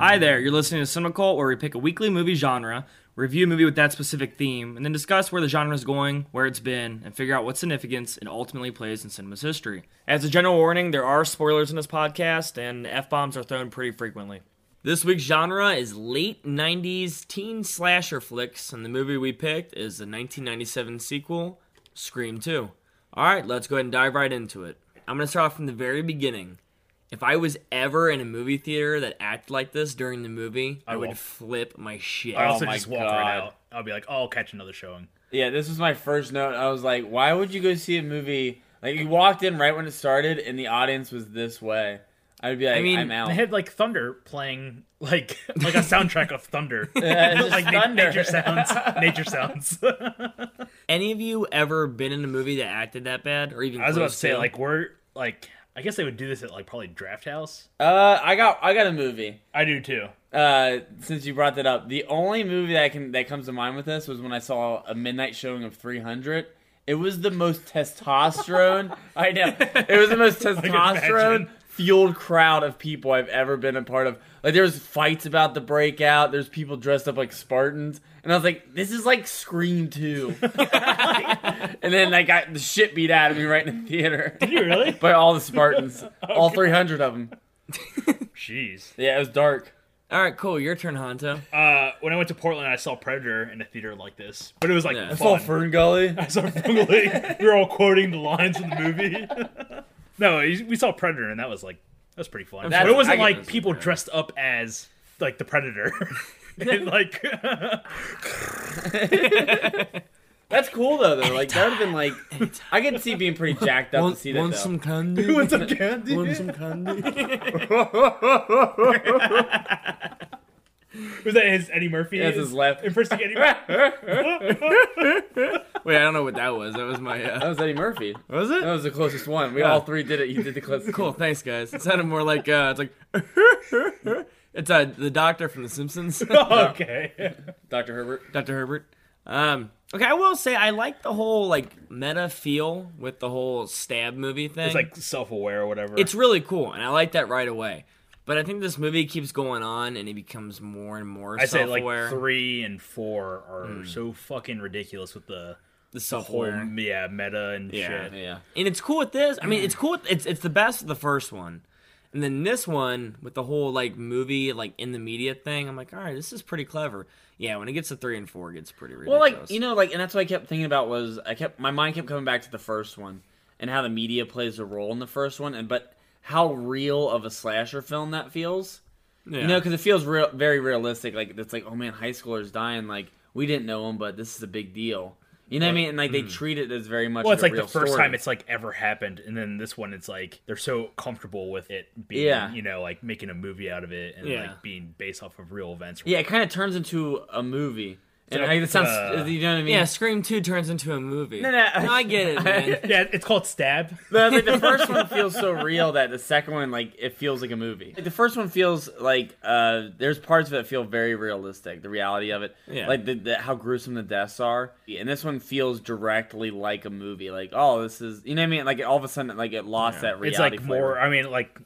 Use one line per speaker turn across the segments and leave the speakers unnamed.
Hi there, you're listening to Cinecult, where we pick a weekly movie genre, review a movie with that specific theme, and then discuss where the genre is going, where it's been, and figure out what significance it ultimately plays in cinema's history. As a general warning, there are spoilers in this podcast, and F bombs are thrown pretty frequently. This week's genre is late 90s teen slasher flicks, and the movie we picked is the 1997 sequel, Scream 2. Alright, let's go ahead and dive right into it. I'm gonna start off from the very beginning. If I was ever in a movie theater that acted like this during the movie, I, would
will.
flip my shit.
I
Oh
also
my
just walk right
God.
out. I'll be like, oh, I'll catch another showing.
Yeah, this was my first note. I was like, why would you go see a movie? Like, you walked in right when it started, and the audience was this way. I'd be like, I
mean,
am
And
out.
they had like thunder playing, like like a soundtrack of thunder,
Yeah, it's
like
just
na-
thunder.
nature sounds, nature sounds.
Any of you ever been in a movie that acted that bad, or even
I was about to
close
say, like we're like, I guess they would do this at like probably Draft House.
Uh, I got, I got a movie.
I do too.
Uh, since you brought that up, the only movie that I can that comes to mind with this was when I saw a midnight showing of 300. It was the most testosterone. I know it was the most testosterone
imagine.
fueled crowd of people I've ever been a part of. Like there was fights about the breakout. There's people dressed up like Spartans, and I was like, "This is like Scream 2. and then I got the shit beat out of me right in the theater
Did you really?
by all the Spartans, all 300 of them.
Jeez.
Yeah, it was dark.
All right, cool. Your turn, Honto.
Uh, when I went to Portland, I saw Predator in a theater like this, but it was like
Yeah.
I
fun.
saw Fern Gully.
I saw Ferngully. we were all quoting the lines from the movie. no, we saw Predator, and that was like that was pretty fun.
That's-
but it wasn't
I get
like
those,
people
yeah.
dressed up as like the Predator. and like
That's cool though, though. Like that would have been like, I could see being pretty jacked up to see that. though.
candy?
some candy?
candy?
Was that his Eddie Murphy?
That's his left.
Impersonating Eddie Murphy.
Wait, I don't know what that was. That was my.
That
Uh,
was Eddie Murphy.
was
That
it?
was the closest one. We all three did it. You did the closest.
Cool. Thanks, guys. It sounded more like uh, it's like. it's uh, the doctor from The Simpsons,
okay.
Doctor Herbert.
Doctor Herbert. Um, okay, I will say I like the whole like meta feel with the whole stab movie thing.
It's like self-aware or whatever.
It's really cool, and I like that right away. But I think this movie keeps going on, and it becomes more and more
I say like
self-aware.
three and four are so fucking ridiculous with the
the
whole
self-aware,
yeah meta and
Yeah.
shit.
Yeah.
and it's cool with this. I mean,
Mm.
it's cool. With, it's it's the best of the first one, and then this one with the whole like movie like in the media thing. I'm like, all right, this is pretty clever. Yeah, when it gets to three and four, it gets pretty
Well,
ridiculous.
like you know, like, and that's what I kept thinking about was I kept my mind kept coming back to the first one and how the media plays a role in the first one, and but how real of a slasher film that feels.
yeah.
You know, because it feels real, very realistic. Like it's like, oh man, high schoolers dying. Like we didn't know them, but this is a big deal. You know what I mean? And like they
Mm.
treat it as very much.
Well, it's
a
like the
real
first
story.
time it's like ever happened, and then this one, it's like they're so comfortable with it being,
Yeah.
you know, like making a movie out of it and
Yeah.
like being based off of real events.
Yeah, it kind of turns into a movie, and
Yeah,
like, it sounds.
uh,
you know what I mean?
yeah, Scream Two turns into a movie.
No, no.
I get it, man.
yeah, it's called Stab.
But, like, the first one feels so real that the second one, like, it feels like a movie. Like, the first one feels like uh, there's parts of it that feel very realistic, the reality of it,
Yeah.
like the, the, how gruesome the deaths are. And this one feels directly like a movie. Like, oh, this is, you know what I mean? Like, all of a sudden, like, it lost that reality.
It's like
flavor.
more. I mean, like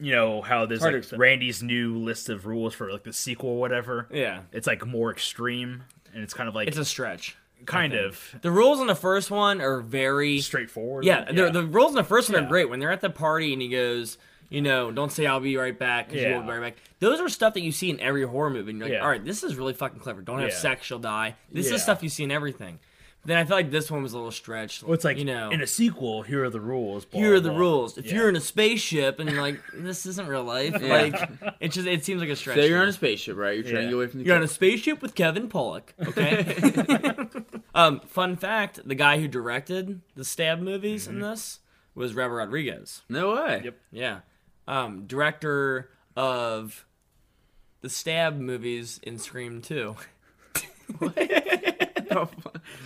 you know how there's
hard to
like
explain.
Randy's new list of rules for like the sequel or whatever.
Yeah,
It's like more extreme, and it's kind of like
it's a stretch.
kind of
The rules in the first one are very
straightforward.
Yeah,
yeah.
The, the rules in the first one are
Yeah.
great. When they're at the party and he goes, you know, don't say I'll be right back because you
Yeah.
will be right back. Those are stuff that you see in every horror movie. And you're like,
Yeah.
all right, this is really fucking clever. Don't have
Yeah.
sex, you'll die. This
Yeah.
is stuff you see in everything. But then I feel like this one was a little stretched.
Well, it's like
you know,
in a sequel. Here are the rules. blah,
here are the
blah.
rules. If
Yeah.
you're in a spaceship and you're like, this isn't real life,
Yeah.
like it just it seems like a stretch.
So you're
to
on
me.
a spaceship, right? You're trying
Yeah.
to get away from the
You're on a spaceship with Kevin Pollock. Okay. um, fun fact: the guy who directed the stab movies
Mm-hmm.
in this was Robert Rodriguez.
No way.
Yep.
Yeah. Um, director of the stab movies in Scream 2.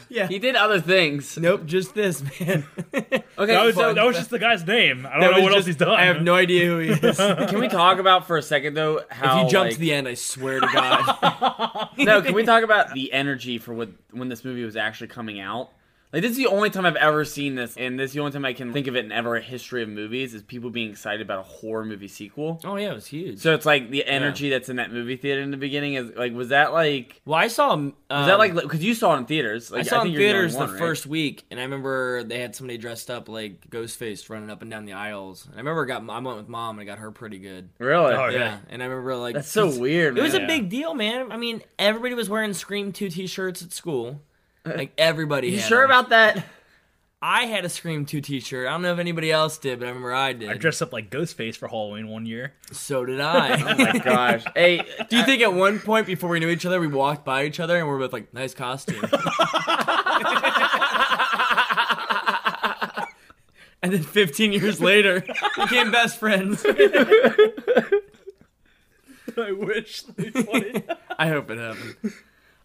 Yeah.
He did other things.
Nope, just this, man.
Okay,
That was,
so-
that was just the guy's name. I don't know
was
what else
just-
he's done.
I have no idea who he is. if
can we talk about for a second though how
you jump
like,
to the end, I swear to God.
no, can we talk about the energy for what when this movie was actually coming out? Like this is the only time I've ever seen this, and this is the only time I can think of it in ever a history of movies is people being excited about a horror movie sequel.
Oh yeah, it was huge.
So it's like the energy that's in that movie theater in the beginning is like, was that like,
well, I saw. Um,
was that like, because you saw it in theaters. Like,
I saw in
you're only
theaters the
one, right?
first week, and I remember they had somebody dressed up like Ghostface running up and down the aisles. And I remember I got I went with mom and I got her pretty good.
Really?
Oh, yeah.
Yeah, and I remember like
That's so weird.
It was
man.
a big deal, man. I mean, everybody was wearing Scream Two T-shirts at school. Like everybody.
Uh, You
had
sure
them.
about that?
I had a Scream Two T-shirt. I don't know if anybody else did, but I remember I did.
I dressed up like Ghostface for Halloween one year.
so did I.
Oh my gosh. Hey,
Do you think at one point before we knew each other, we walked by each other and we were both like, "Nice costume," and then 15 years later, we became best friends.
I wish. That'd be funny.
I hope it happened.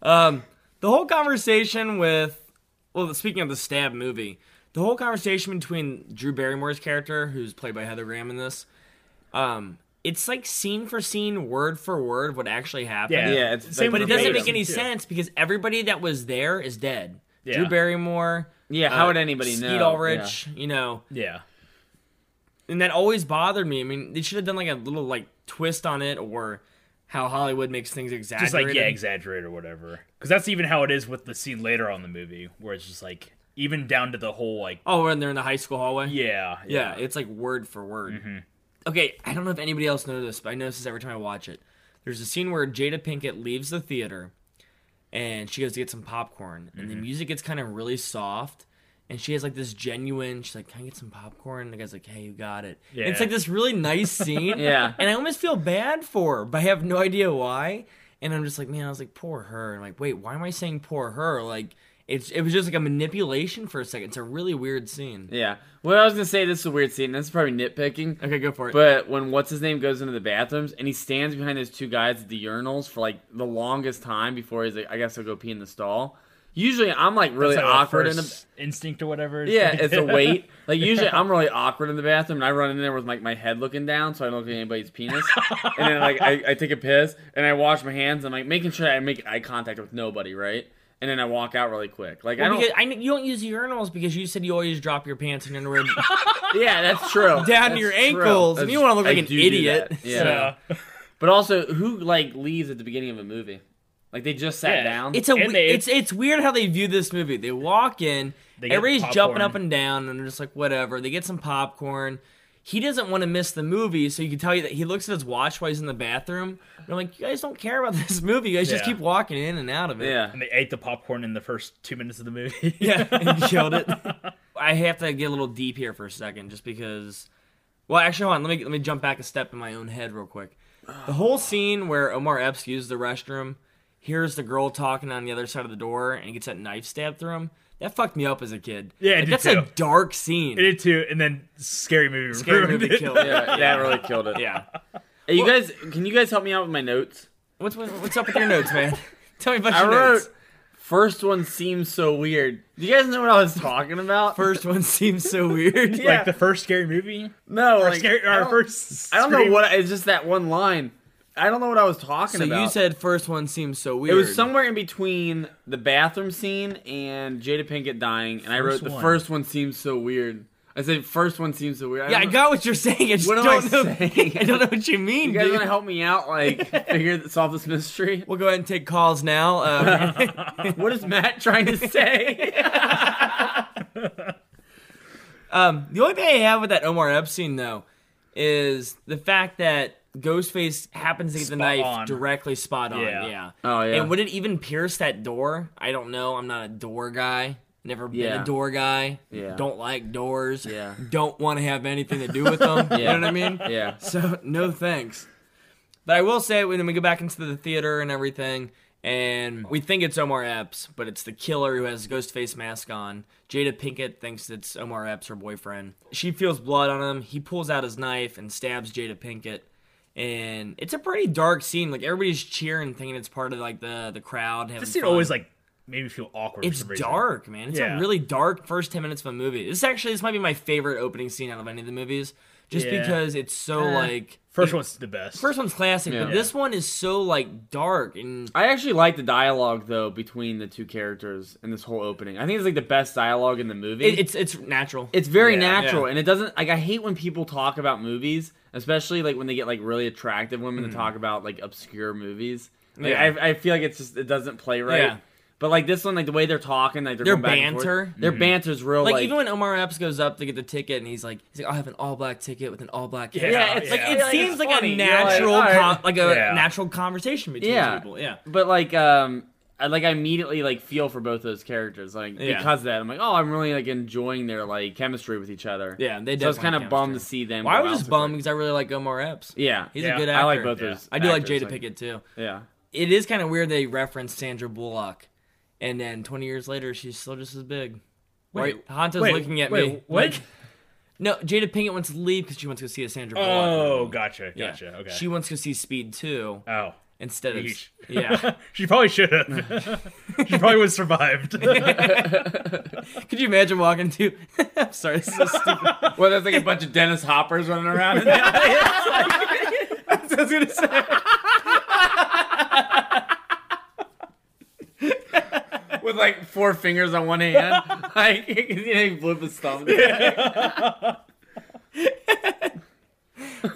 Um, the whole conversation with, well, speaking of the stab movie, the whole conversation between Drew Barrymore's character, who's played by Heather Graham in this, um, it's like scene for scene, word for word, what actually happened.
yeah,
Yeah, it's like
But it doesn't make
verbatim.
any sense because everybody that was there is dead.
Yeah.
Drew Barrymore.
yeah,
uh,
how would anybody know?
Skeet Ulrich, you know,
Yeah.
and that always bothered me. I mean, they should have done like a little like twist on it, or how Hollywood makes things exaggerated.
just like yeah, exaggerate or whatever. Because that's even how it is with the scene later on in the movie, where it's just like even down to the whole like
Oh, when they're in the high school hallway.
yeah,
Uh,
Yeah, it's like word for word.
mm-hmm.
Okay, I don't know if anybody else knows this, but I notice this every time I watch it. There's a scene where Jada Pinkett leaves the theater and she goes to get some popcorn, and
Mm-hmm.
the music gets kind of really soft. And she has like this genuine, she's like, Can I get some popcorn? And the guy's like, Hey, you got it. And it's
Yeah.
like this really nice scene.
Yeah.
And I almost feel bad for her, but I have no idea why. And I'm just like, Man, I was like, Poor her. And I'm like, Wait, why am I saying poor her? Like, it's, it was just like a manipulation for a second. It's a really weird scene.
Yeah. What I was gonna say, this is a weird scene. This is probably nitpicking.
Okay, go for it.
But when what's his name goes into the bathrooms and he stands behind those two guys at the urinals for like the longest time before he's like, I guess I'll go pee in the stall. Usually I'm like really
That's, like, our
awkward in the
first instinct or whatever.
yeah,
like-
it's a wait. Like usually, I'm really awkward in the bathroom, and I run in there with like my head looking down, so I don't look at anybody's penis. and then like I, I take a piss, and I wash my hands, and like making sure I make eye contact with nobody, right? And then I walk out really quick. Like
Well,
I don't.
because I, kn- you don't use urinals because you said you always drop your pants and underwear
yeah, that's true.
down
That's
to your
true.
ankles, and
That's-
you want to look
I
like an
do do
idiot.
that.
So-
Yeah.
Yeah.
But also, who like leaves at the beginning of a movie? Like they just sat
Yeah.
down.
It's a
And
we-
they-
it's it's weird how they view this movie. They walk in,
They get
everybody's jumping
popcorn.
up and down, and they're just like whatever. They get some popcorn. He doesn't want to miss the movie, so you can tell you that he looks at his watch while he's in the bathroom. And I'm like, you guys don't care about this movie. You guys just
Yeah.
keep walking in and out of it.
yeah.
And they ate the popcorn in the first two minutes of the movie.
Yeah, and killed it. I have to get a little deep here for a second, just because. Well, actually, hold on. Let me let me jump back a step in my own head real quick. The whole scene where Omar Epps uses the restroom, hears the girl talking on the other side of the door, and he gets that knife stabbed through him. That fucked me up as a kid.
Yeah, it
Like,
did
that's a
too.
dark scene.
I did too, and then scary movie.
Scary
ruined
movie
it.
killed. Yeah.
yeah, that really killed it.
yeah.
Hey, you guys, can you guys help me out with my notes?
What's what, what's up with your notes, man? Tell me about
I
your
wrote
notes.
first one seems so weird. Do you guys know what I was talking about?
First one seems so weird.
Yeah.
Like the first scary movie.
no,
Our,
like,
scary,
I
our
don't-
first.
I don't know
Scream-
what. It's just that one line. I don't know what I was talking
So
about.
you said first one seems so weird.
it was somewhere in between the bathroom scene and Jada Pinkett dying, and I wrote
First
the
one.
first one seems so weird. I said first one seems so weird.
Yeah, I
don't-
got what you're saying. I just
What am
don't
I
know.
saying?
I don't know what you mean,
You guys
dude.
want to help me out? Like figure solve this mystery.
We'll go ahead and take calls now. Uh,
What is Matt trying to say?
um, the only thing I have with that Omar Epps scene, though, is the fact that Ghostface happens to get the
Spot
knife
on.
directly spot on. Yeah.
Yeah.
Oh, yeah.
And would it even pierce that door? I don't know. I'm not a door guy. Never been
Yeah.
a door guy.
Yeah.
Don't like doors.
Yeah.
Don't want to have anything to do with them. You know what I mean?
yeah.
So no thanks. But I will say when we go back into the theater and everything, and we think it's Omar Epps, but it's the killer who has a ghost face mask on. Jada Pinkett thinks it's Omar Epps, her boyfriend. She feels blood on him. He pulls out his knife and stabs Jada Pinkett. And it's a pretty dark scene. Like everybody's cheering, thinking it's part of like the the crowd. having
This scene
fun.
always like made me feel awkward. for
It's
some reason.
dark, man. It's
Yeah.
a really dark first ten minutes of a movie. This actually this might be my favorite opening scene out of any of the movies just
Yeah.
because it's so like
First one's the best.
first one's classic,
Yeah.
but this one is so like dark and
I actually like the dialogue though between the two characters in this whole opening. I think it's like the best dialogue in the movie.
it, it's it's natural.
it's very
Yeah.
natural
Yeah.
and it doesn't like I hate when people talk about movies, especially like when they get like really attractive women to talk about like obscure movies. Like
Mm-hmm. Yeah.
I, I feel like it's just it doesn't play right.
Yeah.
But like this one, like the way they're talking, like they're
Their
going back and forth,
banter. Mm-hmm.
their banter's real.
like,
Like,
even when Omar Epps goes up to get the ticket and he's like, he's like, I'll have an all black ticket with an all black
Yeah,
hat.
yeah, it's
yeah.
like
It
it's-
seems
it's
like
funny.
a
You're
natural,
like,
con-
alright.
like a
Yeah.
natural conversation between
Yeah.
two people. Yeah,
but like um I like I immediately like feel for both those characters like
Yeah.
because of that I'm like oh I'm really like enjoying their like chemistry with each other
yeah. They
so I was kind
definitely
of bummed to
chemistry.
see them
Well, I
go
was
out
just
so
bummed
quick.
because I really like Omar Epps.
yeah
He's
Yeah,
a good actor.
I like both
Yeah.
those
I do like
actors,
Jada Pickett too.
yeah
It is kind of weird they reference Sandra Bullock, and then 20 years later she's still just as big.
Wait,
Right, Hanta's
wait,
looking at
wait,
me.
What?
like- no, Jada Pinkett wants to leave because she wants to go see a Sandra Bullock.
oh,
movie.
gotcha,
Yeah.
gotcha. Okay.
She wants to go see Speed 2
oh.
instead of
Yeesh.
yeah.
she probably should have. she probably would have survived.
Could you imagine walking to? I'm sorry, this is so stupid.
well there's like a bunch of Dennis Hoppers running around in there.
That's what I was gonna say.
with like four fingers on one hand like you know he blew up his thumb yeah.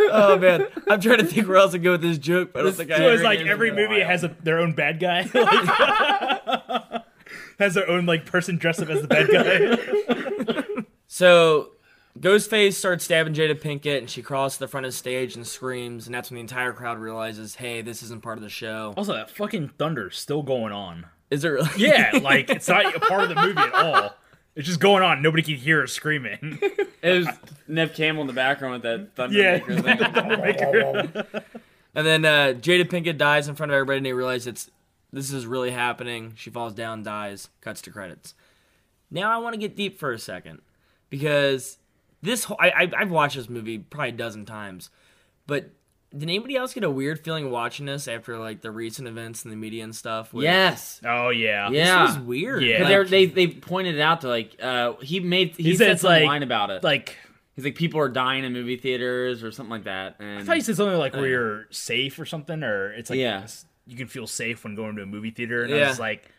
Oh man, I'm trying to think where else to go with this joke, but I don't think I
So it's
ever
like
did.
every movie has a, their own bad guy. Like, has their own like person dressed up as the bad guy.
So Ghostface starts stabbing Jada Pinkett, and she crawls to the front of the stage and screams, and that's when the entire crowd realizes, "Hey, this isn't part of the show."
also, that fucking thunder's still going on.
Is it really?
Oh. Yeah, like it's not a part of the movie at all. It's just going on. Nobody can hear her screaming.
it was Nev Campbell in the background with that thunder
Yeah.
maker thing
And then uh, Jada Pinkett dies in front of everybody, and they realize it's this is really happening. She falls down, dies, cuts to credits. Now I want to get deep for a second because this whole, I, I I've watched this movie probably a dozen times, but did anybody else get a weird feeling watching this after like the recent events and the media and stuff? with-
yes
Oh yeah.
this
yeah
was weird.
Yeah.
But
Like,
they're- they they pointed it out to like uh he made he,
He said
said
it's
some
like-
line about it
Like
He's like, people are dying in movie theaters or something like that. And
I thought you said something like where you're safe or something, or it's like
Yeah.
you can feel safe when going to a movie theater. And I
Yeah.
was like,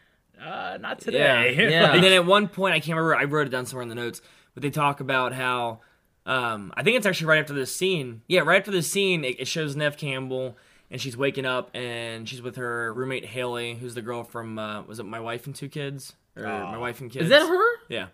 uh, not
Yeah,
today.
yeah.
and then at one point, I can't remember. I wrote it down somewhere in the notes, but they talk about how um, I think it's actually right after this scene. Yeah, right after this scene, it, it shows Nev Campbell and she's waking up and she's with her roommate Haley, who's the girl from uh, was it My Wife and Two Kids or
Aw.
My Wife and Kids?
is that her?
Yeah.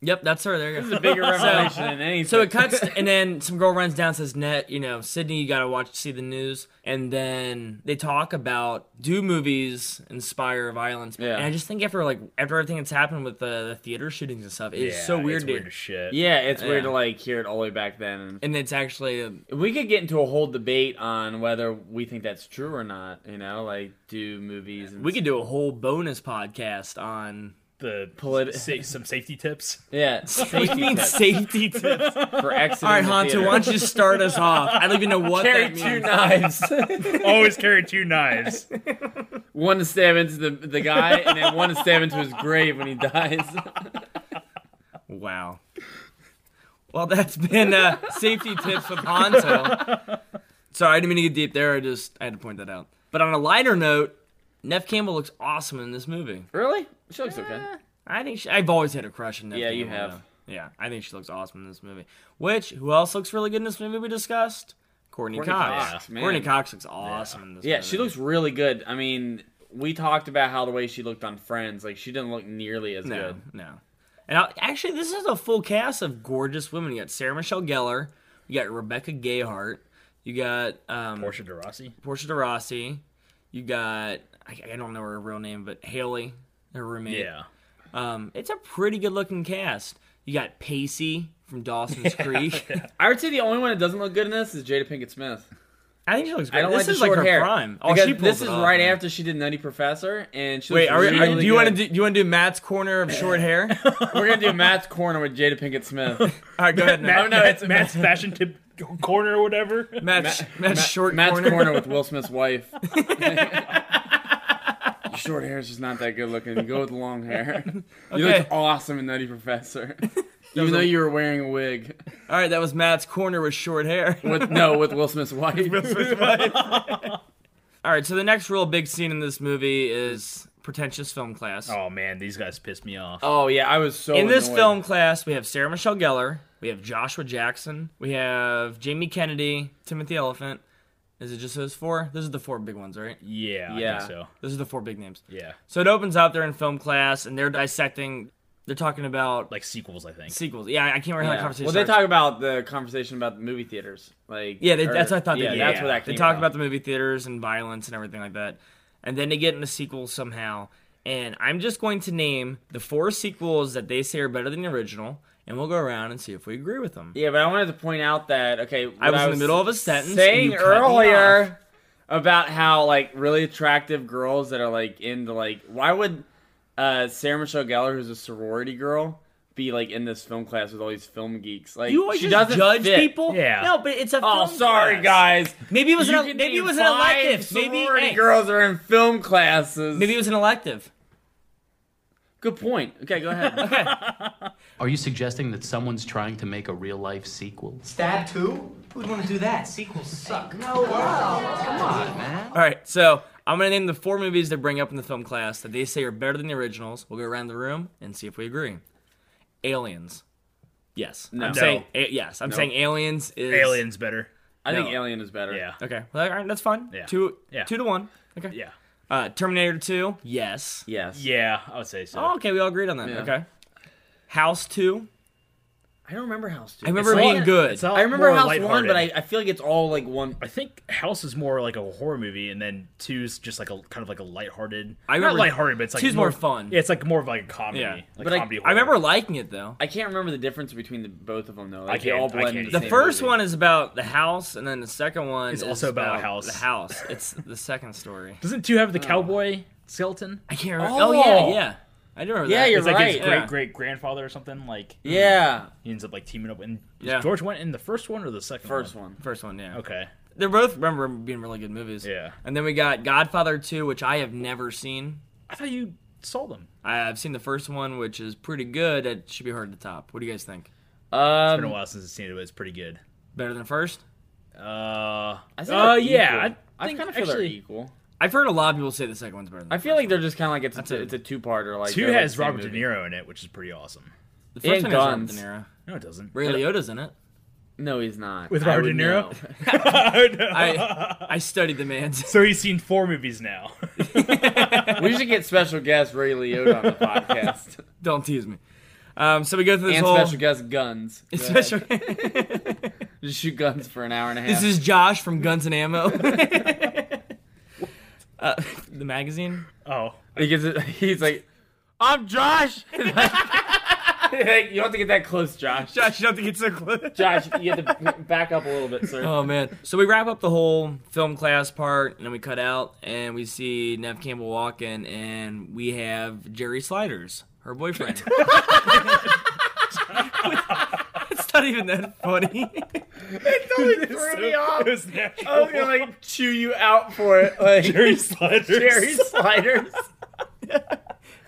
Yep, that's her. There you go.
It's a bigger revelation than anything.
So it cuts, and then some girl runs down and says, "Net, you know, Sydney, you gotta watch, see the news." And then they talk about do movies inspire violence?
Yeah.
And I just think after like after everything that's happened with the, the theater shootings and stuff, it's so weird,
It's
dude.
weird as shit.
yeah, it's weird to
Yeah.
like hear it all the way back then.
And it's actually uh,
We could get into a whole debate on whether we think that's true or not. You know, like do movies. And
we could do a whole bonus podcast on.
The
Polit-
sa- some safety tips.
yeah,
What do you mean
safety tips
safety tips?
for exiting.
All right,
the
Hanto,
theater.
why don't you start us off? I don't even know what
carry
that
two
means.
knives?
Always carry two knives.
one to stab into the the guy, and then one to stab into his grave when he dies.
Wow. Well, that's been uh, safety tips with Hanzo. Sorry, I didn't mean to get deep there. I just I had to point that out. But on a lighter note, Neff Campbell looks awesome in this movie.
really? She looks okay.
I think she, I've always had a crush on Neff.
Yeah, you
Campbell,
have.
though. Yeah, I think she looks awesome in this movie. Which who else looks really good in this movie? We discussed Courtney,
Courtney
Cox.
Cox, man.
Courtney Cox looks awesome in this.
Yeah,
movie.
she looks really good. I mean, we talked about how the way she looked on Friends, like she didn't look nearly as
no,
good.
no. And I, actually, this is a full cast of gorgeous women. You got Sarah Michelle Gellar, you got Rebecca Gayheart, you got um,
Portia de Rossi.
Portia de Rossi. You got I, I don't know her real name, but Haley, her roommate.
Yeah.
Um, it's a pretty good looking cast. You got Pacey from Dawson's Creek.
I would say the only one that doesn't look good in this is Jada Pinkett Smith.
I think she looks great.
I don't
this
like
is
the short
like her
hair.
prime. Oh,
because
she pulls
this
it
is
off,
right
man.
after she did Nutty Professor, and she
Wait,
looks
are, we- are-
really
do you want to
good.
do you want to do Matt's corner of short hair? All
We're gonna do Matt's corner with Jada Pinkett Smith.
right, go ahead.
Matt,
Matt,
Oh, no, it's-
Matt's fashion tip corner or whatever.
Matt's, Matt's short
Matt's
corner.
corner with Will Smith's wife. Your short hair is just not that good looking. Go with the long hair. You
Okay.
looked awesome in Nutty Professor. Even though you were wearing a wig.
All right, that was Matt's corner with short hair.
With no, with Will Smith's wife.
All right, so the next real big scene in this movie is pretentious film class.
Oh man, these guys pissed me off.
Oh yeah, I was so
in this
annoyed.
film class, we have Sarah Michelle Gellar, we have Joshua Jackson, we have Jamie Kennedy, Timothy Elephant. Is it just those four? Those are the four big ones, right?
Yeah, I
Yeah.
think so.
Those are the four big names.
Yeah,
So it opens up. They're in film class, and they're dissecting. They're talking about like
like sequels, I think.
sequels. Yeah, I can't remember how the
Yeah.
conversation.
Well, they
starts.
talk about the conversation about the movie theaters. Like
Yeah, they,
or-
that's what I thought.
Yeah,
they did.
that's where that
They
came
talk
from.
about the movie theaters and violence and everything like that, and then they get in the sequel somehow. And I'm just going to name the four sequels that they say are better than the original, and we'll go around and see if we agree with them.
Yeah, but I wanted to point out that okay, what
I was in the middle of a sentence and
saying
you cut me
earlier about how like really attractive girls that are like into like why would uh, Sarah Michelle Gellar, who's a sorority girl, be like in this film class with all these film geeks? Like
You always
she
just
doesn't
judge
fit.
people.
Yeah.
No, but it's a.
Oh,
film
sorry
class.
guys.
Maybe it was
You
an
can
maybe it
name
was an
five
elective. Maybe
sorority
hey,
girls are in film classes.
maybe it was an elective.
good point. Okay, go ahead.
Okay.
Are you suggesting that someone's trying to make a real life sequel?
Stab 2? Who'd want to do that? Sequels suck. No.
All right, so I'm gonna name the four movies they bring up in the film class that they say are better than the originals. We'll go around the room and see if we agree. Aliens. Yes. I'm saying a- yes. I'm saying Aliens is
Oh. Aliens better.
I think
No.
Alien is better.
Yeah,
Okay, well, all right, that's fine.
Yeah.
Two.
Yeah.
Two to one. Okay.
yeah,
Uh, Terminator Two. Yes.
Yes.
yeah. I would say so.
Oh, okay, we all agreed on that.
Yeah.
Okay. House Two.
I don't remember House Two.
I remember being good.
It's a lot
I remember
more
House One, but I,
lighthearted.
I feel like it's all like one.
I think House is more like a horror movie, and then two's just like a kind of like a lighthearted.
I
not
remember-
lighthearted, but it's like
two's more fun.
Yeah, it's like more of like a comedy.
Yeah.
like
But I-
comedy
I
horror.
I remember liking it though.
I can't remember the difference between the both of them though. Like,
I
they
can't-
all
I
blend.
can't
in
either.
The
same
first
movie.
one is about the house, and then the second one
It's
is
also about a house.
The house. It's the second story.
Doesn't two have the cowboy skeleton?
I can't remember. Oh, yeah, yeah. I do remember
Yeah,
that.
you're
It's like his
right.
great
Yeah.
great grandfather or something. Like
Yeah,
he ends up like teaming up. And
Yeah.
George went in the first one or the second?
first one.
First one, yeah.
Okay.
They're both remember being really good movies.
Yeah.
And then we got Godfather 2, which I have never seen.
I thought you saw them.
I- I've seen the first one, which is pretty good. It should be hard to top. What do you guys think?
It's been a
Um,
while since I've seen it, but it's pretty good.
Better than first?
Uh,
I think
uh
they're
yeah.
equal.
I
I,
think
kind of feel they're
actually
equal.
I've heard a lot of people say the second one's better than
I
the
feel like they're just kind of like it's a,
a-
it's a two parter. Like
two
they're, like,
has
the same
Robert De
movie.
Niro in it, which is pretty awesome.
The first one
and
has Robert
guns.
De Niro.
No, it doesn't.
Ray Liotta's in it.
No, he's not.
With
I
Robert
would
De Niro?
know.
I, I studied the man's.
so he's seen four movies now.
we should get special guest Ray Liotta on the podcast
Don't tease me. Um, so we go through this
and
whole
special guest Guns. Go ahead.
special-
Just shoot guns for an hour and a half.
This is Josh from Guns and Ammo. Uh, the magazine.
oh,
He gets it, he's like, I'm Josh. Like, you don't have to get that close, Josh.
Josh, you don't have to get so close.
Josh, you have to back up a little bit, sir.
Oh man! So we wrap up the whole film class part, and then we cut out, and we see Nev Campbell walking, and we have Jerry Sliders, her boyfriend. it's not even that funny.
totally threw me off.
it was natural.
I was gonna like chew you out for it, like
Jerry Sliders.
Jerry sliders.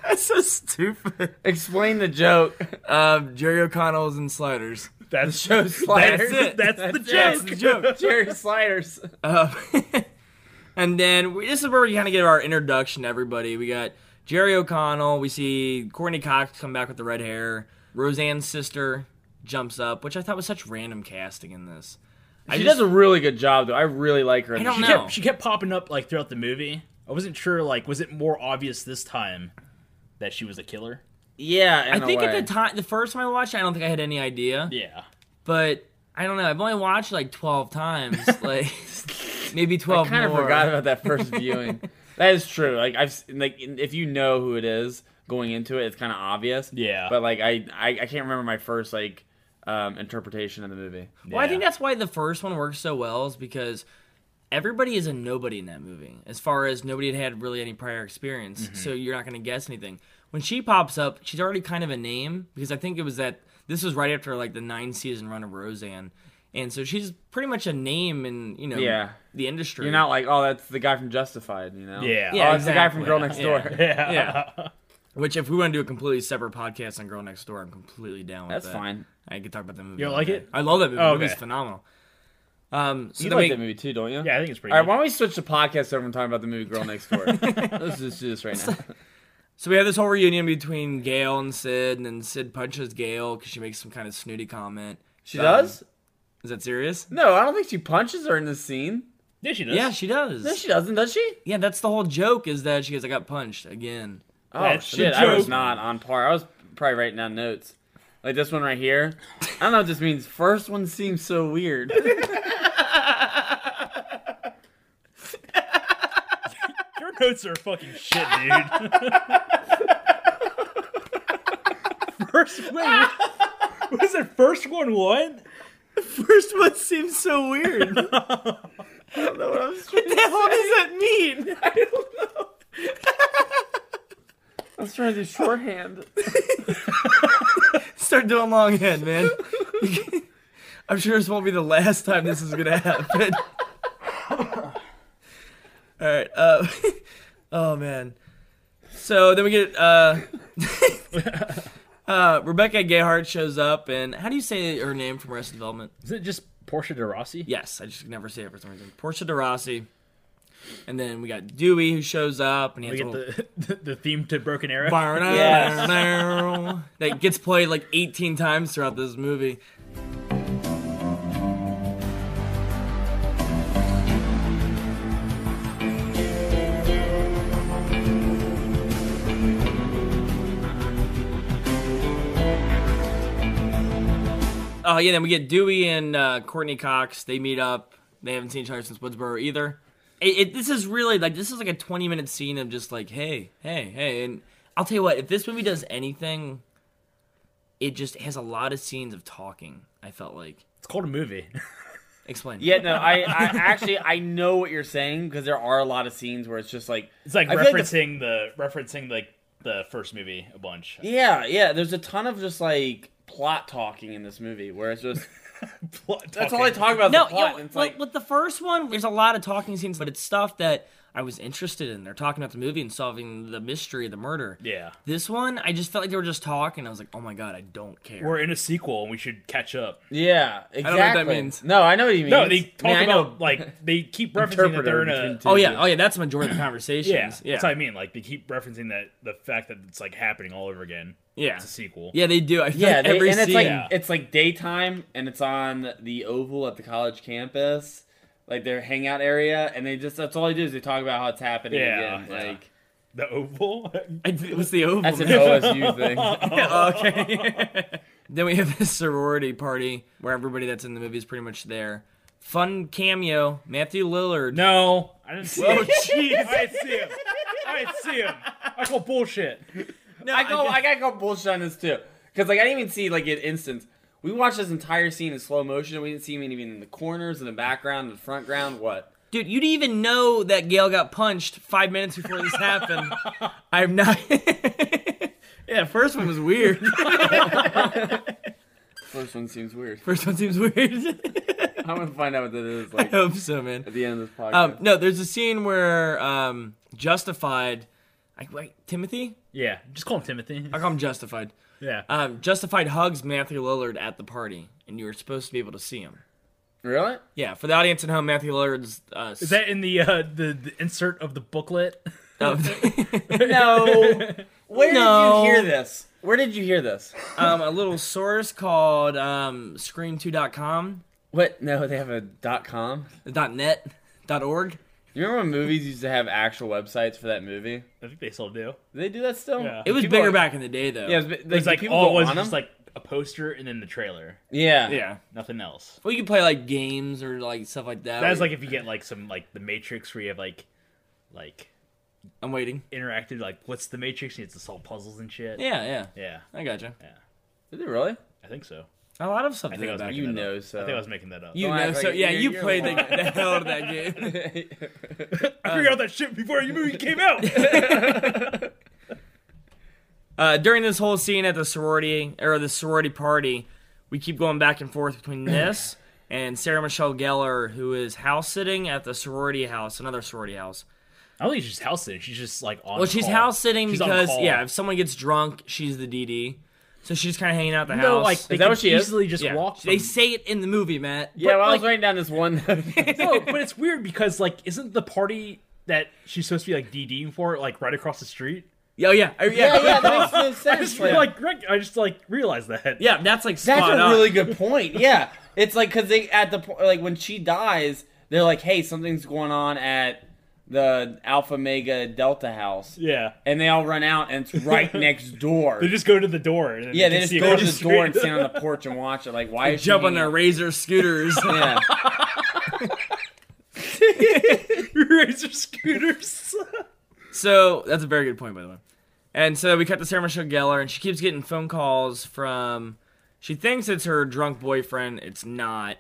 That's so stupid.
Explain the joke.
Um, Jerry O'Connell's and Sliders.
That's
Joe sliders.
That's it.
That's, the
That's
joke.
the joke.
Jerry sliders.
Uh, and then we, this is where we kind of get our introduction to everybody. We got Jerry O'Connell. We see Courtney Cox come back with the red hair. Roseanne's sister jumps up, which I thought was such random casting in this. I
She
just-
does a really good job, though. I really like her.
I don't
She
No.
kept, she kept popping up like throughout the movie. I wasn't sure. Like, was it more obvious this time that she was a killer?
Yeah,
I
in a
think at
way.
the time, the first time I watched, it, I don't think I had any idea.
Yeah.
But I don't know. I've only watched like twelve times, like maybe twelve
kind of
more.
forgot about that first viewing. that is true. Like I've s- like if you know who it is going into it, it's kind of obvious.
Yeah.
But like I, I I can't remember my first like um interpretation of the movie.
Well, I think
Yeah.
that's why the first one works so well is because everybody is a nobody in that movie. As far as nobody had had really any prior experience,
Mm-hmm.
so you're not going to guess anything. When she pops up, she's already kind of a name because I think it was that this was right after like the nine season run of Roseanne, and so she's pretty much a name in you know
Yeah.
the industry.
You're not like, oh, that's the guy from Justified, you know?
Yeah.
Yeah,
oh, it's the guy from
exactly.
Girl Next Door.
Yeah.
Yeah.
Yeah. Which, if we want to do a completely separate podcast on Girl Next Door, I'm completely down with
That's
that.
fine.
I could talk about the movie.
You
all
like
day.
it?
I love that movie.
Oh,
The movie's
okay.
phenomenal. Um, so
You
then
like
we-
that movie too, don't you?
Yeah, I think it's pretty.
All right,
good.
why don't we switch the podcast over and talk about the movie Girl Next Door? Let's just do this right now.
So we have this whole reunion between Gail and Sid, and then Sid punches Gail because she makes some kind of snooty comment.
She
Um,
does?
Is that serious?
No, I don't think she punches her in this scene.
Yeah, she does.
Yeah, she does.
No, she doesn't, does she?
yeah, that's the whole joke is that she goes, I got punched again.
Oh
That's
shit!
the
I was
joke.
not on par. I was probably writing down notes, like this one right here. I don't know what this means. First one seems so weird.
Your notes are fucking shit, dude. first wait, what was it? First one, what?
First one seems so weird. what the hell does that mean?
I was trying to do shorthand.
Start doing longhand, man. I'm sure this won't be the last time this is gonna happen. All right. Uh, oh man. So then we get uh, uh, Rebecca Gayhart shows up, and how do you say her name from Arrested Development?
Is it just Portia de Rossi?
Yes, I just never say it for some reason. Portia de Rossi. And then we got Dewey who shows up, and he
We
has a
get
little
the, the theme to Broken Arrow.
Yes. that gets played like 18 times throughout this movie. Oh yeah, then we get Dewey and uh, Courtney Cox. They meet up. They haven't seen each other since Woodsboro either. It, it, this is really like this is like a 20 minute scene of just like hey, hey, hey. And I'll tell you what, if this movie does anything, it just has a lot of scenes of talking. I felt like
It's called a movie.
explain.
Yeah, no, I, I actually I know what you're saying because there are a lot of scenes where it's just like
It's like
I feel the-
referencing the referencing like the first movie a bunch.
yeah, yeah. There's a ton of just like plot talking in this movie where it's just that's all I talk about. is
No, you know,
the plot. and
with,
it's like
with the first one, there's a lot of talking scenes, but it's stuff that I was interested in. They're talking about the movie and solving the mystery of the murder.
Yeah.
This one, I just felt like they were just talking. I was like, oh my god, I don't care.
We're in a sequel and we should catch up.
yeah, exactly.
know what that means.
No, I know what you mean.
No, they talk
I mean, I
about
know-
like they keep referencing that they're in
Interpreter
a
between
oh yeah, oh yeah, that's the majority of the conversations.
yeah,
Yeah, yeah,
That's what I mean. Like they keep referencing that the fact that it's like happening all over again.
yeah.
It's a sequel.
they do. I feel
Yeah,
like
they,
every
and it's
scene-
like
Yeah.
it's like daytime, and it's on the oval at the college campus, like their hangout area, and they just that's all they do is they talk about how it's happening
Yeah,
again.
yeah.
Like
The Oval.
it was the oval.
that's an
man.
OSU thing.
okay. then we have this sorority party where everybody that's in the movie is pretty much there. Fun cameo, Matthew Lillard.
no, I didn't see.
Oh
it.
jeez.
I didn't see him. I didn't see him. I call bullshit.
I go, I gotta go bullshit on this too, because like I didn't even see like an instance. We watched this entire scene in slow motion. We didn't see him even in the corners, in the background, in the front ground. What?
Dude, you didn't even know that Gail got punched five minutes before this happened. I'm not. yeah, first one was weird.
First one seems weird.
First one seems weird.
I'm gonna find out what that is
I
like at
hope so, man.
the end of this podcast.
Um, no, there's a scene where um, Justified, I, wait, Timothy?
Yeah, just call him Timothy.
I call him Justified.
Yeah.
Uh,
Um, Justified hugs Matthew Lillard at the party, and you were supposed to be able to see him.
really?
Yeah, for the audience at home, Matthew Lillard's. Uh,
Is that in the uh the, the insert of the booklet?
No. Where
No.
did you hear this? Where did you hear this?
um, a little source called um, Screen2.com,
What? No, they have a dot com.
dot .net, dot .org.
You remember when movies used to have actual websites for that movie?
I think they still do.
Do they do that still?
Yeah.
It was
People
bigger
are-
back in the day, though.
Yeah, it was,
It's
like,
like
people
all
go
it was
on
just
them?
like a poster and then the trailer.
yeah,
yeah.
Nothing else.
Well, you could play like games or like stuff like that.
That's
where-
like if you get like some like the Matrix where you have like like
I'm waiting.
interactive like what's the Matrix? You have to solve puzzles and shit.
Yeah, yeah.
Yeah,
I gotcha.
Did they really?
I think so.
A lot of stuff.
I think I was
back
making that
You know
up.
so.
I think I was making that up.
You
Don't
know,
act
so
like
yeah,
you're-
you
you're
played the,
lying.
the hell out of that game.
I figured out that shit before your movie came out.
Uh, during this whole scene at the sorority or the sorority party, we keep going back and forth between this and Sarah Michelle Gellar, who is house sitting at the sorority house, another sorority house.
I don't think she's house sitting. She's just like on.
Well, she's
call.
house sitting
She's on
because
call.
yeah, if someone gets drunk, she's the DD, so she's kind of hanging out the
No,
house.
like they
that
could
what she is?
easily just
yeah.
walk.
They
from-
say it in the movie, Matt.
Yeah,
but,
well, I was
like,
writing down this one.
no, but it's weird because like, isn't the party that she's supposed to be like DDing for like right across the street?
oh yeah, oh, yeah, yeah.
that makes no
I just
sense.
feel like Greg, I just like realized that.
that's like spot
That's a
on.
really good point. Yeah, it's like because they at the point like when she dies, they're like, "Hey, something's going on at the Alpha Mega Delta House,"
Yeah.
and they all run out, and it's right next door.
They just go to the door. And then
yeah,
you
they
can
just
see
go
across
to the door and
street.
stand on the porch and watch it. Like, why is she
jump on
hanging
their razor scooters.
out? Yeah.
razor scooters.
So that's a very good point, by the way. And so we cut to Sarah Michelle Gellar, and she keeps getting phone calls from. She thinks it's her drunk boyfriend. It's not.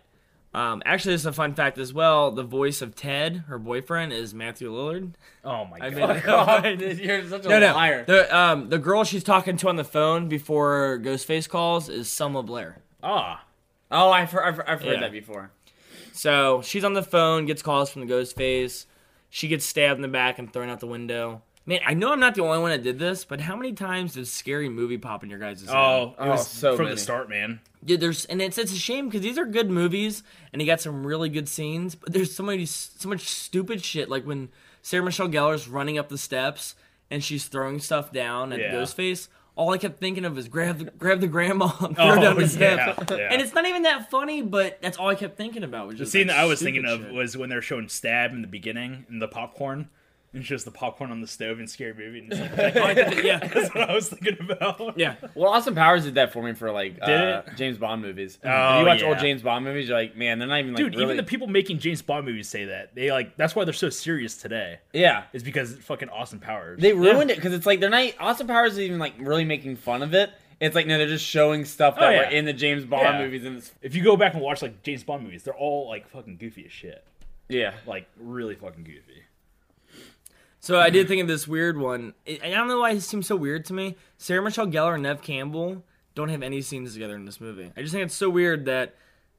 Um, actually, this is a fun fact as well. The voice of Ted, her boyfriend, is Matthew Lillard.
oh my
I
god.
mean,
You're such a
no, no.
liar.
The um, the girl she's talking to on the phone before Ghostface calls is Selma Blair.
ah.
Oh, I've heard, I've, I've heard
Yeah.
that before.
So she's on the phone, gets calls from the Ghostface. She gets stabbed in the back and thrown out the window. Man, I know I'm not the only one that did this, but how many times did scary movie pop in your guys' head?
Oh, it
Oh,
was
so
from
many.
the start, man.
Yeah, there's and it's it's a shame because these are good movies and he got some really good scenes, but there's so many so much stupid shit like when Sarah Michelle Gellar's running up the steps and she's throwing stuff down at
Yeah.
Ghostface. All I kept thinking of is grab the, grab the grandma and throw
Oh,
down the
yeah,
steps.
yeah.
And it's not even that funny, but that's all I kept thinking about. Was
The
just
scene
like,
that I was
stupid
thinking of
shit.
was when they were showing Stab in the beginning and the popcorn. And it's just the popcorn on the stove in Scary Movie. And it's like,
yeah,
that's what I was thinking about.
yeah.
Well, Austin Powers did that for me for like uh,
it?
James Bond movies.
Oh,
If you watch
yeah.
old James Bond movies, you're like, man, they're not even like
Dude,
really.
even the people making James Bond movies say that. They like that's why they're so serious today.
yeah,
Is because fucking Austin Powers.
They ruined it 'cause it because it's like they're not Austin Powers is even like really making fun of it. It's like no, they're just showing stuff that
Oh, yeah.
were in the James Bond
Yeah.
movies and it's
if you go back and watch like James Bond movies, they're all like fucking goofy as shit.
yeah.
Like really fucking goofy.
So I did think of this weird one. I I don't know why it seems so weird to me. Sarah Michelle Gellar and Nev Campbell don't have any scenes together in this movie. I just think it's so weird that.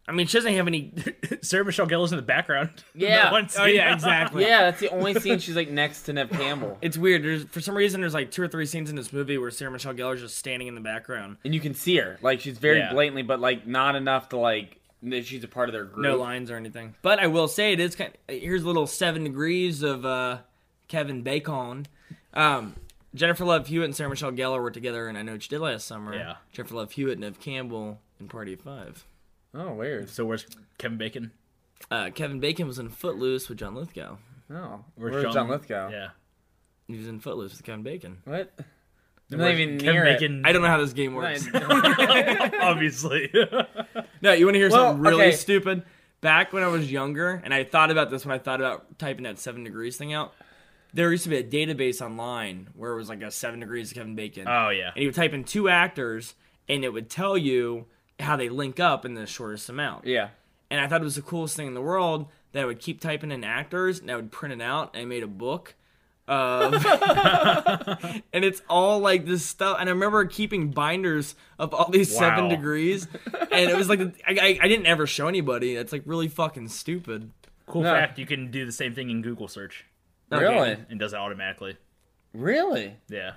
I mean, she doesn't have any.
Sarah Michelle Gellar's in the background.
Yeah.
That one
oh
scene.
yeah, exactly.
Yeah, that's the only scene she's like next to Nev Campbell,
It's weird. There's, for some reason, there's like two or three scenes in this movie where Sarah Michelle Gellar's just standing in the background.
and you can see her like she's very
Yeah.
blatantly, but like not enough to like that she's a part of their group.
No lines or anything. But I will say it is kind. here's a little seven degrees of uh, Kevin Bacon. Um, Jennifer Love Hewitt and Sarah Michelle Gellar were together, and I know what you did last summer.
Yeah.
Jennifer Love Hewitt, Nev Campbell, and Party of Five.
Oh weird.
So where's Kevin Bacon?
Uh, Kevin Bacon was in Footloose with John Lithgow.
Oh, where's, John Lithgow?
Yeah.
He was in Footloose with Kevin Bacon.
What? I'm not even
Kevin
near it.
Bacon.
I don't know how this game works.
Right.
obviously.
No, you want to hear
Well,
something really
okay.
stupid? Back when I was younger, and I thought about this when I thought about typing that seven degrees thing out. There used to be a database online where it was like a seven degrees of Kevin Bacon,
oh yeah.
and you would type in two actors, and it would tell you how they link up in the shortest amount.
yeah.
And I thought it was the coolest thing in the world that I would keep typing in actors, and I would print it out, and I made a book. Of, and it's all like this stuff, and I remember keeping binders of all these seven
Wow.
degrees, and it was like I, I, I didn't ever show anybody. That's like really fucking stupid.
Cool
No.
fact, you can do the same thing in Google search.
Really?
And it does it automatically.
Really?
Yeah.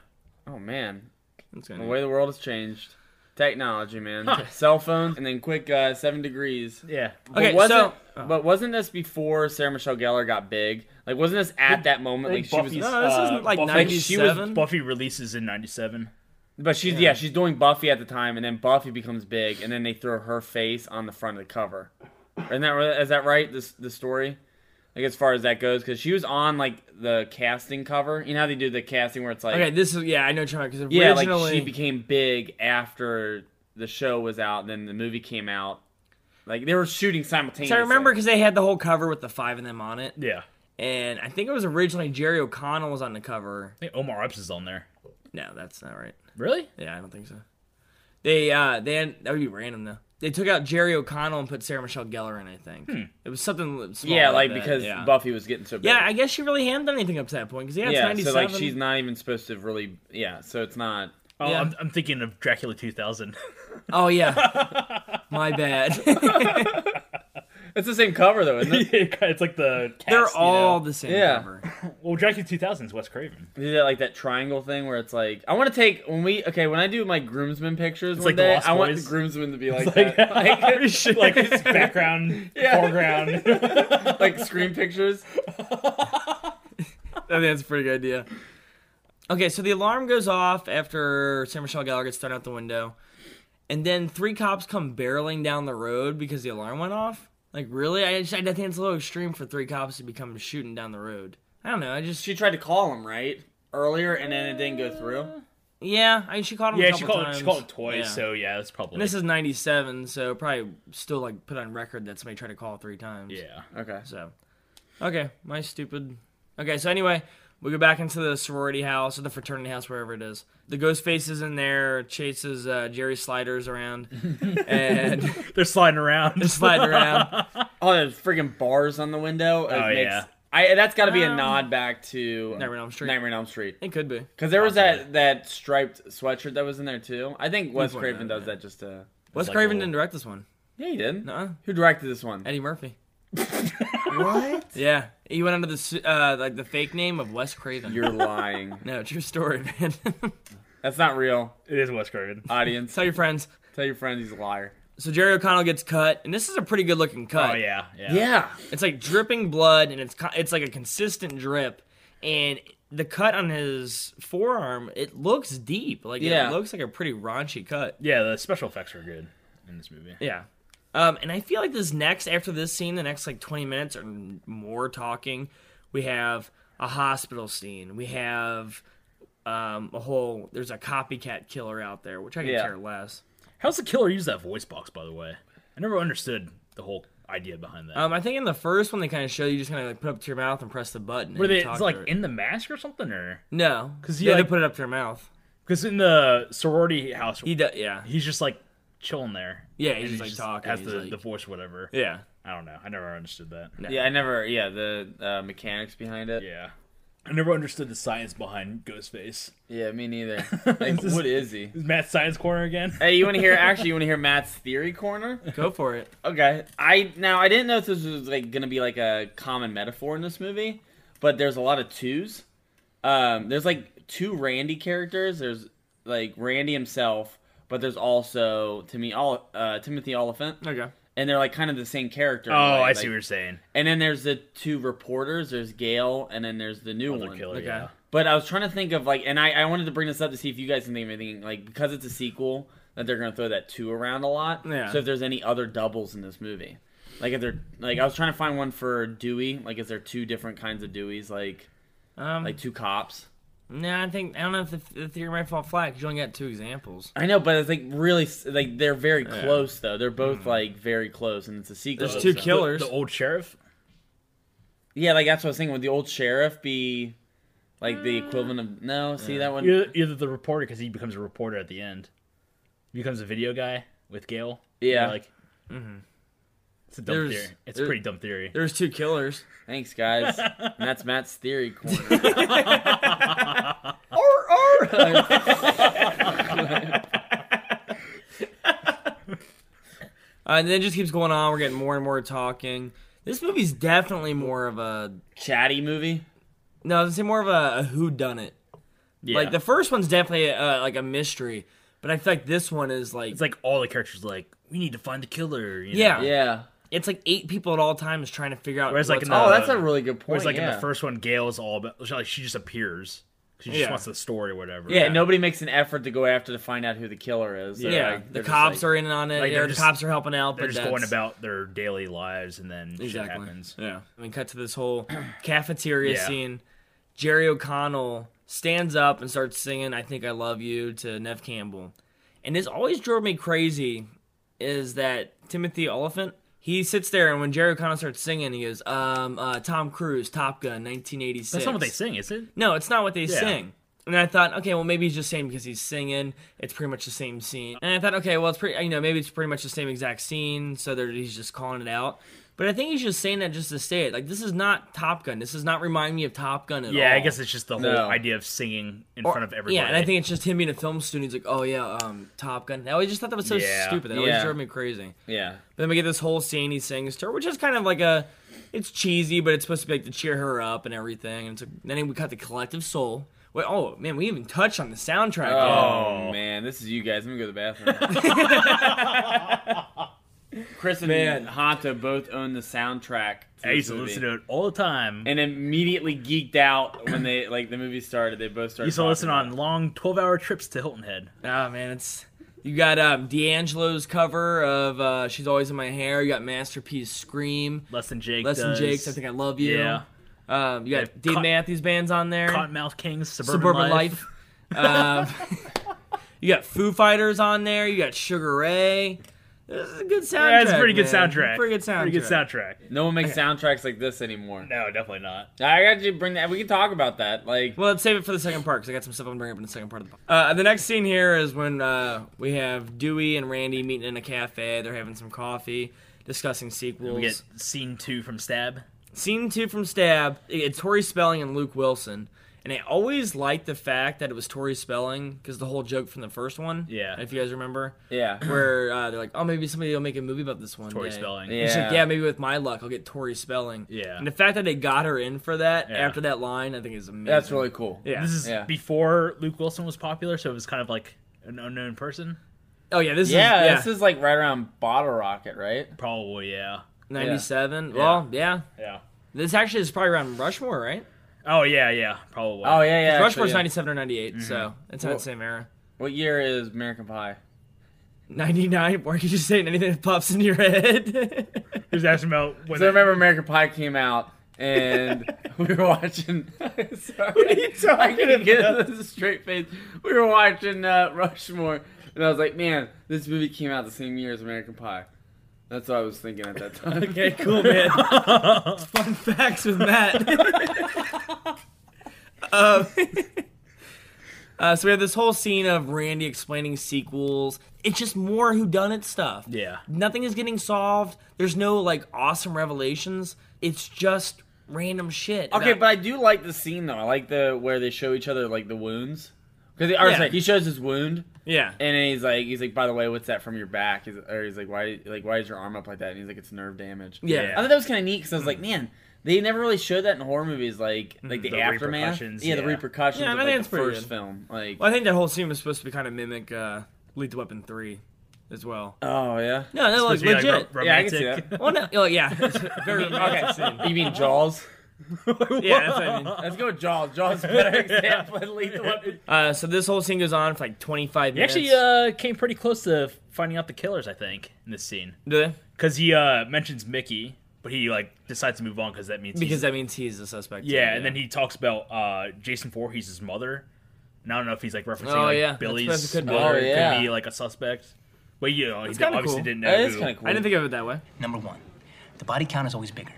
Oh man.
That's
The
kinda
way the world has changed. Technology, man. Cell phones, and then quick uh, seven degrees.
Yeah.
Okay,
but wasn't,
so-
but wasn't this before Sarah Michelle Gellar got big? Like, wasn't this at that moment? Like, she was,
Buffy's,
No, this
uh,
isn't like
Buffy-
she was
97.
Buffy releases in '97.
but she's yeah. she's doing Buffy at the time, and then Buffy becomes big, and then they throw her face on the front of the cover. Isn't that right- is that right? This the story, like as far as that goes, because she was on like the casting cover. You know how they do the casting where it's like,
okay, this is yeah, I know China because
yeah,
originally
like she became big after the show was out, then the movie came out. Like they were shooting simultaneously.
So I remember because they had the whole cover with the five of them on it,
Yeah.
and I think it was originally Jerry O'Connell was on the cover.
I think Omar Epps is on there.
No, that's not right.
Really?
Yeah, I don't think so. They uh they had, that would be random though. They took out Jerry O'Connell and put Sarah Michelle Gellar in. I think it was something. Small
Hmm. Yeah,
like,
like
that,
because
yeah.
Buffy was getting so big.
Yeah, I guess she really hadn't done anything up to that point because yeah, it's
yeah. So
ninety-seven.
like she's not even supposed to really. Yeah, so it's not.
Oh,
Yeah.
I'm, I'm thinking of Dracula 2000.
Oh yeah, my bad.
It's the same cover though, isn't it?
it's like the cast,
They're
you
all
know?
the same
Yeah.
cover.
well Jackie 2000 is Wes Craven.
They did that like that triangle thing where it's like I want to take when we okay when I do my groomsmen pictures one
like the
day
Lost
I want
Boys.
the groomsmen to be like
It's
that.
like like
like
it's background,
Yeah.
foreground.
like screen pictures.
I think that's a pretty good idea. Okay, so the alarm goes off after Sarah Michelle Gellar gets thrown out the window, and then three cops come barreling down the road because the alarm went off. Like, really? I, just, I think it's a little extreme for three cops to be coming shooting down the road. I don't know. I just
She tried to call him right earlier and then it didn't go through.
yeah. I mean, she called him. a
yeah,
couple
she called it,
times.
she called it twice,
Yeah.
so yeah, it's probably
And this is '97, so probably still like put on record that somebody tried to call three times.
yeah.
Okay.
So, okay, my stupid. Okay, so anyway, we go back into the sorority house or the fraternity house, wherever it is. The ghost face is in there, chases uh, Jerry Sliders around, and
They're sliding around.
sliding around.
Oh, there's friggin' bars on the window. It
Oh,
makes-
yeah.
I that's got to be a
Um,
nod back to
Nightmare on Elm Street.
Nightmare on Elm Street.
It could be.
Because there was that, that striped sweatshirt that was in there too. I think Wes
pointed
Craven
that out,
does that just to.
Wes
like a
Craven
little-
didn't direct this one.
Yeah, he did.
Nuh-uh.
Who directed this one?
Eddie Murphy.
What?
Yeah, he went under the s- uh, like the fake name of Wes Craven.
You're lying.
no, true story, man.
That's not real.
It is Wes Craven.
Audience,
Tell your friends.
tell your friends he's a liar.
So Jerry O'Connell gets cut, and this is a pretty good looking cut.
Oh yeah, yeah.
Yeah.
It's like dripping blood, and it's co- it's like a consistent drip, and the cut on his forearm it looks deep. Like
Yeah.
it looks like a pretty raunchy cut.
Yeah, the special effects were good in this movie.
Yeah. Um, and I feel like this next after this scene, the next like twenty minutes or n- more talking, we have a hospital scene. We have um, a whole there's a copycat killer out there, which I can
Yeah.
care less.
How's the killer use that voice box, by the way? I never understood the whole idea behind that.
Um, I think in the first one they kind of show you just kind of like put up to your mouth and press the button.
were
and
they
talk
it's
to
like
it.
in the mask or something, or
no, because
'Cause he,
they
like-
put it up to their mouth.
because in the sorority house,
He does, yeah.
he's just like chilling there.
Yeah,
And
he's
he
just, like
just
talking.
has
he's
the,
like-
the voice, whatever.
yeah.
I don't know. I never understood that.
Yeah, I never. Yeah, the uh, mechanics behind it. Yeah,
Yeah, I never understood the science behind Ghostface.
me neither. Like,
This-
what is he?
Is Matt Science Corner again?
Hey, you want to hear? Actually, you want to hear Matt's theory corner?
Go for it.
Okay. I now I didn't know if this was like gonna be like a common metaphor in this movie, but there's a lot of twos. Um, there's like two Randy characters. There's like Randy himself, but there's also to me all uh, Timothy Oliphant,
Okay.
and they're like kind of the same character.
Oh,
in a
I
way, like-
see what you're saying.
And then there's the two reporters. There's Gail, and then there's the new
Other
one.
killer.
Okay.
Yeah.
But I was trying to think of like, and I, I wanted to bring this up to see if you guys can think of anything like because it's a sequel that they're gonna throw that two around a lot.
Yeah.
So if there's any other doubles in this movie, like if they're like I was trying to find one for Dewey. Like is there two different kinds of Deweys? Like
Um,
like two cops.
no, I think I don't know if the, the theory might fall flat because you only got two examples.
I know, but it's like really s- like they're very close though. They're both like very close, and it's a sequel.
Mm-hmm. There's two
so-
kill- Killers.
The, the old sheriff.
Yeah, like that's what I was thinking. Would the old sheriff be like the equivalent of no? See that one?
Either, either the reporter, because he becomes a reporter at the end. He becomes a video guy with Gail.
Yeah.
Like, it's a dumb
There's-
theory. It's
there-
a pretty dumb theory.
There's two killers.
Thanks, guys. and that's Matt's theory corner.
Uh, and then it just keeps going on. We're getting more and more talking. This movie's definitely more of a
Chatty movie.
no, I was gonna say more of a, a who done it.
Yeah.
Like the first one's definitely uh, like a mystery, but I feel like this one is like
it's like all the characters are like we need to find the killer. you know?
Yeah.
Yeah.
it's like eight people at all times trying to figure out.
Whereas, like,
what's
in
up.
the-
Oh, that's a really good point.
Whereas like in
yeah.
the first one, Gail is all about she- like she just appears. She just
Yeah.
wants the story or whatever.
Yeah, nobody makes an effort to go after to find out who the killer is. They're
yeah,
like-
the
they're just
cops
like-
are in on it.
Like,
yeah,
they're
the
just-
cops are helping out, but
They're just
that's,
going about their daily lives, and then shit happens.
Yeah. I mean, cut to this whole cafeteria
Yeah.
scene. Jerry O'Connell stands up and starts singing "I Think I Love You" to Nev Campbell, and this always drove me crazy. Is that Timothy Oliphant? He sits there, and when Jerry O'Connell starts singing, he goes, um, uh, "Tom Cruise, Top Gun, 1986."
That's not what they sing, is it?
No, it's not what they
Yeah.
sing. And I thought, okay, well, maybe he's just saying because he's singing. It's pretty much the same scene. And I thought, okay, well, it's pretty, you know, maybe it's pretty much the same exact scene. So they're, he's just calling it out. But I think he's just saying that just to say it. Like this is not Top Gun. This does not remind me of Top Gun at all.
Yeah, I guess it's just the whole
No.
idea of singing in
Or-
front of everybody.
Yeah, and I think it's just him being a film student. He's like, oh yeah, um, Top Gun. I always just thought that was so
Yeah.
stupid. That always
Yeah.
drove me crazy.
Yeah.
But then we get this whole scene he sings to her, which is kind of like a, it's cheesy, but it's supposed to be like to cheer her up and everything. And it's like, then we cut the collective soul. Wait, oh man, we even touched on the soundtrack.
Oh, man, this is you guys. Let me go to the bathroom. Chris and
Man.
Hanta both own the soundtrack. To
I used to
this
listen
movie.
to it all the time.
And immediately geeked out when they like the movie started. They both started.
used to
talking
listen
about
on long twelve-hour trips to Hilton Head.
Ah, man, it's you got um, D'Angelo's cover of uh, "She's Always in My Hair." You got Masterpiece "Scream,"
Less than Jake.
Less Than
does.
Jake's "I Think I Love You."
Yeah.
Um, you got
Yeah,
Dave
Cotton-
Matthews Band's on there.
Cottonmouth Kings, Suburban,
Suburban
Life.
Life. um, you got Foo Fighters on there. You got Sugar Ray. This is a good soundtrack.
Yeah, it's a pretty good
man.
soundtrack.
Pretty good soundtrack.
Pretty good soundtrack.
it. No one makes soundtracks like this anymore.
No, definitely not.
I got you. Bring that. We can talk about that. Like,
Well, let's save it for the second part because I got some stuff I'm bringing up in the second part of the. Uh, the next scene here is when uh, we have Dewey and Randy meeting in a cafe. They're having some coffee, discussing sequels.
We get scene two from Stab.
Scene two from Stab. It's Tori Spelling and Luke Wilson. And I always liked the fact that it was Tori Spelling because the whole joke from the first one.
Yeah.
If you guys remember,
yeah.
where uh, they're like, oh, maybe somebody will make a movie about this one.
Tori
day."
Spelling.
It's
Yeah.
like, yeah, maybe with my luck, I'll get Tori Spelling.
Yeah.
And the fact that they got her in for that
Yeah.
after that line, I think is amazing.
That's really cool.
Yeah.
This is
Yeah.
before Luke Wilson was popular, so it was kind of like an unknown person.
oh, yeah, this
Yeah,
is. Yeah.
this is like right around Bottle Rocket, right?
Probably, yeah.
97. Well, yeah.
Yeah.
This actually is probably around Rushmore, right?
Oh yeah, yeah. Probably.
Oh yeah, yeah.
Rushmore's
actually, yeah.
97 or 98,
Mm-hmm.
so it's not
Well-
the same era.
What year is American Pie?
99, why are you just saying anything that pops into your head?
He was asking about when
So I remember American Pie came out and we were watching. sorry, what are you I couldn't get this straight face. We were watching uh, Rushmore, and I was like, "Man, this movie came out the same year as American Pie." That's what I was thinking at that time.
Okay, cool, man. It's fun facts with Matt. um, uh, so we have this whole scene of Randy explaining sequels. It's just more whodunit stuff.
Yeah.
Nothing is getting solved. There's no like awesome revelations. It's just random shit.
Okay,
about-
but I do like the scene though. I like the where they show each other like the wounds. Because
Yeah.
like, he shows his wound,
yeah.
and then he's like, he's like, by the way, what's that from your back? He's, or he's like, why, like, why is your arm up like that? And he's like, it's nerve damage.
Yeah.
I thought that was kind of neat because I was like, man, they never really showed that in horror movies, like, like Mm-hmm. the,
the
aftermath.
repercussions,
yeah, the
yeah.
repercussions
Yeah, I
of
think
like,
it's
the
pretty
first
good.
film. Like,
Well, I think that whole scene was supposed to be kind of mimic uh, Lethal Weapon 3 as well.
oh yeah,
No, no, like
Supposed to be, like,
legit.
ro-
Yeah, I can see
romantic.
well, no, oh, yeah. It's very okay.
you mean Jaws?
Yeah, that's what I mean.
Let's go with Jaws. Jaws is a better example than Lethal Weapon.
Uh, so this whole scene goes on for like 25
He
minutes.
actually uh, came pretty close to finding out the killers, I think, in this scene.
Do they?
Because he uh, mentions Mickey, but he like decides to move on because that means he's-
because that means he's a suspect.
yeah, and then he talks about uh, Jason Voorhees' his mother. And I don't know if he's like referencing
Oh,
like
yeah. That's-
Billy's
that could be.
mother
Oh, yeah.
could be like a suspect. But you know, he
kinda
obviously
cool.
didn't know.
That is
who-
kind of cool.
I didn't think of it that way.
Number one, the body count is always bigger.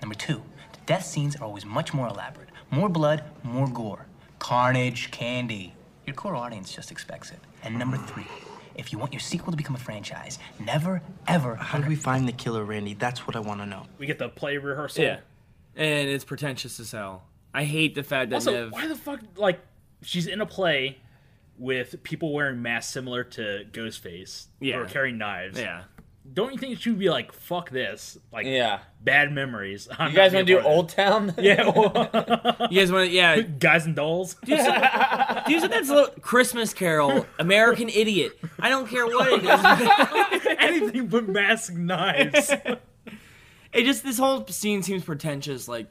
Number two, the death scenes are always much more elaborate. More blood, more gore. Carnage, candy. Your core audience just expects it. And number three, if you want your sequel to become a franchise, never, ever.
How do we find the killer, Randy? That's what I want to know.
We get the play rehearsal.
Yeah. And it's pretentious as hell. I hate the fact that
Also,
Nev.
why the fuck? Like, she's in a play with people wearing masks similar to Ghostface.
Yeah.
Or carrying knives.
yeah.
Don't you think she would be like, fuck this? Like,
Yeah,
bad memories. I'm
you
not
guys
being
want to do
part of
Old Town?
it. Yeah. well,
You guys want to? Yeah.
guys and dolls.
Dude, so that's a little Christmas Carol, American Idiot. I don't care what it is.
Anything but mask knives.
It just this whole scene seems pretentious. Like,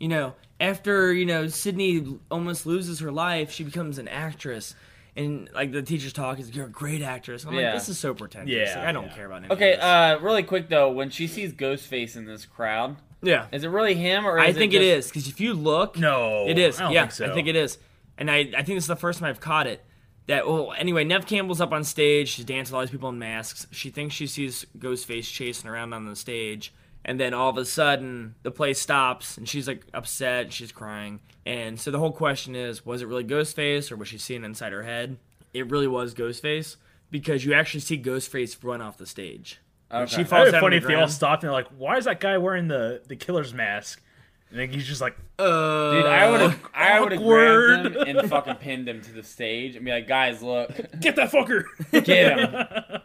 you know, after you know Sydney almost loses her life, she becomes an actress. And like the teacher's talk is, you're a great actress. I'm
Yeah.
like, this is so pretentious.
Yeah,
like, I don't
yeah.
care about anything.
Okay, uh, really quick though, when she sees Ghostface in this crowd,
yeah,
is it really him or?
I
Is
think
it,
it
just-
is because if you look,
No,
it is.
I don't
yeah,
think so.
I think it is. And I, I think this is the first time I've caught it. That well, anyway, Nev Campbell's up on stage. She's dancing with all these people in masks. She thinks she sees Ghostface chasing around on the stage, and then all of a sudden the play stops, and she's like upset. She's crying, and so the whole question is, was it really Ghostface, or was she seeing inside her head? It really was Ghostface because you actually see Ghostface run off the stage.
Okay.
She
That'd
falls
be
down.
funny
Funny
if
the
they all
ground.
stopped and they're like, why is that guy wearing the, the killer's mask? And then he's just like,
Uh,
Dude, I would have, I would have grabbed
Awkward.
him and fucking pinned him to the stage and be like, "Guys, look,
get that fucker.
get him."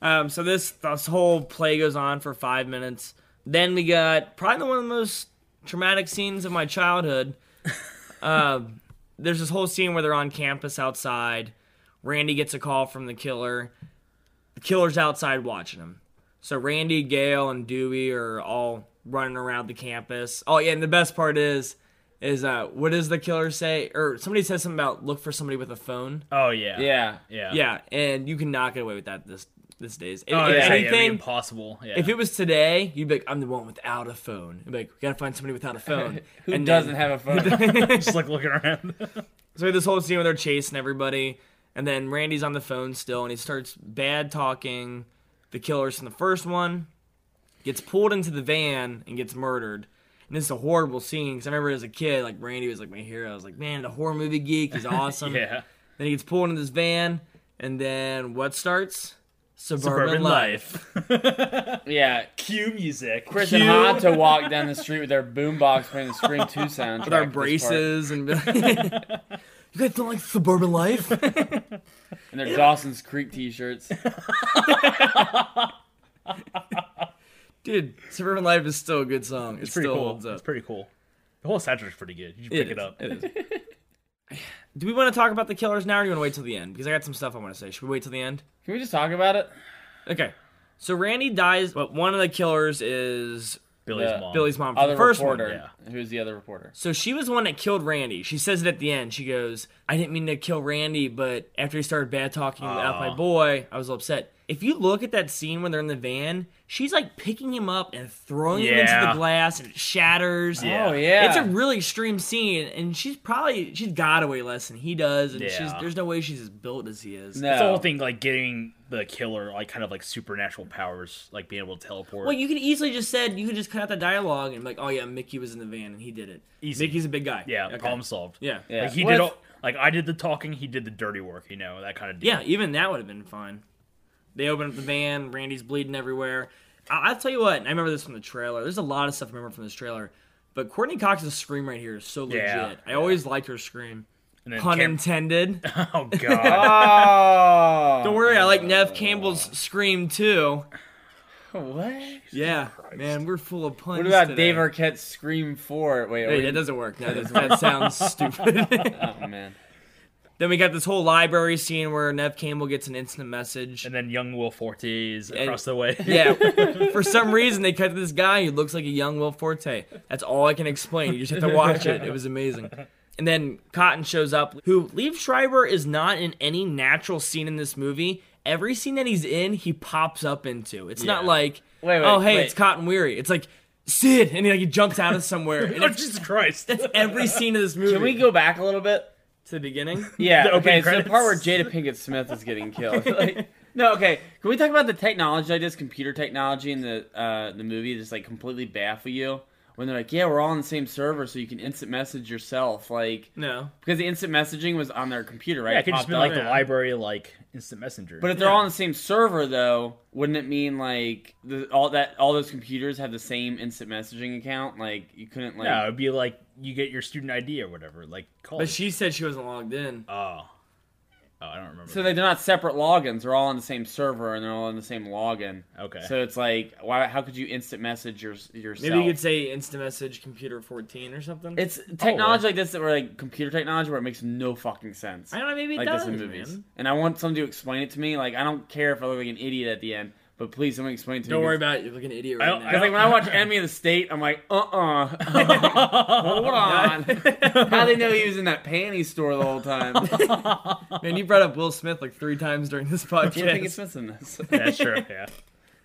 Um, so this this whole play goes on for five minutes. Then we got probably one of the most traumatic scenes of my childhood. Um, there's this whole scene where they're on campus outside. Randy gets a call from the killer. The killer's outside watching him. So Randy, Gail, and Dewey are all running around the campus. Oh yeah, and the best part is, is uh, what does the killer say? Or somebody says something about look for somebody with a phone.
Oh, yeah.
Yeah,
Yeah.
Yeah, and you cannot get away with that this this days.
Oh,
if
yeah, yeah, it'd be
anything,
impossible. Yeah.
if it was today, you'd be like, I'm the one without a phone. You'd be like, we gotta find somebody without a phone.
who
And then-
doesn't have a phone?
just like looking around.
So we had this whole scene where they're chasing everybody, and then Randy's on the phone still, and he starts bad talking the killers from the first one, gets pulled into the van and gets murdered. And this is a horrible scene because I remember as a kid, like Randy was like my hero. I was like, man, the horror movie geek, he's awesome.
yeah.
Then he gets pulled into this van, and then what starts? Suburban,
Suburban
life.
life.
yeah,
Cue music.
Chris and Hato walk down the street with their boombox playing the Scream Two soundtrack.
with our
at this part.
braces and you guys don't like suburban life
and their Dawson's Creek T-shirts.
dude suburban life is still a good song it
It's pretty
still
cool.
holds
It's
up
pretty cool. The whole soundtrack's pretty good. You should pick it,
is.
up.
do we want to talk about the killers now or do you want to wait till the end because i got some stuff i want to say should we wait till the end
Can we just talk about it?
okay so randy dies but one of the killers is
Billy's
The-
mom.
billy's mom from
Other
the first
reporter.
one
Who's the other reporter?
so she was the one that killed randy she says it at the end she goes i didn't mean to kill randy but after he started bad talking about my boy i was upset if you look at that scene when they're in the van she's like picking him up and throwing him into
Yeah.
the glass and it shatters
Yeah.
Oh yeah,
It's a really extreme scene, and she's probably she's got to weigh less than he does, and she's
Yeah.
there's no way she's as built as he is.
no.
It's the whole thing like getting the killer like kind of like supernatural powers, like being able to teleport.
Well, you could easily just said you could just cut out the dialogue and be like, oh yeah, Mickey was in the van and he did it.
Easy.
Mickey's a big guy.
yeah,
Okay.
problem solved.
Yeah. yeah,
Yeah.
Like he
What
did
if-
all, like I did the talking, he did the dirty work, you know, that kind of deal.
Even that would have been fine. They open up the van. Randy's bleeding everywhere. I- I'll tell you what. And I remember this from the trailer. There's a lot of stuff I remember from this trailer, but Courtney Cox's scream right here is so legit.
Yeah.
I always liked her scream.
And then
Pun
Cam-
intended.
Oh god.
Oh.
Don't worry, I like Nev Campbell's scream too.
What?
Yeah, man, we're full of puns.
What about
today.
Dave Arquette's Scream Four? Wait, are
Wait,
we-
that doesn't work. That, doesn't, that sounds stupid.
oh man.
then we got this whole library scene where Nev Campbell gets an instant message.
and then young Will Forte is across the way.
Yeah, for some reason they cut to this guy who looks like a young Will Forte. That's all I can explain. You just have to watch it. It was amazing. And then Cotton shows up, who Liev Schreiber is not in any natural scene in this movie. Every scene that he's in, he pops up into. It's not
Yeah.
like,
Wait, wait,
oh hey,
wait.
it's Cotton Weary. It's like Sid, and he, like he jumps out of somewhere. And
Oh
it's
Jesus Christ.
every scene of this movie.
Can we go back a little bit?
to the beginning?
Yeah.
The
okay.
opening
So the part where
credits.
Jada Pinkett Smith is getting killed. Like, no. Okay. Can we talk about the technology like this computer technology in the uh, the movie just like completely baffle you when they're like, yeah, we're all on the same server, so you can instant message yourself, like
No.
because the instant messaging was on their computer, right?
yeah,
It
it could just
popped
be
up.
like the library like instant messenger.
But if they're all on the same server, though, wouldn't it mean like the, all that all those computers have the same instant messaging account? Like you couldn't like.
no, it'd be like you get your student ID or whatever, like call.
But she said she wasn't logged in.
Oh. Oh, I don't remember.
So they- they're not separate logins. They're all on the same server and they're all on the same login.
Okay.
So it's like, why? How could you instant message your, yourself?
Maybe you could say instant message computer 14 or something.
it's technology like this that we're like computer technology where it makes no fucking sense.
Oh, I don't know, maybe it
like
does,
this in movies.
man.
And I want someone to explain it to me. Like I don't care if I look like an idiot at the end, but please someone explain it to me.
Don't
'cause-
worry about it. You're like an idiot
I
right
don't-
now.
I
It's like when I watch Enemy of the State, I'm like, uh uh Hold on. How they know he was in that panty store the whole time? Can't
Man, you brought up Will Smith like three times during this
think it's
podcast.
missing this.
Yeah, that's true. Yeah.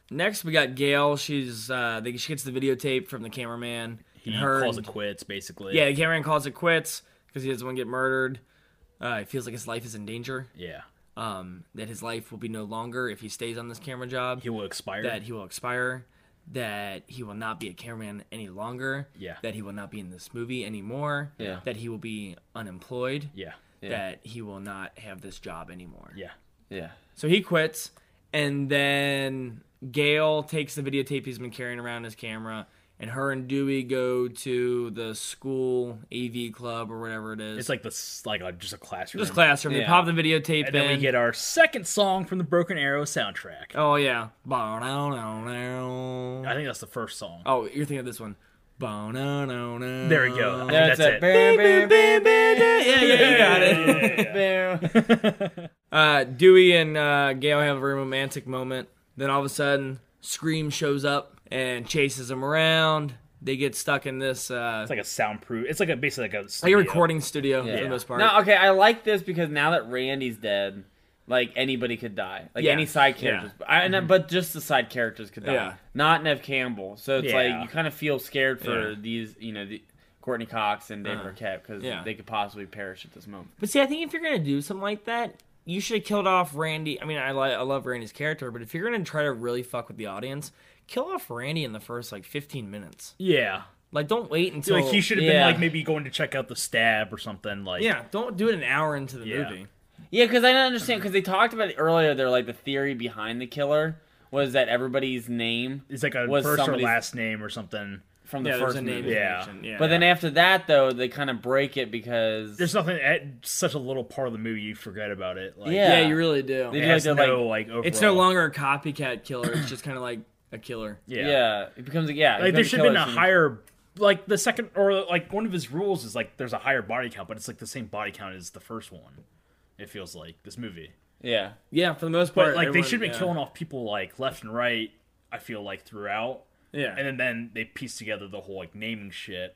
Next, we got Gail. She's uh, they, she gets the videotape from the cameraman.
He
and her,
calls it quits, basically.
Yeah, the cameraman calls it quits because he doesn't want to get murdered. Uh, he feels like his life is in danger.
Yeah.
Um, that his life will be no longer if he stays on this camera job.
He will expire.
that he will expire, that he will not be a cameraman any longer,
Yeah.
that he will not be in this movie anymore,
Yeah.
that he will be unemployed,
Yeah.
that he will not have this job anymore.
Yeah.
Yeah.
So he quits, and then Gail takes the videotape he's been carrying around his camera, and her and Dewey go to the school AV club or whatever it is.
It's like this, like a, just a classroom.
just classroom. They
Yeah.
pop the videotape
And
in.
then we get our second song from the Broken Arrow soundtrack.
oh yeah. Ba-na-na-na.
I think that's the first song.
Oh, you're thinking of this one. Ba-na-na-na.
There we go. I think
That's,
that's,
it.
it.
Bam, bam, bam, bam.
Yeah, yeah, you got it.
Bam.
Uh, Dewey and uh, Gail have a romantic moment. Then all of a sudden, Scream shows up and chases them around. They get stuck in this uh,
It's like a soundproof. It's like a basically like a
like a
studio.
recording studio for the
Yeah.
most part.
No, okay, I like this because now that Randy's dead, like anybody could die. Like
Yeah.
any side
Yeah. Mm-hmm.
characters. I, and, But just the side characters could die.
Yeah.
Not Nev Campbell. So it's
Yeah.
like you kind of feel scared for
Yeah.
these, you know, the, Courtney Cox and Dave
Uh,
Burkett because
yeah.
they could possibly perish at this moment.
But see, I think if you're gonna do something like that, you should have killed off Randy. I mean, I li- I love Randy's character, but if you're gonna try to really fuck with the audience, kill off Randy in the first like 15 minutes.
Yeah.
Like, don't wait until
like he should have been
yeah.
like maybe going to check out the stab or something. Like
Yeah, don't do it an hour into the
Yeah.
movie.
Yeah, because I don't understand. Because they talked about it earlier. They're like the theory behind the killer was that everybody's name
it's like a
Was
first or
somebody's-
last name or something.
from the
yeah, there's
first
a name
movie.
Yeah.
connection. Yeah.
But then after that, though, they kind of break it because
There's nothing at such a little part of the movie you forget about it. Like,
Yeah.
yeah, you really do.
They
it
do
has
like the,
no like.
like-
overall.
It's no longer a copycat killer. It's just kind of like a killer.
yeah.
Yeah.
it becomes yeah. it
Like there
becomes
should have been a
killer scene.
higher. Like the second, or like one of his rules is like there's a higher body count, but it's like the same body count as the first one. It feels like this movie.
Yeah,
Yeah, for the most part.
But like they
everyone-
should have been
yeah.
killing off people like left and right. I feel like throughout,
Yeah,
and then, then they piece together the whole like naming shit.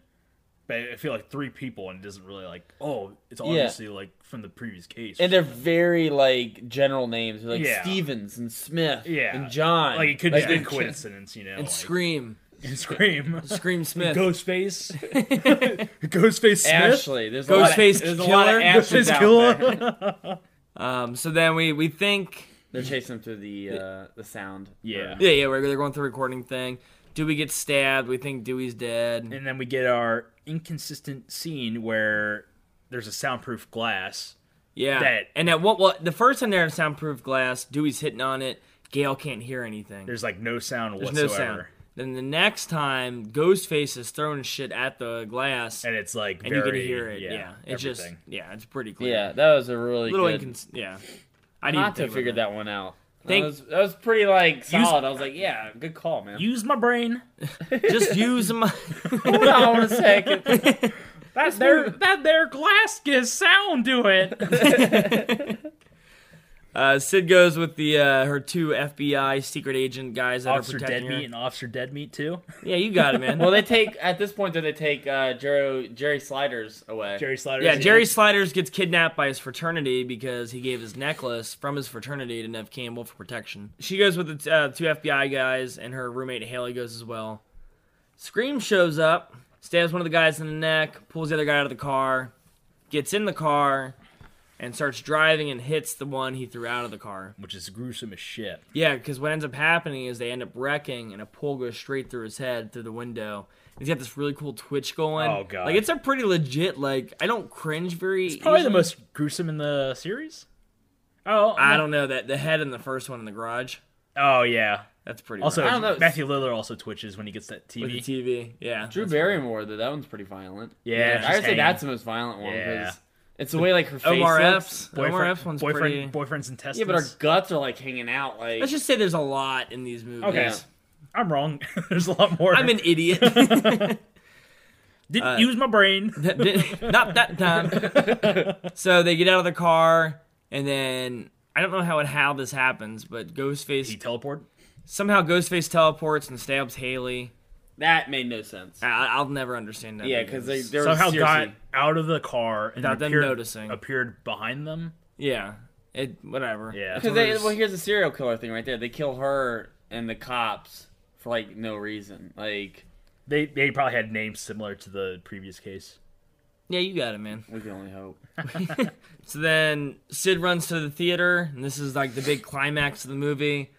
But I feel like three people, and it doesn't really like oh, it's obviously like from the previous case.
and they're very like general names, like
Yeah.
Stevens and Smith,
yeah,
and John.
Like it could
like,
just be a coincidence, you know.
and
like,
scream,
and scream,
scream Smith.
Ghostface, Ghostface Smith.
Ashley. There's a
Ghostface
lot of, there's a lot of
Killer.
Ashleys
Ghostface
out
Killer.
there.
Um, so then we we think
They're chasing them through the uh, the sound.
Yeah.
Yeah, yeah, we're, they're going through the recording thing. Dewey gets stabbed. We think Dewey's dead.
And then we get our inconsistent scene where there's a soundproof glass.
Yeah.
Dead.
And at what? Well, the first time they're in soundproof glass, Dewey's hitting on it. Gail can't hear anything.
There's like no sound
There's no
whatsoever.
sound. Then the next time, Ghostface is throwing shit at the glass, and,
And it's like
you
very,
can hear it. Yeah,
Yeah,
it's just
everything.
yeah, it's pretty clear.
yeah, that was a really
little
good.
incons. Yeah, I didn't
not to
think about
figure that one out.
Thank-
that, was, that was pretty like solid. I was like, yeah, good call, man.
Use my brain.
Just use my.
Hold on a second.
That's their that their glass gives sound to it.
Uh, Sid goes with the uh, her two FBI secret agent guys that
Officer
are protecting
Deadmeat
her.
and Officer Deadmeat too.
Yeah, you got it, man.
Well, they take at this point. Do they take uh, Jerry Jerry Sliders away?
Jerry Sliders.
Yeah, Jerry Sliders gets kidnapped by his fraternity because he gave his necklace from his fraternity to Nev Campbell for protection. She goes with the t- uh, two FBI guys, and her roommate Haley goes as well. Scream shows up, stabs one of the guys in the neck, pulls the other guy out of the car, gets in the car, and starts driving and hits the one he threw out of the car.
which is gruesome as shit.
Yeah, because what ends up happening is they end up wrecking, and a pole goes straight through his head through the window. He's got this really cool twitch going.
Oh, God.
Like it's a pretty legit. Like I don't cringe very. It's
Probably the most gruesome in the series. Oh,
I don't know that the head in the first one in the garage.
Oh yeah.
That's pretty.
Also,
rough.
don't know.
Matthew Lillard also twitches when he gets that
with
TV.
the TV, yeah.
Drew Barrymore though, that one's pretty violent.
Yeah, she's
I would say
hanging.
that's the most violent one
Yeah.
because it's the way like her face looks.
ORF's
Boyfriend,
ORF's one's
boyfriend,
pretty.
boyfriend's intestines.
Yeah, but her guts are like hanging out. Like
Let's just say there's a lot in these movies.
Okay.
Yeah.
I'm wrong. There's a lot more.
I'm an idiot.
Didn't use my brain.
Not that time. so they get out of the car, and then I don't know how and how this happens, but
He
Ghostface
teleported.
somehow Ghostface teleports and stabs Haley.
that made no sense.
I- I, I'll never understand that.
Yeah,
movie.
because they they're
Somehow got
seriously-
out of the car and
Without them
appeared,
noticing.
Appeared behind them.
yeah, it whatever.
Yeah.
Because they well, here's the serial killer thing right there. They kill her and the cops for like no reason. Like
They they probably had names similar to the previous case.
yeah, you got it, man.
we can only hope.
So then Sid runs to the theater, and this is like the big climax of the movie.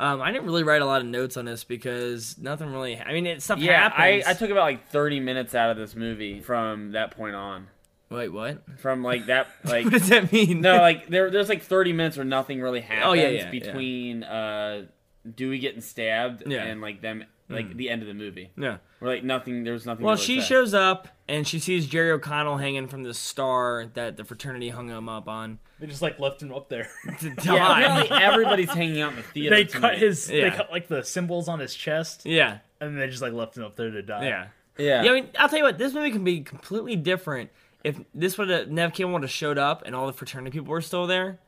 Um, I didn't really write a lot of notes on this because nothing really. I mean, it stuff
Yeah, I,
happens.
I took about like 30 minutes out of this movie from that point on.
Wait, what?
From like that like
What does that mean?
No, like there, there's like 30 minutes where nothing really happens
Oh, yeah, yeah, yeah.
between uh, Dewey getting stabbed
Yeah.
and like them like the end of the movie.
Yeah.
Where like nothing there was nothing.
Well,
that was
she
said.
shows up and she sees Jerry O'Connell hanging from the star that the fraternity hung him up on
They just like left him up there.
to
Yeah,
die.
apparently everybody's hanging out in the theater.
they
tonight.
cut his. They
Yeah.
cut like the symbols on his chest,
yeah.
and they just like left him up there to die.
Yeah.
Yeah.
Yeah, I mean, I'll tell you what, this movie can be completely different if this would have Nev Campbell would have showed up and all the fraternity people were still there.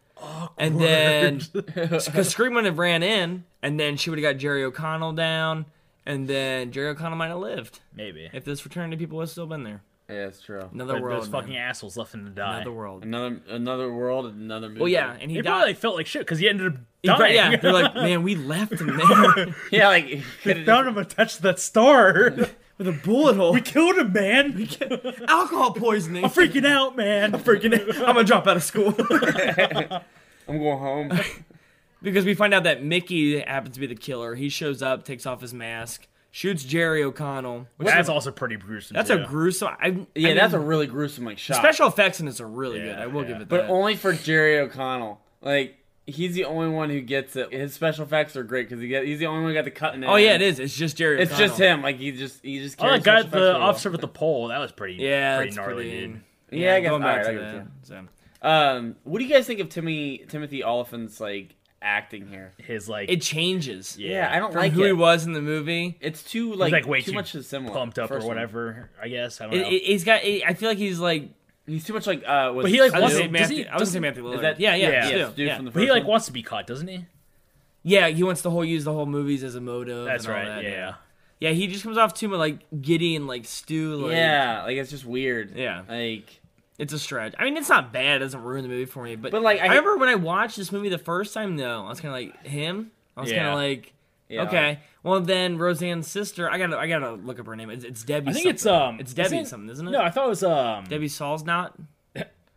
And then because Scream would have ran in, and then she would have got Jerry O'Connell down, and then Jerry O'Connell might have lived
maybe.
if this fraternity people would have still been there.
yeah, that's true.
Another
But
world,
those
man.
fucking assholes left him to die.
another world.
Another another world, another movie.
Well, yeah, and he,
He
died.
probably felt like shit because he ended up
He pro-
dying.
yeah, they're like, man, we left him there.
yeah, like
they found him attached to that star with a bullet hole. We killed him, man.
Alcohol poisoning.
I'm freaking out, man. I'm freaking out.
I'm gonna drop out of school.
I'm going home.
Because we find out that Mickey happens to be the killer. He shows up, takes off his mask, shoots Jerry O'Connell. Which
That's also pretty gruesome.
that's
too.
a gruesome. I,
Yeah,
I
that's a
mean,
really gruesome like shot.
special effects in this are really
Yeah,
good. I will
yeah.
give it
but
that.
only for Jerry O'Connell. Like he's the only one who gets it. His special effects are great because he get, he's the only one who got the cut in.
oh yeah, it is. It's just Jerry.
It's
O'Connell.
just him. Like he just he just.
Oh, that
carries
uh,
guy,
special effects
the
really well.
officer with the pole, that was pretty,
Yeah,
pretty
it's
gnarly,
pretty-
dude.
Yeah, I guess.
Going
all
back
right, I
to
give it to
that.
you.
So.
Um, what do you guys think of Timmy Timothy Oliphant's like acting here?
His like,
It changes
Yeah, I don't
from
like
who
it.
he was in the movie.
It's too
he's
like,
like way
too, much is similar.
pumped up or
First one.
whatever. I guess I don't
It,
know.
it, he's got. It, I feel like he's like.
He's too much like uh. Was
But he, like,
I was
wasn't-
gonna say
does
Matthew. I
he-
was gonna
does
say
he-
Matthew Lillard.
that-
yeah, yeah,
yeah,
yeah,
Yes, dude
yeah.
from the
but
first
he like
one.
wants to be caught, doesn't he?
Yeah, he wants the whole use the whole movies as a motive.
That's
and all
right.
that,
yeah.
Yeah, he just comes off too much like giddy and like stew. Like,
Yeah, like it's just weird.
Yeah.
like
It's a stretch. I mean, it's not bad. It doesn't ruin the movie for me. But,
But, like, I-
I, remember when I watched this movie the first time, though, I was kind of like him. I was kind
Yeah.
of like,
yeah.
okay. Well, then Roseanne's sister. I gotta, I gotta look up her name. It's, it's Debbie.
I think
something.
it's um,
It's Debbie
isn't-
something, isn't it?
No, I thought it was um,
Debbie Saul's not.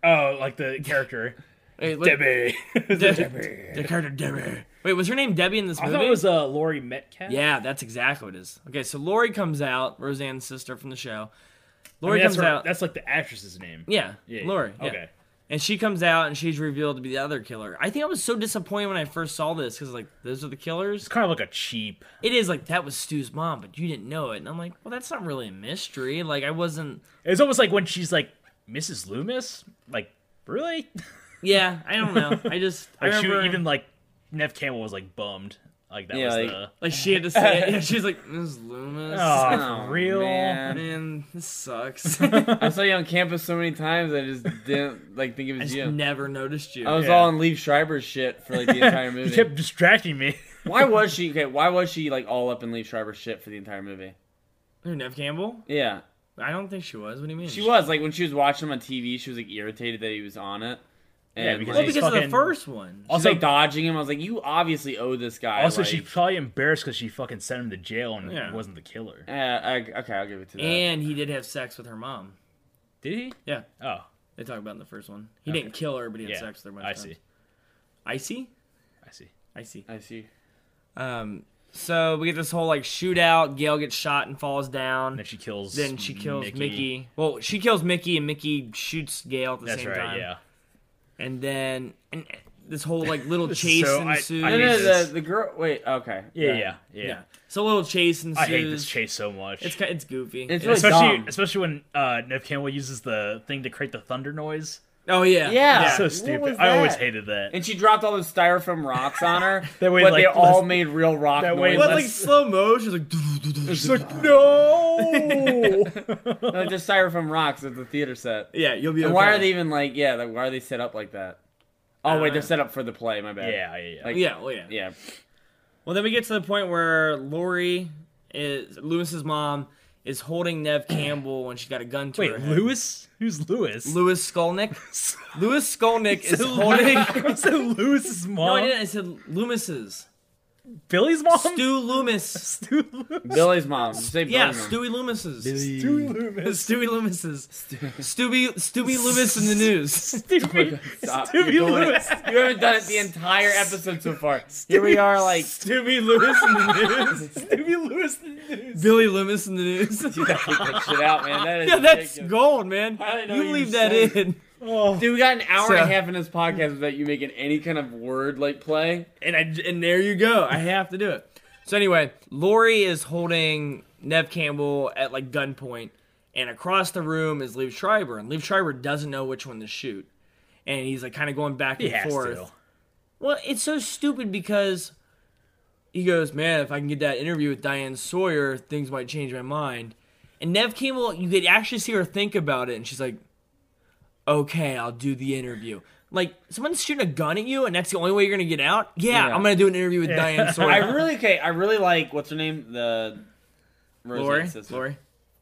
oh, like the character
Wait, look-
Debbie.
De- The character Debbie. Wait, was her name Debbie in this
I
movie?
thought it was uh, Lori Metcalf.
yeah, that's exactly what it is. Okay, so Lori comes out, Roseanne's sister from the show.
I mean,
Lori
that's
comes
her-
out.
That's like the actress's name.
Yeah, Lori. yeah.
Okay.
And she comes out and she's revealed to be the other killer. I think I was so disappointed when I first saw this because like those are the killers.
It's kind of like a cheap.
It is like that was Stu's mom, but you didn't know it. And I'm like, well, that's not really a mystery. Like I wasn't.
It's almost like when she's like Mrs. Loomis. Like really?
Yeah, I don't know. I just I
Like she
remember
even like Nev Campbell was like bummed. Like that
Yeah,
was
like-
the.
like she had to say it. Yeah, she's like Ms. Loomis.
Oh,
Oh,
for real?
man.
Man, this sucks.
I saw you on campus so many times. I just didn't like think it
I
was
just
you.
never noticed you.
I was
Yeah.
all on Lee Schreiber's shit for like the entire
You
movie.
kept distracting me.
Why was she okay? Why was she like all up in Lee Schreiber's shit for the entire movie?
Who, Nev Campbell?
Yeah,
I don't think she was. What do you mean?
she was like when she was watching him on TV, she was like irritated that he was on it. And
Yeah, because
Well,
like,
he's
because of the
fucking-
first one.
also like, dodging him. I was like, you obviously owe this guy.
Also,
like,
she's probably embarrassed because she fucking sent him to jail and
Yeah.
he wasn't the killer.
Uh, I, okay, I'll give it to that.
And he did have sex with her mom.
Did he?
Yeah,
Oh,
they talk about it in the first one. He didn't kill her, but he had
yeah.
sex with her. a bunch
I
of times.
see.
Icy?
I see.
Icy.
I see.
Um, so we get this whole like shootout. Gail gets shot and falls down.
And then she kills.
then she kills Mickey. Well, she kills Mickey, and Mickey shoots Gail at the
That's
same
right.
time.
Yeah.
And then and this whole like little
This is
chase
so- I-
ensues.
I
No,
hate
no,
this.
the, the girl. Wait, okay.
Yeah. Yeah. Yeah.
yeah. So a little chase ensues.
I hate this chase so much.
It's ki- it's goofy.
It's
Yeah.
really
especially
dumb.
especially when uh, Nev Campbell uses the thing to create the thunder noise.
oh yeah.
Yeah,
It's so
what was
stupid. I always
that?
hated that.
And she dropped all those styrofoam rocks on her,
That way,
but
like,
they
less-
all made real rock
that way,
noises.
But like slow motion, like
She's like, no.
Like, there's Oh, styrofoam rocks at the theater set.
yeah, you'll be.
And why
okay.
are they even like yeah? Like, why are they set up like that? Oh wait, they're set up for the play. My bad.
yeah. Yeah. Yeah.
Like-
Uh, Yeah, well, yeah.
yeah.
Well, then we get to the point where Lori is Lewis's mom is holding Nev Campbell when she's got a gun to her
Wait,
head.
Lewis? Who's Lewis?
Lewis Skolnick. Lewis Skolnick is
So
holding.
I said Lewis's mom.
No, I didn't. I said Loomis's.
Billy's mom.
Stu Loomis.
Stu Lewis.
Billy's mom. Just say
Yeah,
Billy's mom.
Stewie Loomis's.
Stu Lewis.
Stewie Loomis's. Stewie Stewie Loomis in the news.
Stewie,
Stop.
Stewie
You're doing it.
Lewis.
You haven't done it the entire episode so far. Here we are, like
Stewie Loomis in the news.
Stewie Lewis. in the news.
Billy Loomis in the news.
take that shit out, man. That is
yeah, that's
ridiculous.
gold, man.
I didn't know
You
you
leave
were
that
saying-
in.
Dude, we got an hour
So-
and a half in this podcast without you making any kind of word like play.
and I and there you go. I have to do it. So anyway, Lori is holding Nev Campbell at like gunpoint, and across the room is Liev Schreiber, and Liev Schreiber doesn't know which one to shoot, and he's like kind of going back
He
and
has
forth.
to.
Well, it's so stupid because he goes, "Man, if I can get that interview with Diane Sawyer, things might change my mind." And Nev Campbell, you could actually see her think about it, and she's like, "Okay, I'll do the interview." Like someone's shooting a gun at you, and that's the only way you're gonna get out. Yeah,
Yeah.
I'm gonna do an interview with Diane Sawyer.
I really, okay, I really like what's her name, the Roseanne's
Lori,
sister.
Lori,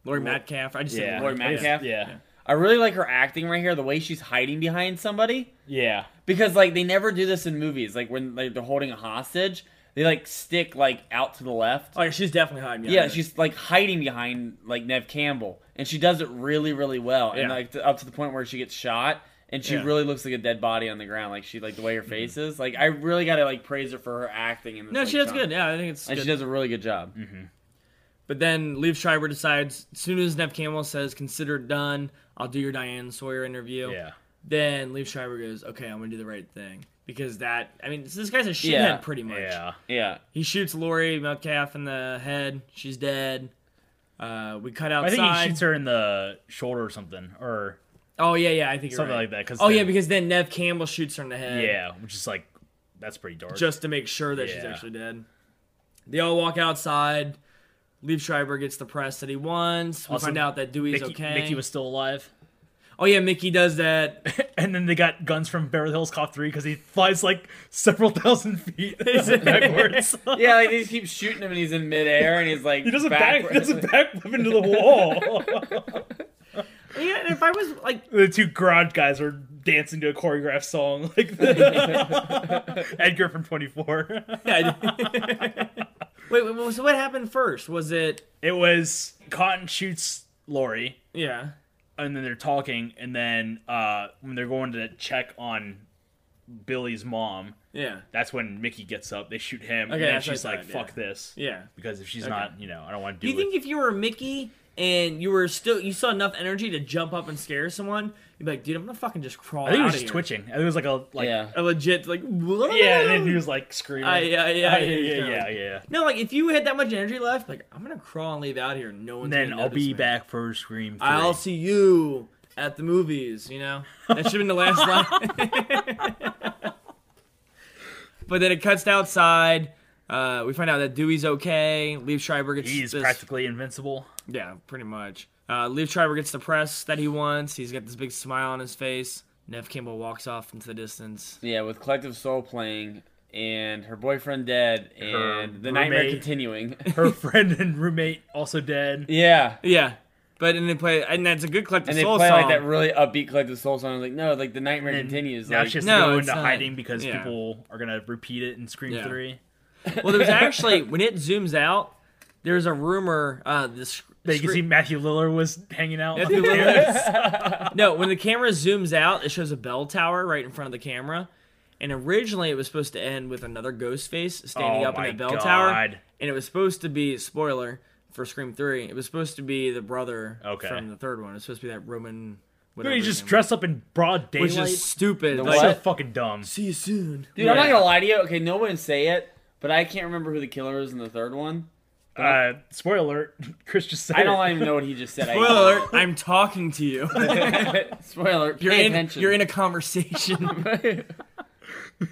Lori Metcalf. I just
Yeah.
said
Lori
Lori.
Metcalf.
Yeah.
I really like her acting right here, the way she's hiding behind somebody.
Yeah.
Because like they never do this in movies. Like when like they're holding a hostage, they like stick like out to the left.
Oh, yeah, she's definitely hiding. behind
yeah,
her.
she's like hiding behind like Nev Campbell, and she does it really, really well, and
Yeah.
like to, up to the point where she gets shot, and she
Yeah. Mm-hmm.
really looks like a dead body on the ground. Like she like the way her face is. Like I really gotta like praise her for her acting. In this,
No,
like,
she does
genre.
good. Yeah, I think it's.
And
good. Mm-hmm.
she does a really good job.
But then Liev Schreiber decides, as soon as Nev Campbell says, consider it done, I'll do your Diane Sawyer interview.
Yeah.
Then Liev Schreiber goes, okay, I'm going to do the right thing. Because that, I mean, this guy's a shithead
Yeah.
pretty much.
Yeah.
Yeah,
He shoots Lori Metcalf in the head. She's dead. Uh, we cut outside.
I think he shoots her in the shoulder or something, or
Oh, yeah, yeah, I think you're
something
right.
like that. Cause
Oh,
then-
yeah, because then Nev Campbell shoots her in the head.
yeah, which is like that's pretty dark.
just to make sure that she's
Yeah.
actually dead. They all walk outside. Liev Schreiber gets the press that he wants. We
Also,
find out that Dewey's
Mickey,
okay.
Mickey was still alive,
oh yeah, Mickey does that.
and then they got guns from Beverly Hills Cop Three because he flies like several thousand feet backwards.
yeah. Like they keep shooting him, and he's in midair, and he's like
he doesn't back,
backward-
he doesn't backflip into the wall.
Yeah, and if I was like,
the two garage guys are dancing to a choreographed song like the- Edgar from Twenty Four.
wait, wait, wait, so what happened first? Was it?
It was Cotton shoots Lori.
Yeah,
and then they're talking, and then uh, when they're going to check on Billy's mom,
yeah,
that's when Mickey gets up. They shoot him,
Okay,
and then
that's what
she's
I
like,
thought,
"Fuck
yeah.
this,"
yeah.
because if she's
Okay.
not, you know, I don't want to
Do
do,
you think
it.
if you were Mickey and you were still, you saw enough energy to jump up and scare someone, you'd be like, dude, I'm gonna fucking just crawl.
I think he
out
was
of
just
here.
twitching. I think it was like a like
Yeah.
A legit like.
yeah, and then he was like screaming.
I- yeah, yeah,
I- yeah,
he's
yeah,
down.
yeah, yeah.
No, like if you had that much energy left, like I'm gonna crawl and leave out here. No one's.
And then
gonna
I'll
notice
be
me.
back for Scream. 3.
I'll see you at the movies. You know that should have been the last line. but then it cuts to outside. Uh, we find out that Dewey's okay. Leaf Schreiber gets
He's
this-
practically invincible.
yeah, pretty much. Uh, Leaf Schreiber gets the press that he wants. He's got this big smile on his face. Nev Campbell walks off into the distance.
Yeah, with Collective Soul playing and her boyfriend dead and the nightmare
roommate.
continuing.
Her friend and roommate also dead.
yeah.
Yeah, but and they play, and that's a good collective
And they
soul
play
song.
like that really upbeat Collective Soul song. I was like, no, like the nightmare
And
continues.
now
like,
she has to
No,
go
it's
into
not.
hiding because
Yeah.
people are gonna repeat it in Scream
Yeah.
Three.
Well, there's actually when it zooms out, there's a rumor. Uh, this
That you can see Matthew Lillard was hanging out. on
Matthew
the
Lillard.
terrace.
no, when the camera zooms out, it shows a bell tower right in front of the camera. And originally, it was supposed to end with another ghost face standing
Oh
up in the
my
bell tower.
God.
And it was supposed to be spoiler for Scream Three. It was supposed to be the brother
Okay.
from the third one. It's supposed to be that Roman. Whatever
Dude, you
his
just
name
dress up in broad daylight.
was. which is stupid.
The
Like,
so
what?
fucking dumb.
See you soon,
Dude, I'm not gonna lie to you. Okay, no one say it, but I can't remember who the killer is in the third one.
Uh, spoiler alert: Chris just said.
I don't
it.
even know what he just said. I-
Spoiler alert! I'm talking to you.
Spoiler alert.
You're
pay
in.
attention.
You're in a conversation.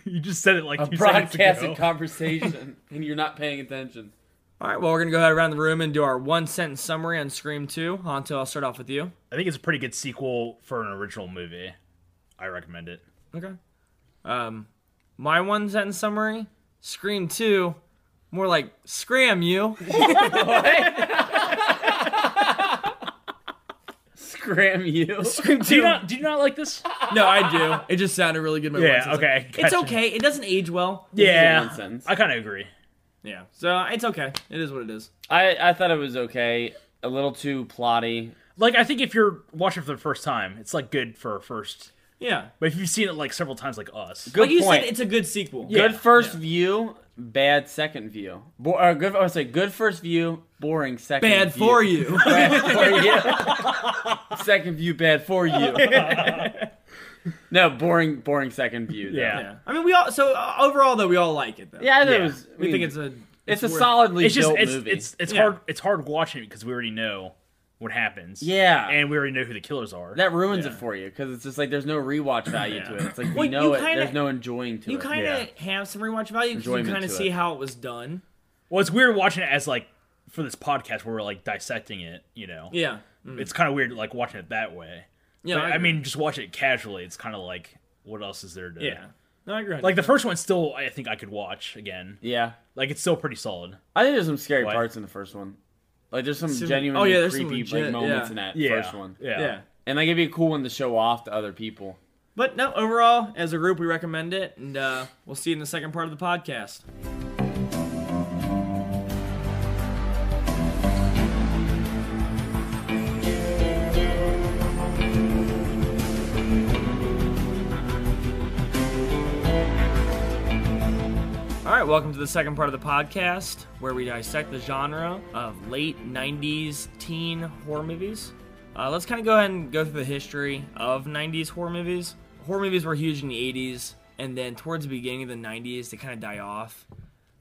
You just said it like two seconds
broadcasted
ago.
conversation, and you're not paying attention.
All right. Well, we're gonna go ahead around the room and do our one sentence summary on Scream Two. Honto, I'll start off with you.
I think it's a pretty good sequel for an original movie. I recommend it.
Okay. Um, my one sentence summary: Scream Two, more like scram you.
Scram you.
Do you not? Do you not like this?
No, I do. It just sounded really good. My
Yeah,
one sentence.
okay,
It's
gotcha.
okay. It doesn't age well.
This is a one
Yeah,
sentence.
I kind of agree.
Yeah. So uh, it's okay. It is what it is.
I I thought it was okay. A little too plotty.
Like, I think if you're watching for the first time, it's like good for a first.
Yeah.
But if you've seen it like several times, like us,
Good
like you
point.
said, it's a good sequel.
Good first view, bad second view. Bo- or good, I would say good first view, boring second.
Bad
view.
for you.
Bad for you. second view, bad for you. No, boring, boring second view. though.
Yeah.
Yeah. I mean, we all. So uh, overall, though, we all like it. Though.
yeah, I thought it
Yeah.
was. I
We
mean,
think it's a.
it's, a
worth-
solidly
It's just
built
it's
movie.
it's it's
Yeah.
hard it's hard watching it because we already know what happens.
Yeah.
and we already know who the killers are.
that ruins
Yeah.
it for you because it's just like there's no rewatch value to it. It's like
Well,
we know
you
it.
kinda-
There's no enjoying to
You
it.
kind of have some rewatch value because you
Enjoyment
kind of
to
see
it.
how it was done.
Well, it's weird watching it as like for this podcast where we're like dissecting it. You know,
Yeah.
it's kind of weird like watching it that way.
Yeah.
But, I,
agree.
mean, just watch it casually. It's kind of like what else is there to?
Yeah. No, I agree.
Like the first one, still I think I could watch again.
yeah,
Like it's still pretty solid.
I think there's some scary
What?
parts in the first one. Like there's some
Some-
genuinely
oh, yeah, there's some
creepy like,
legit-
moments
yeah.
in that
Yeah.
first one.
Yeah.
yeah.
and like it'd be a cool one to show off to other people.
But no, overall, as a group, we recommend it, and uh, we'll see you in the second part of the podcast. All right, welcome to the second part of the podcast where we dissect the genre of late 90s teen horror movies. Uh, let's kind of go ahead and go through the history of 90s horror movies. Horror movies were huge in the 80s, and then towards the beginning of the 90s, they kind of die off.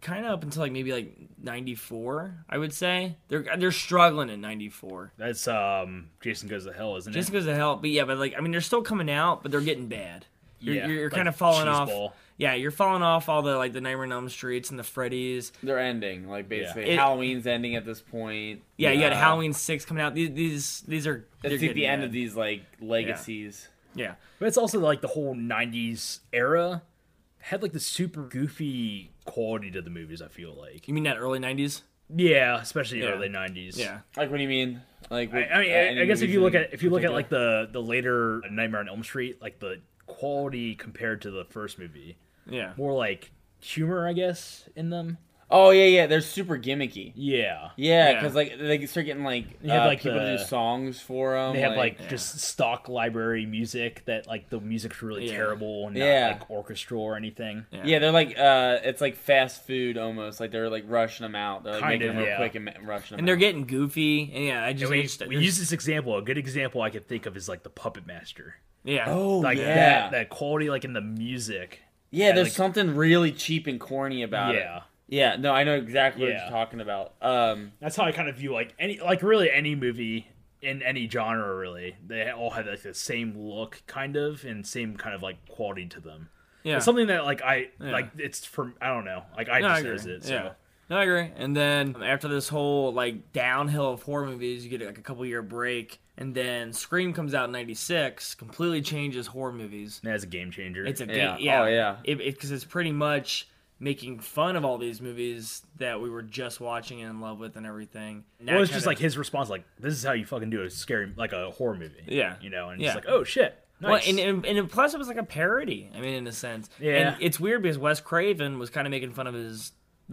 Kind of up until like maybe like 94, I would say. They're they're struggling in 94.
That's um Jason Goes to Hell, isn't
Just
it?
because of help, but yeah, but like I mean, they're still coming out, but they're getting bad. You're,
Yeah,
you're, you're
like
kind of falling
cheese
off.
ball.
Yeah, you're falling off all the like the Nightmare on Elm Streets and the Freddy's.
They're ending like basically
It-
Halloween's ending at this point.
Yeah, you got
Uh,
Halloween six coming out. These these, these are they're
It's like the
getting
end
bad.
of these like legacies.
Yeah,
But it's also like the whole '90s era had like the super goofy quality to the movies. I feel like.
you mean that early nineties?
Yeah, especially
Yeah.
early '90s.
Yeah,
Like what do you mean? Like
I,
with-
I mean,
uh,
I,
any
I guess if
movies
you look
in
at if you look at
particular?
like the the later Nightmare on Elm Street, like the quality compared to the first movie,
yeah.
more like humor, I guess, in them.
oh yeah yeah they're super gimmicky.
Yeah,
Yeah,
Yeah.
because like they start getting like,
have,
uh,
like,
people to
the-
do songs for them.
they have like just stock library music that like the music's really
Yeah.
terrible and not
Yeah.
like orchestral or anything.
Yeah.
yeah, they're like uh, it's like fast food almost. Like they're like rushing them out. They're like
Kind
making
of,
them real
yeah.
quick and ma- rushing them.
And they're
out.
getting goofy. And yeah, I just,
And we,
I just-
we use this example. A good example I could think of is like the Puppet Master.
yeah.
oh
Like
yeah
that that quality, like in the music.
yeah. There's
like-
something really cheap and corny about it.
Yeah,
Yeah, no, I know exactly what
Yeah.
you're talking about. Um,
that's how I kind of view like any like really any movie in any genre really. They all have like the same look kind of and same kind of like quality to them.
yeah.
It's something that like I like it's from I don't know. Like I
No, I
just
agree.
noticed it. So.
Yeah. No, I agree. And then um, after this whole like downhill of horror movies, you get like a couple year break, and then Scream comes out in '96, completely changes horror movies.
And that's a game changer.
It's a game,
Yeah.
yeah,
Oh, yeah.
because it's pretty much making fun of all these movies that we were just watching and in love with and everything. And
well,
that
it's just
kinda-
like his response, like this is how you fucking do a scary, like a horror movie.
Yeah.
you know, and
Yeah.
it's like, oh shit, nice.
Well, and, and, and plus it was like a parody. I mean, in a sense.
Yeah.
And it's weird because Wes Craven was kind of making fun of his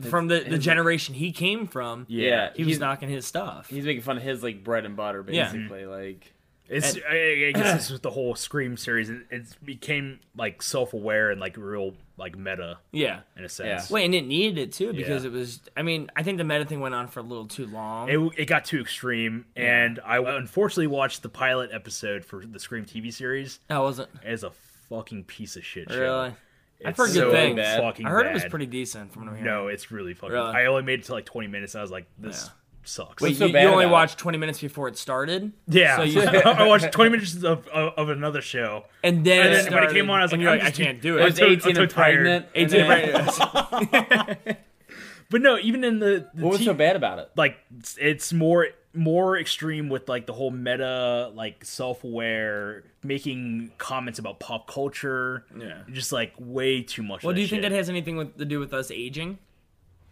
from the, the generation he came from.
yeah,
He was
he's
knocking his stuff.
he's making fun of his like bread and butter
Yeah.
basically. Like
It's I, I guess this was the whole Scream series. It, it became like self-aware and like real like meta
Yeah.
in a sense.
Wait, and it needed it too because
Yeah.
it was. I mean, I think the meta thing went on for a little too long.
It, it got too extreme, and I unfortunately watched the pilot episode for the Scream TV series.
I wasn't
It's a fucking piece of shit show.
really.
It's
I've heard good
so
things.
Fucking
I heard it was
bad.
pretty decent from what I'm hearing.
No, it's really fucking.
Really?
I only made it to like 20 minutes, and I was like, this sucks.
Wait,
What's so
you,
bad
you only
about it?
watched 20 minutes before it started.
yeah,
So you,
I watched 20 minutes of, of, of another show.
and then,
And
it
then when it came
started,
on, I was
and
like,
you're
I'm
like, I
just too-
can't do
it
it.
was
so- I'm
eighteen
so
and
tired.
pregnant. and
18
then-
But no, even in the, the
What was
T-
so bad about it?
like it's- it's more more extreme with like the whole meta like self-aware making comments about pop culture
Yeah.
just like way too much
Well,
of
do you think
shit.
that has anything with, to do with us aging?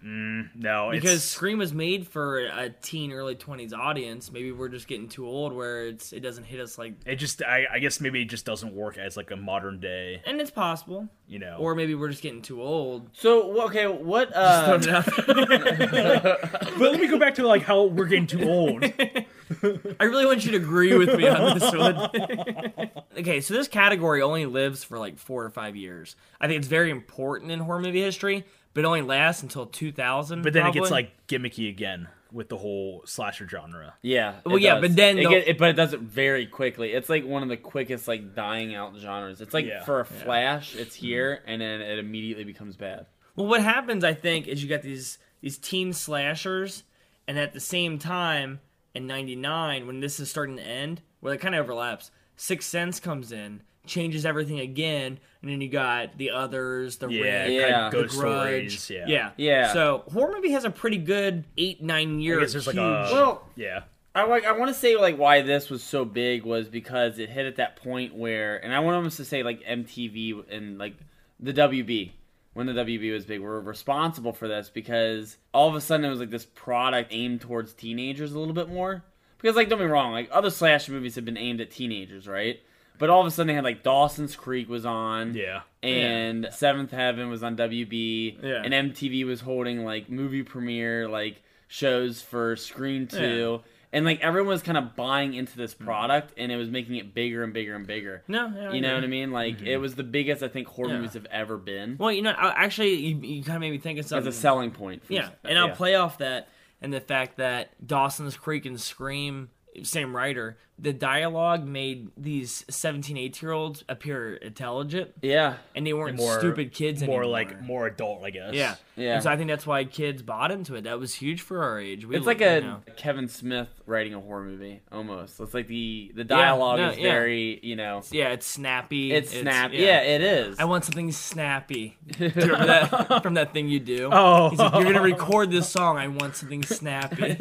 no it's-
Because Scream was made for a teen, early 20s audience. Maybe we're just getting too old where it's it doesn't hit us like.
it just I, I guess maybe it just doesn't work as like a modern day
And it's possible.
you know
Or maybe we're just getting too old.
So wh- okay, what? Uh,
but let me go back to like how we're getting too old
I really want you to agree with me on this one. okay, so this category only lives for like four or five years. I think it's very important in horror movie history, but it only lasts until 2000.
but then it
probably.
gets like gimmicky again with the whole slasher genre.
Yeah. it
Well, yeah,
does.
but then
it,
the-
get- it- but it does it very quickly. It's like one of the quickest like dying out genres. It's like
Yeah.
for a flash, it's
Mm-hmm.
here and then it immediately becomes bad.
Well, what happens, I think, is you got these these teen slashers, and at the same time, in '99, when this is starting to end, well, it kind of overlaps. Sixth Sense comes in, changes everything again, and then you got the others, the
Yeah,
red,
Yeah.
Kind of
The
ghost
the grudge.
stories. Yeah,
yeah,
Yeah.
So horror movie has a pretty good eight nine year.
I guess there's like a
huge-
Well-
yeah.
I like I want to say like why this was so big was because it hit at that point where and I want almost to say like MTV and like the WB when the WB was big were responsible for this because all of a sudden it was like this product aimed towards teenagers a little bit more because like don't be wrong like other slasher movies have been aimed at teenagers right but all of a sudden they had like Dawson's Creek was on
Yeah.
and Seventh Heaven was on WB,
Yeah.
and MTV was holding like movie premiere like shows for Screen Two, and like everyone was kind of buying into this product, and it was making it bigger and bigger and bigger.
No, yeah,
you know
yeah.
what I mean? Like it was the biggest I think horror movies have ever been
Well, you know, I, actually, you, you kind of made me think of
as
something.
a selling point. For
Yeah, and I'll play off that and the fact that Dawson's Creek and Scream, same writer, the dialogue made these 17, 18 year olds appear intelligent
yeah,
and they weren't
More
stupid kids
More
anymore.
like more adult, I guess.
yeah.
Yeah.
And so I think that's why kids bought into it. That was huge for our age. We
It's like
you
a
know.
Kevin Smith writing a horror movie almost. It's like the the dialogue
no,
is
yeah.
very you know
Yeah, it's snappy.
it's snappy. Yeah. it is.
I want something snappy. Do you remember that from that thing you do?
Oh.
He's like, you're gonna record this song. I want something snappy.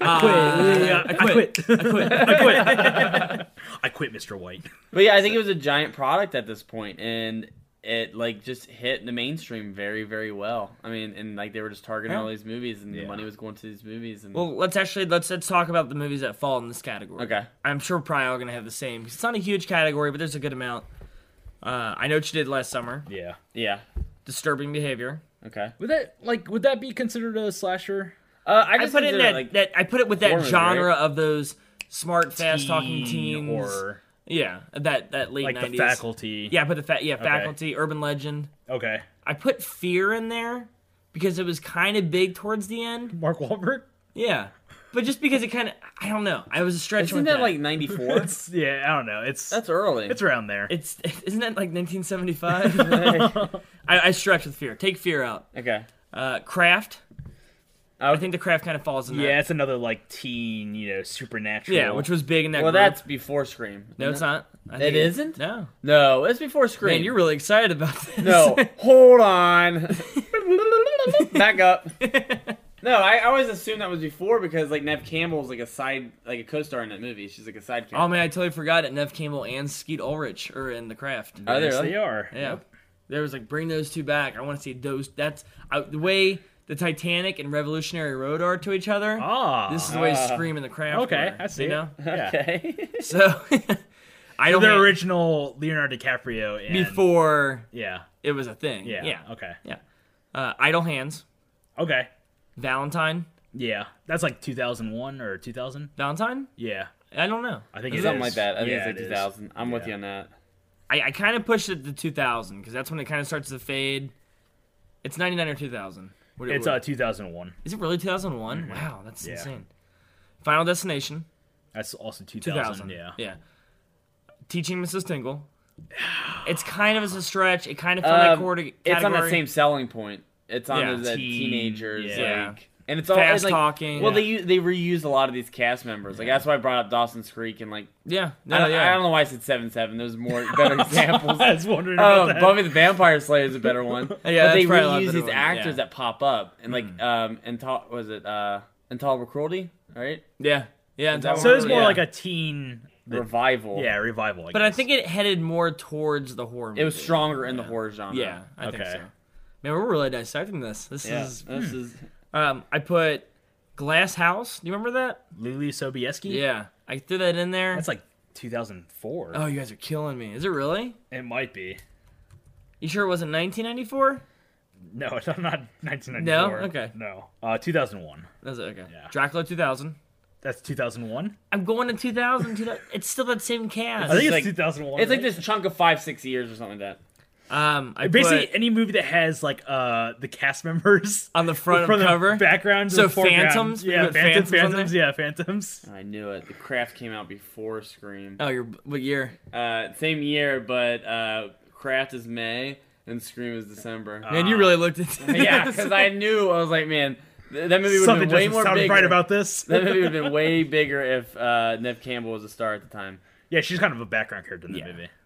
Uh,
Yeah, I quit. I quit, Mr. White.
But yeah, I think it was a giant product at this point, and it like just hit the mainstream very, very well. I mean, and like they were just targeting all these movies, and the money was going to these movies. And
Well, let's actually let's let's talk about the movies that fall in this category.
Okay.
I'm sure we're probably all gonna have the same. 'cause It's not a huge category, but there's a good amount. Uh, I know what you did last summer.
Yeah.
yeah,
Disturbing behavior.
okay.
Would that like would that be considered a slasher?
Uh, I
I
just
put it in that,
like
that I put it with
horror
that
movie,
genre of those smart, fast talking
Teen
teens.
or
Yeah, that that late
like
90s.
the faculty.
Yeah, but the fa- yeah faculty, urban legend.
Okay.
I put fear in there because it was kind of big towards the end.
Mark Wahlberg.
Yeah, but just because it kind of I don't know. I was stretching.
isn't
with
that like '94?
It's yeah. I don't know. It's
That's early.
it's around there.
It's isn't that like 1975? I, I stretch with fear. Take fear out.
okay.
Uh, craft. I think the craft kind of falls in that.
yeah. It's another like teen, you know, supernatural.
Yeah, which was big in that.
Well,
group.
that's before Scream.
no, it's not. I
It
think
isn't?
No,
No, it's before Scream.
man, you're really excited about this.
No, hold on. Back up. No, I, I always assumed that was before because like Nev Campbell's like a side, like a co-star in that movie. She's like a side character.
oh man, I totally forgot it. Nev Campbell and Skeet Ulrich are in the craft.
Are they
yes,
really?
they are.
yeah, there was like bring those two back. I want to see those. That's I, the way the Titanic and Revolutionary Road are to each other.
Ah.
This is the way Scream and the Craft.
okay.
were,
I see.
You know,
it. Yeah.
Okay.
so I don't.
The
hate-
original Leonardo DiCaprio and
before
Yeah.
it was a thing.
Yeah.
Yeah.
Okay.
Yeah. Uh, Idle Hands,
Okay.
Valentine,
Yeah. That's like 2001 or 2000.
Valentine.
Yeah.
I don't know.
I think it
Something
is.
like that. I think
Yeah,
it's like
it is.
2000. I'm with
Yeah.
you on that.
I, I kind of pushed it to 2000 because that's when it kind of starts to fade. It's 99 or 2000. What-
It's
what-
uh 2001.
is it really 2001?
Mm-hmm.
Wow, that's
Yeah.
insane. Final Destination,
That's also 2000.
2000.
Yeah.
Yeah. Teaching Mrs. Tingle. It's kind of as a stretch. It kind of felt
Um,
like quarter
It's on
category.
that same selling point. It's on
Yeah.
the
Teen,
teenagers.
yeah.
Like, and it's all
Fast
it's like,
talking.
Well, they u- they reuse a lot of these cast members. Like that's why I brought up Dawson's Creek and like
Yeah.
I,
No,
don't, I
yeah.
don't know why I said seven seven. There's more better examples.
I was wondering about
Um,
that.
Buffy the Vampire Slayer is a better one.
Oh, Yeah,
but
that's
they
probably a lot
reuse
better
these
one,
actors
yeah. Mm.
that pop up and like um and ta- was it uh intolerable cruelty right
Yeah. Yeah.
that
it's-
So it's more
Yeah.
like a teen.
revival.
Yeah, revival. I
But I
guess.
think it headed more towards the horror.
it was
movie.
stronger in the horror genre.
Yeah, I think
Okay.
so. Man, we're really dissecting this. This
Yeah,
is.
this is
Um, I put Glass House. Do you remember that?
Lily Sobieski.
Yeah, I threw that in there.
That's like 2004.
oh, you guys are killing me. Is it really?
It might be.
You sure it wasn't 1994?
No, it's not 1994.
No? Okay.
No. Uh, 2001.
That's okay.
Yeah.
Dracula 2000.
That's 2001.
I'm going to 2000. 2000 it's still that same cast.
I think it's
like-
2001.
it's like
right?
this chunk of five six years or something like that.
Um, I
Basically,
put-
any movie that has like uh the cast members
On the front
from
of the cover?
background, to
So
the foreground.
Phantoms? We
yeah,
put
phantoms,
Phantoms on
phantoms,
there?
yeah, phantoms.
I knew it. The Craft came out before Scream.
oh, your what year?
Uh, same year, but uh, Craft is May and Scream is December.
Man, you really looked into
yeah,
this.
because I knew I was like, man, th- that movie would have
Something
been way
doesn't
more
sound
bigger.
right about this.
that movie would have been way bigger if uh, Nev Campbell was a star at the time.
yeah, she's kind of a background character in the movie.
Now,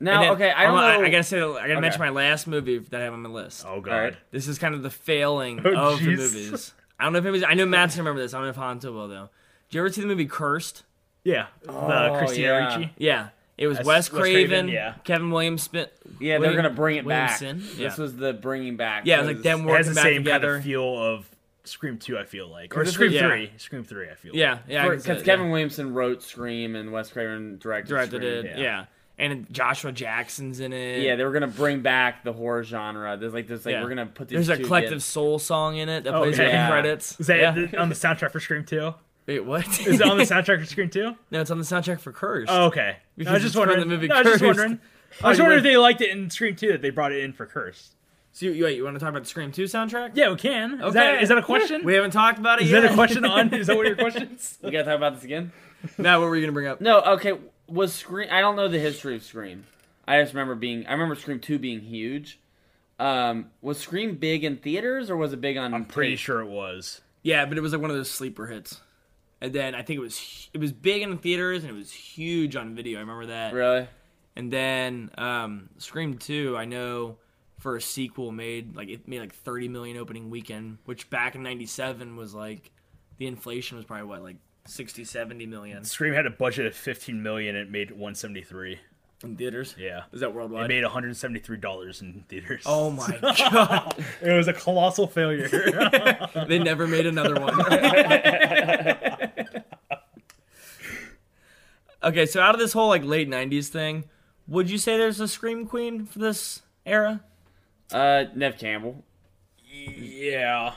And then-
okay, I don't
I'm-
know.
I, gotta say, I gotta mention my
Okay.
last movie that I have on my list.
Oh god,
All right.
This is kind of the failing
Oh,
of the
Jesus.
movies. I don't know if it was. I know Matt's gonna remember this. I don't know if Hanto will though. Did you ever see the movie Cursed?
yeah, the Christina
yeah.
Ricci.
Oh, Yeah, it was
That's
Wes
Wes
Craven,
Craven, yeah.
Kevin Williams. Spin-
yeah, they're
William-
gonna bring it back.
Williamson? Yeah.
This was the bringing back.
Yeah, it
This
was like
is-
them
It has
working
the
back
same
together.
kind of feel of Scream Two. I feel like, or
This
Scream
is-
yeah.
Three. Scream Three. I feel.
yeah, yeah, I can
because
see it,
Kevin Williamson wrote Scream and Wes Craven directed,
yeah. directed
Scream.
it. Yeah. and Joshua Jackson's in it.
Yeah, they were gonna bring back the horror genre. There's like this, like
Yeah.
we're gonna put these.
There's a
two
collective
kids-
soul song in it that
Oh,
plays
yeah.
with the
Yeah.
credits.
Is that
yeah.
the- on the soundtrack for Scream Two?
Wait, what?
Is it on the soundtrack for Scream Two?
no, it's on the soundtrack for Cursed.
Oh, okay. No, I
Because
was
it's
just
from
wondering.
the movie
no, I was just
Cursed.
wondering. I was
you
wondering if
would-
they liked it in Scream Two that they brought it in for Curse.
So you, wait, you want to talk about the Scream Two soundtrack?
Yeah, we can. Is,
Okay.
that, is that a question?
We haven't talked about it
Is
yet.
that a question on? Is that one of your questions?
You gotta talk about this again.
Matt, what were you gonna bring up?
No, okay. Was Scream? I don't know the history of Scream. I just remember being. I remember Scream Two being huge. Um, was Scream big in theaters or was it big on?
I'm pretty
tape?
sure it was.
Yeah, but it was like one of those sleeper hits. And then I think it was hu- it was big in the theaters and it was huge on video. I remember that.
Really?
And then um, Scream Two, I know for a sequel made like it made like 30 million opening weekend, which back in '97 was like the inflation was probably what like 60, 70 million
Scream had a budget of 15 million. and It made 173.
in theaters.
Yeah.
Is that
It
worldwide?
made 173 dollars in theaters.
oh my god!
It was a colossal failure.
they never made another one. okay, so out of this whole like late '90s thing, would you say there's a scream queen for this era?
Uh, Nev Campbell.
yeah.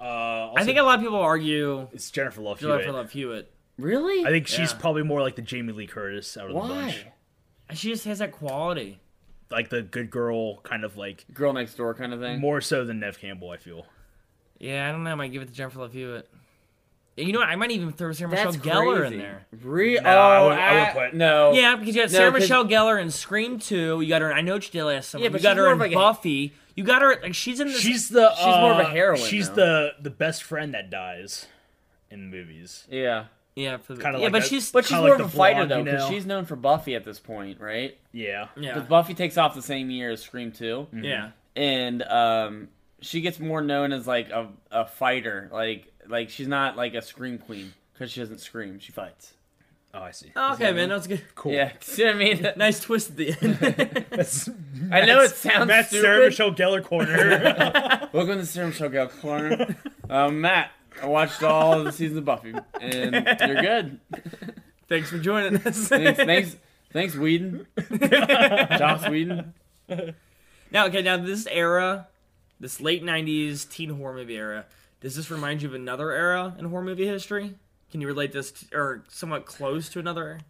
Uh, also,
I think a lot of people argue
it's Jennifer Love
Jennifer
Hewitt.
Love Hewitt.
Really?
I think she's
Yeah.
probably more like the Jamie Lee Curtis out of the bunch.
Why?
She just has that quality.
Like the good girl kind of like
Girl next door kind of thing.
more so than Nev Campbell. I feel.
Yeah, I don't know. I might give it to Jennifer Love Hewitt. And You know what? I might even throw Sarah
That's
Michelle Gellar in
crazy.
there.
Re-
No, I
oh,
would- I would
I-
put-
no.
Yeah, because you had
No,
Sarah
'cause-
Michelle Gellar in Scream 2. You got her. in I know what you did last summer.
Yeah, but
you got
she's
her
more
in
of like a-
Buffy. You got her. Like she's in this.
She's the.
She's more of a
uh,
heroine,
She's
though.
the the best friend that dies in movies.
Yeah.
yeah, for the, yeah,
kinda like
but
a-
she's
But she's
Kinda
more
like
of a
the
fighter
blonde,
though,
you
because
know.
she's known for Buffy at this point, right?
Yeah. Mm-hmm.
yeah,
Because Buffy takes off the same year as Scream Two.
yeah.
and um, she gets more known as like a, a fighter. Like like she's not like a scream queen because she doesn't scream. She fights.
Oh, I see.
Okay, man, that's good.
Cool.
Uh, Yeah, see what I mean.
Nice twist at the end.
That's,
I know it sounds
Matt's
stupid.
Sarah Michelle Gellar corner.
Welcome to Sarah Michelle Gellar corner. um, Matt, I watched all of the seasons of Buffy, and you're good.
Thanks for joining us.
Thanks, thanks, thanks, Whedon. Joss Whedon.
Now, okay, now this era, this late '90s teen horror movie era, does this remind you of another era in horror movie history? Can you relate this to, or somewhat close to another?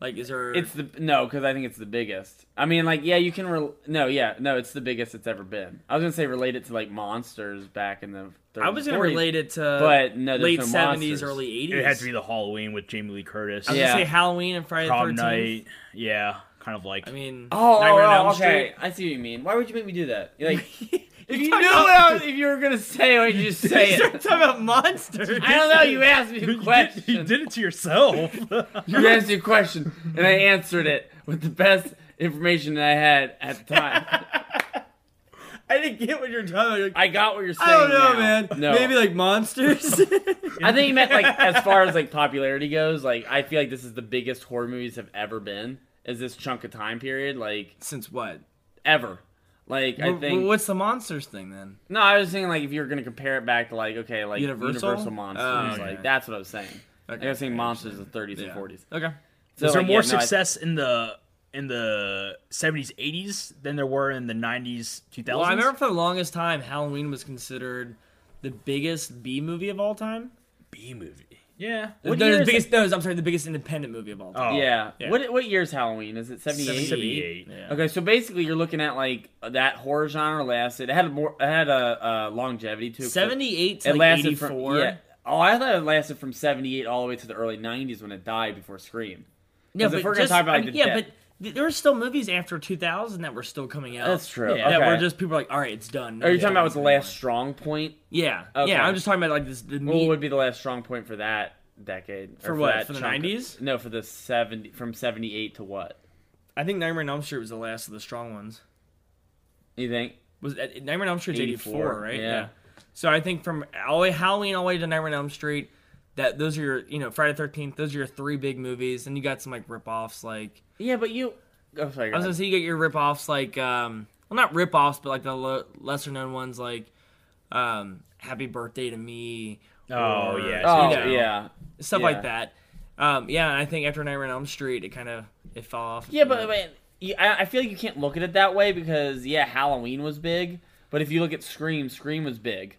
Like, is there?
It's the no, because I think it's the biggest. I mean, like, yeah, you can. Re- no, yeah, no, it's the biggest it's ever been. I was gonna say relate it to like monsters back in the. 30s,
I was gonna
40s.
relate it to
But, no, there's
late
no monsters.
early '80s.
it had to be the Halloween with Jamie Lee Curtis.
I was
Yeah.
gonna say Halloween and Friday
Prom
the 13th.
night. Yeah. Kind of like.
I mean,
Oh,
Nightmare on
oh,
Elm
okay. I see what you mean. Why would you make me do that? You're like,
Street.
if you knew what I was, if you were gonna say what you just say
You're
it.
talking about monsters.
I don't know. You asked me
You
a
did-
question.
you did it to yourself.
You asked me a question, and I answered it with the best information that I had at the time.
I didn't get what you're talking about.
I got what you're saying.
I don't know,
now.
man.
No,
Maybe like monsters.
I think you meant like as far as like popularity goes. Like I feel like this is the biggest horror movies have ever been. Is this chunk of time period like
Since what?
ever? Like I
Well,
think
what's the monsters thing then?
no. I was thinking like if you were gonna compare it back to like okay like
Universal?
Universal, monsters.
Oh, okay.
Like that's what I was saying.
Okay.
I was saying monsters of 30s and
Yeah.
40s.
Okay.
So,
was there
like,
more
yeah, no, I-
success in the in the 70s 80s than there were in the 90s 2000s
Well, I remember for the longest time, Halloween was considered the biggest B movie of all time.
b movie Yeah.
No,
What year
no, the
is
biggest, no, I'm sorry, the biggest independent movie of all time.
Oh,
yeah.
yeah.
What what year's Halloween? Is it
it?
78?
78.
Okay, so basically you're looking at like that horror genre lasted. It had a more it had a, a longevity to it.
78
It
to like
lasted
84.
from yeah. Oh, I thought it lasted from 78 all the way to the early 90s when it died before Scream.
Yeah,
'Cause if
but
we're gonna
just,
talk about,
I
like,
mean,
the
yeah,
death-
but th- there are still movies after 2000 that were still coming out.
That's true.
Yeah.
okay.
That were just people are like, all right, it's done.
Are you
Yeah.
talking about what's the last strong point?
Yeah,
Okay.
yeah. I'm just talking about like this. The
What
meat.
would be the last strong point for that decade? Or
For what?
that
For the
chunk of-
90s?
No, for the 70 from 78 to what?
I think Nightmare on Elm Street was the last of the strong ones.
You think?
Was uh, Nightmare on Elm Street's 84,
84,
right?
yeah.
So I think from all the way Halloween all the way to Nightmare on Elm Street, that those are your you know Friday Thirteenth. Those are your three big movies, and you got some like rip-offs like
Yeah, but you Oh, sorry. go
I was gonna
ahead.
say you get your rip-offs like um well not rip-offs but like the lo- lesser known ones like um Happy Birthday to Me.
Oh,
or,
yeah.
Oh,
you know,
yeah.
stuff
yeah.
like that. Um, yeah, and I think after Nightmare on Elm Street, it kind of it fell off.
Yeah, but man, you- I I feel like you can't look at it that way because yeah, Halloween was big, but if you look at Scream, Scream was big,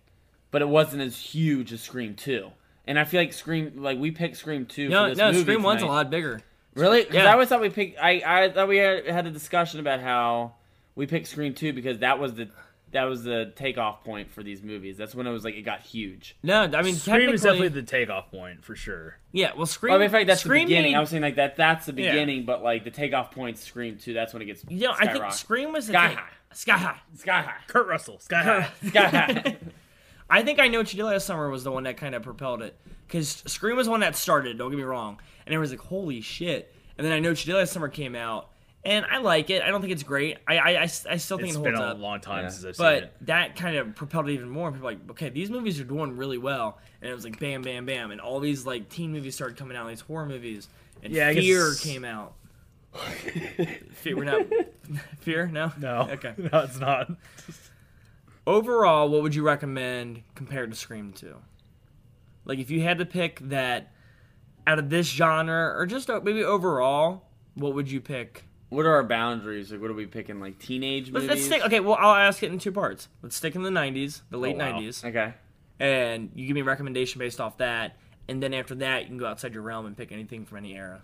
but it wasn't as huge as Scream Two. And I feel like Scream, like we picked Scream Two. for
no,
this
no,
movie
Scream One's a
tonight.
lot bigger.
Really? 'Cause
Yeah.
I always thought we picked. I I thought we had, had a discussion about how we picked Scream Two because that was the that was the takeoff point for these movies. That's when it was like it got huge.
No, I mean
Scream
technically,
is definitely the takeoff point for sure.
yeah. Well, Scream.
Well, I mean, in fact, that's
Scream
the beginning.
made-
I was saying like that. That's the beginning, but like the takeoff point, Scream Two. That's when it gets.
you know, I think
skyrocket.
Scream was the
Sky
thing-
high.
Sky High.
Sky high.
Kurt Russell, Sky High.
Sky high.
I think I know what you did last summer was the one that kind of propelled it because Scream was the one that started. Don't get me wrong, and it was like holy shit. And then I know what you did last summer came out, and I like it. I don't think it's great. I I, I, I still think
It's
it
been
holds
a
up.
long time since I've seen
but
it.
that kind of propelled it even more. People were like, okay, these movies are doing really well, and it was like bam, bam, bam, and all these like teen movies started coming out, these horror movies, and
Yeah, I guess-
Fear came out. Fear, we're not Fear, no,
No.
Okay.
No, it's not.
Overall, what would you recommend compared to Scream Two? Like, if you had to pick that out of this genre, or just uh, maybe overall, what would you pick?
What are our boundaries? Like, what are we picking? Like teenage
Let's,
movies?
let's stick. Okay, well, I'll ask it in two parts. Let's stick in the '90s, the late
wow.
'90s.
Okay.
and you give me a recommendation based off that, and then after that you can go outside your realm and pick anything from any era.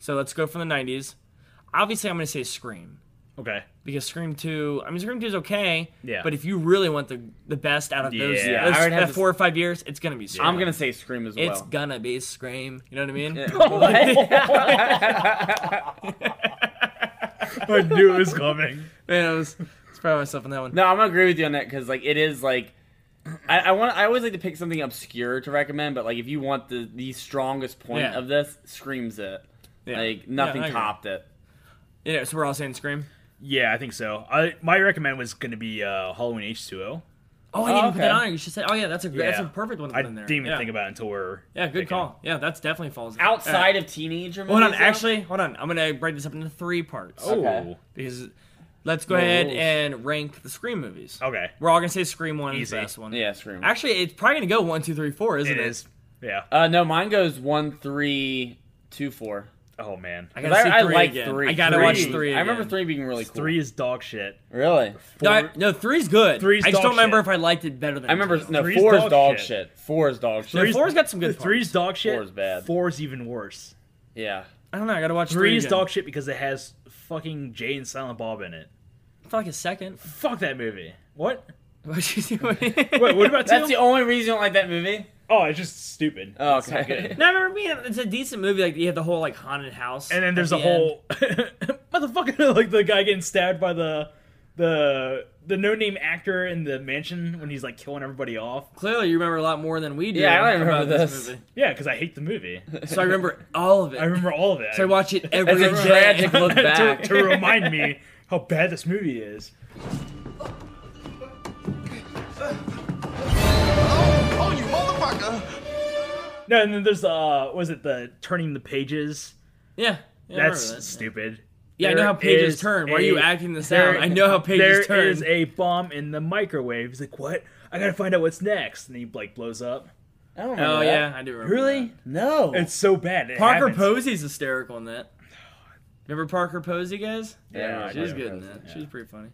So let's go from the '90s. Obviously, I'm going to say Scream
Okay.
because Scream Two. I mean, Scream Two is okay.
Yeah.
But if you really want the the best out of those,
Yeah,
those
I would have
that
to-
four or five years, it's going to be Scream.
I'm gonna say Scream as well.
It's gonna be Scream. You know what I mean?
I knew it was coming.
Man, I was, I was proud of myself on that one.
no, I'm gonna agree with you on that because like it is like. I, I want. I always like to pick something obscure to recommend, but like if you want the the strongest point
Yeah.
of this, screams it.
Yeah.
Like nothing
I agree.
topped it.
Yeah, so we're all saying Scream.
Yeah, I think so. I my recommend was going to be uh, Halloween H2O.
Oh, I didn't even put that
okay.
on. there. You should say. Oh yeah, that's a great, that's a
Yeah.
perfect one to put
I
in there.
didn't even
yeah.
think about it until we're
Yeah, good
picking.
call. Yeah, that's definitely falls
Outside of teenager movies,
Hold on,
um,
though?
actually, hold on. I'm gonna break this up into three parts
Ooh.
Okay.
because let's go ahead
rules.
and rank the Scream movies.
Okay.
We're all gonna say Scream one is
Easy.
the best one.
yeah, scream.
Actually, it's probably gonna go one, two, three, four, isn't
It
it?
is. Yeah.
uh, no, mine goes one, three, two, four.
Oh man.
I
'Cause
gotta see
I, I
three
like
again.
three.
I gotta
Three.
watch three. Again.
I remember three being really cool.
Three is dog shit.
really.
No, I, no, three's good.
Three's
I just don't
dog
remember
shit.
if I liked it better than.
I remember
two.
no
Three's
four is
dog
dog
shit.
shit. Four is dog shit.
Three's-
Four's got some good.
Three's
parts.
dog shit.
Four's bad.
Four's even worse.
Yeah.
I don't know. I gotta watch three.
Three is
again.
dog shit because it has fucking Jay and Silent Bob in it.
Fuck a second.
Fuck that movie. What?
What you doing?
Wait, what about
That's
two?
the only reason you don't like that movie.
oh, it's just stupid.
Uh,
Oh,
It's not
okay.
good.
No, I remember being. It's a decent movie. Like you have the whole like haunted house,
And then there's
at
a
the end.
whole motherfucker like the guy getting stabbed by the the the no name actor in the mansion when he's like killing everybody off.
Clearly, you remember a lot more than we do.
Yeah, I don't
about
remember
this.
this.
movie.
Yeah, because I hate the movie.
So I remember all of it.
I remember all of it.
So I watch it every
It's
day.
a tragic look
to,
back.
to remind me how bad this movie is.
Oh, you motherfucker!
No, and then there's uh, was it the turning the pages?
Yeah. yeah I
That's
remember that.
stupid.
Yeah, I know how pages
is
turn. Why are you
a-
acting this out? I know how
There
pages turn.
is a bomb in the microwave. He's like, "What? I gotta find out what's next." And he like blows up.
I don't remember
oh
that.
yeah, I do remember.
Really? No.
It's so bad.
that.
It
Parker
happens.
Posey's hysterical in that. Remember Parker Posey, guys?
yeah,
She's
yeah.
good in that. She's pretty funny.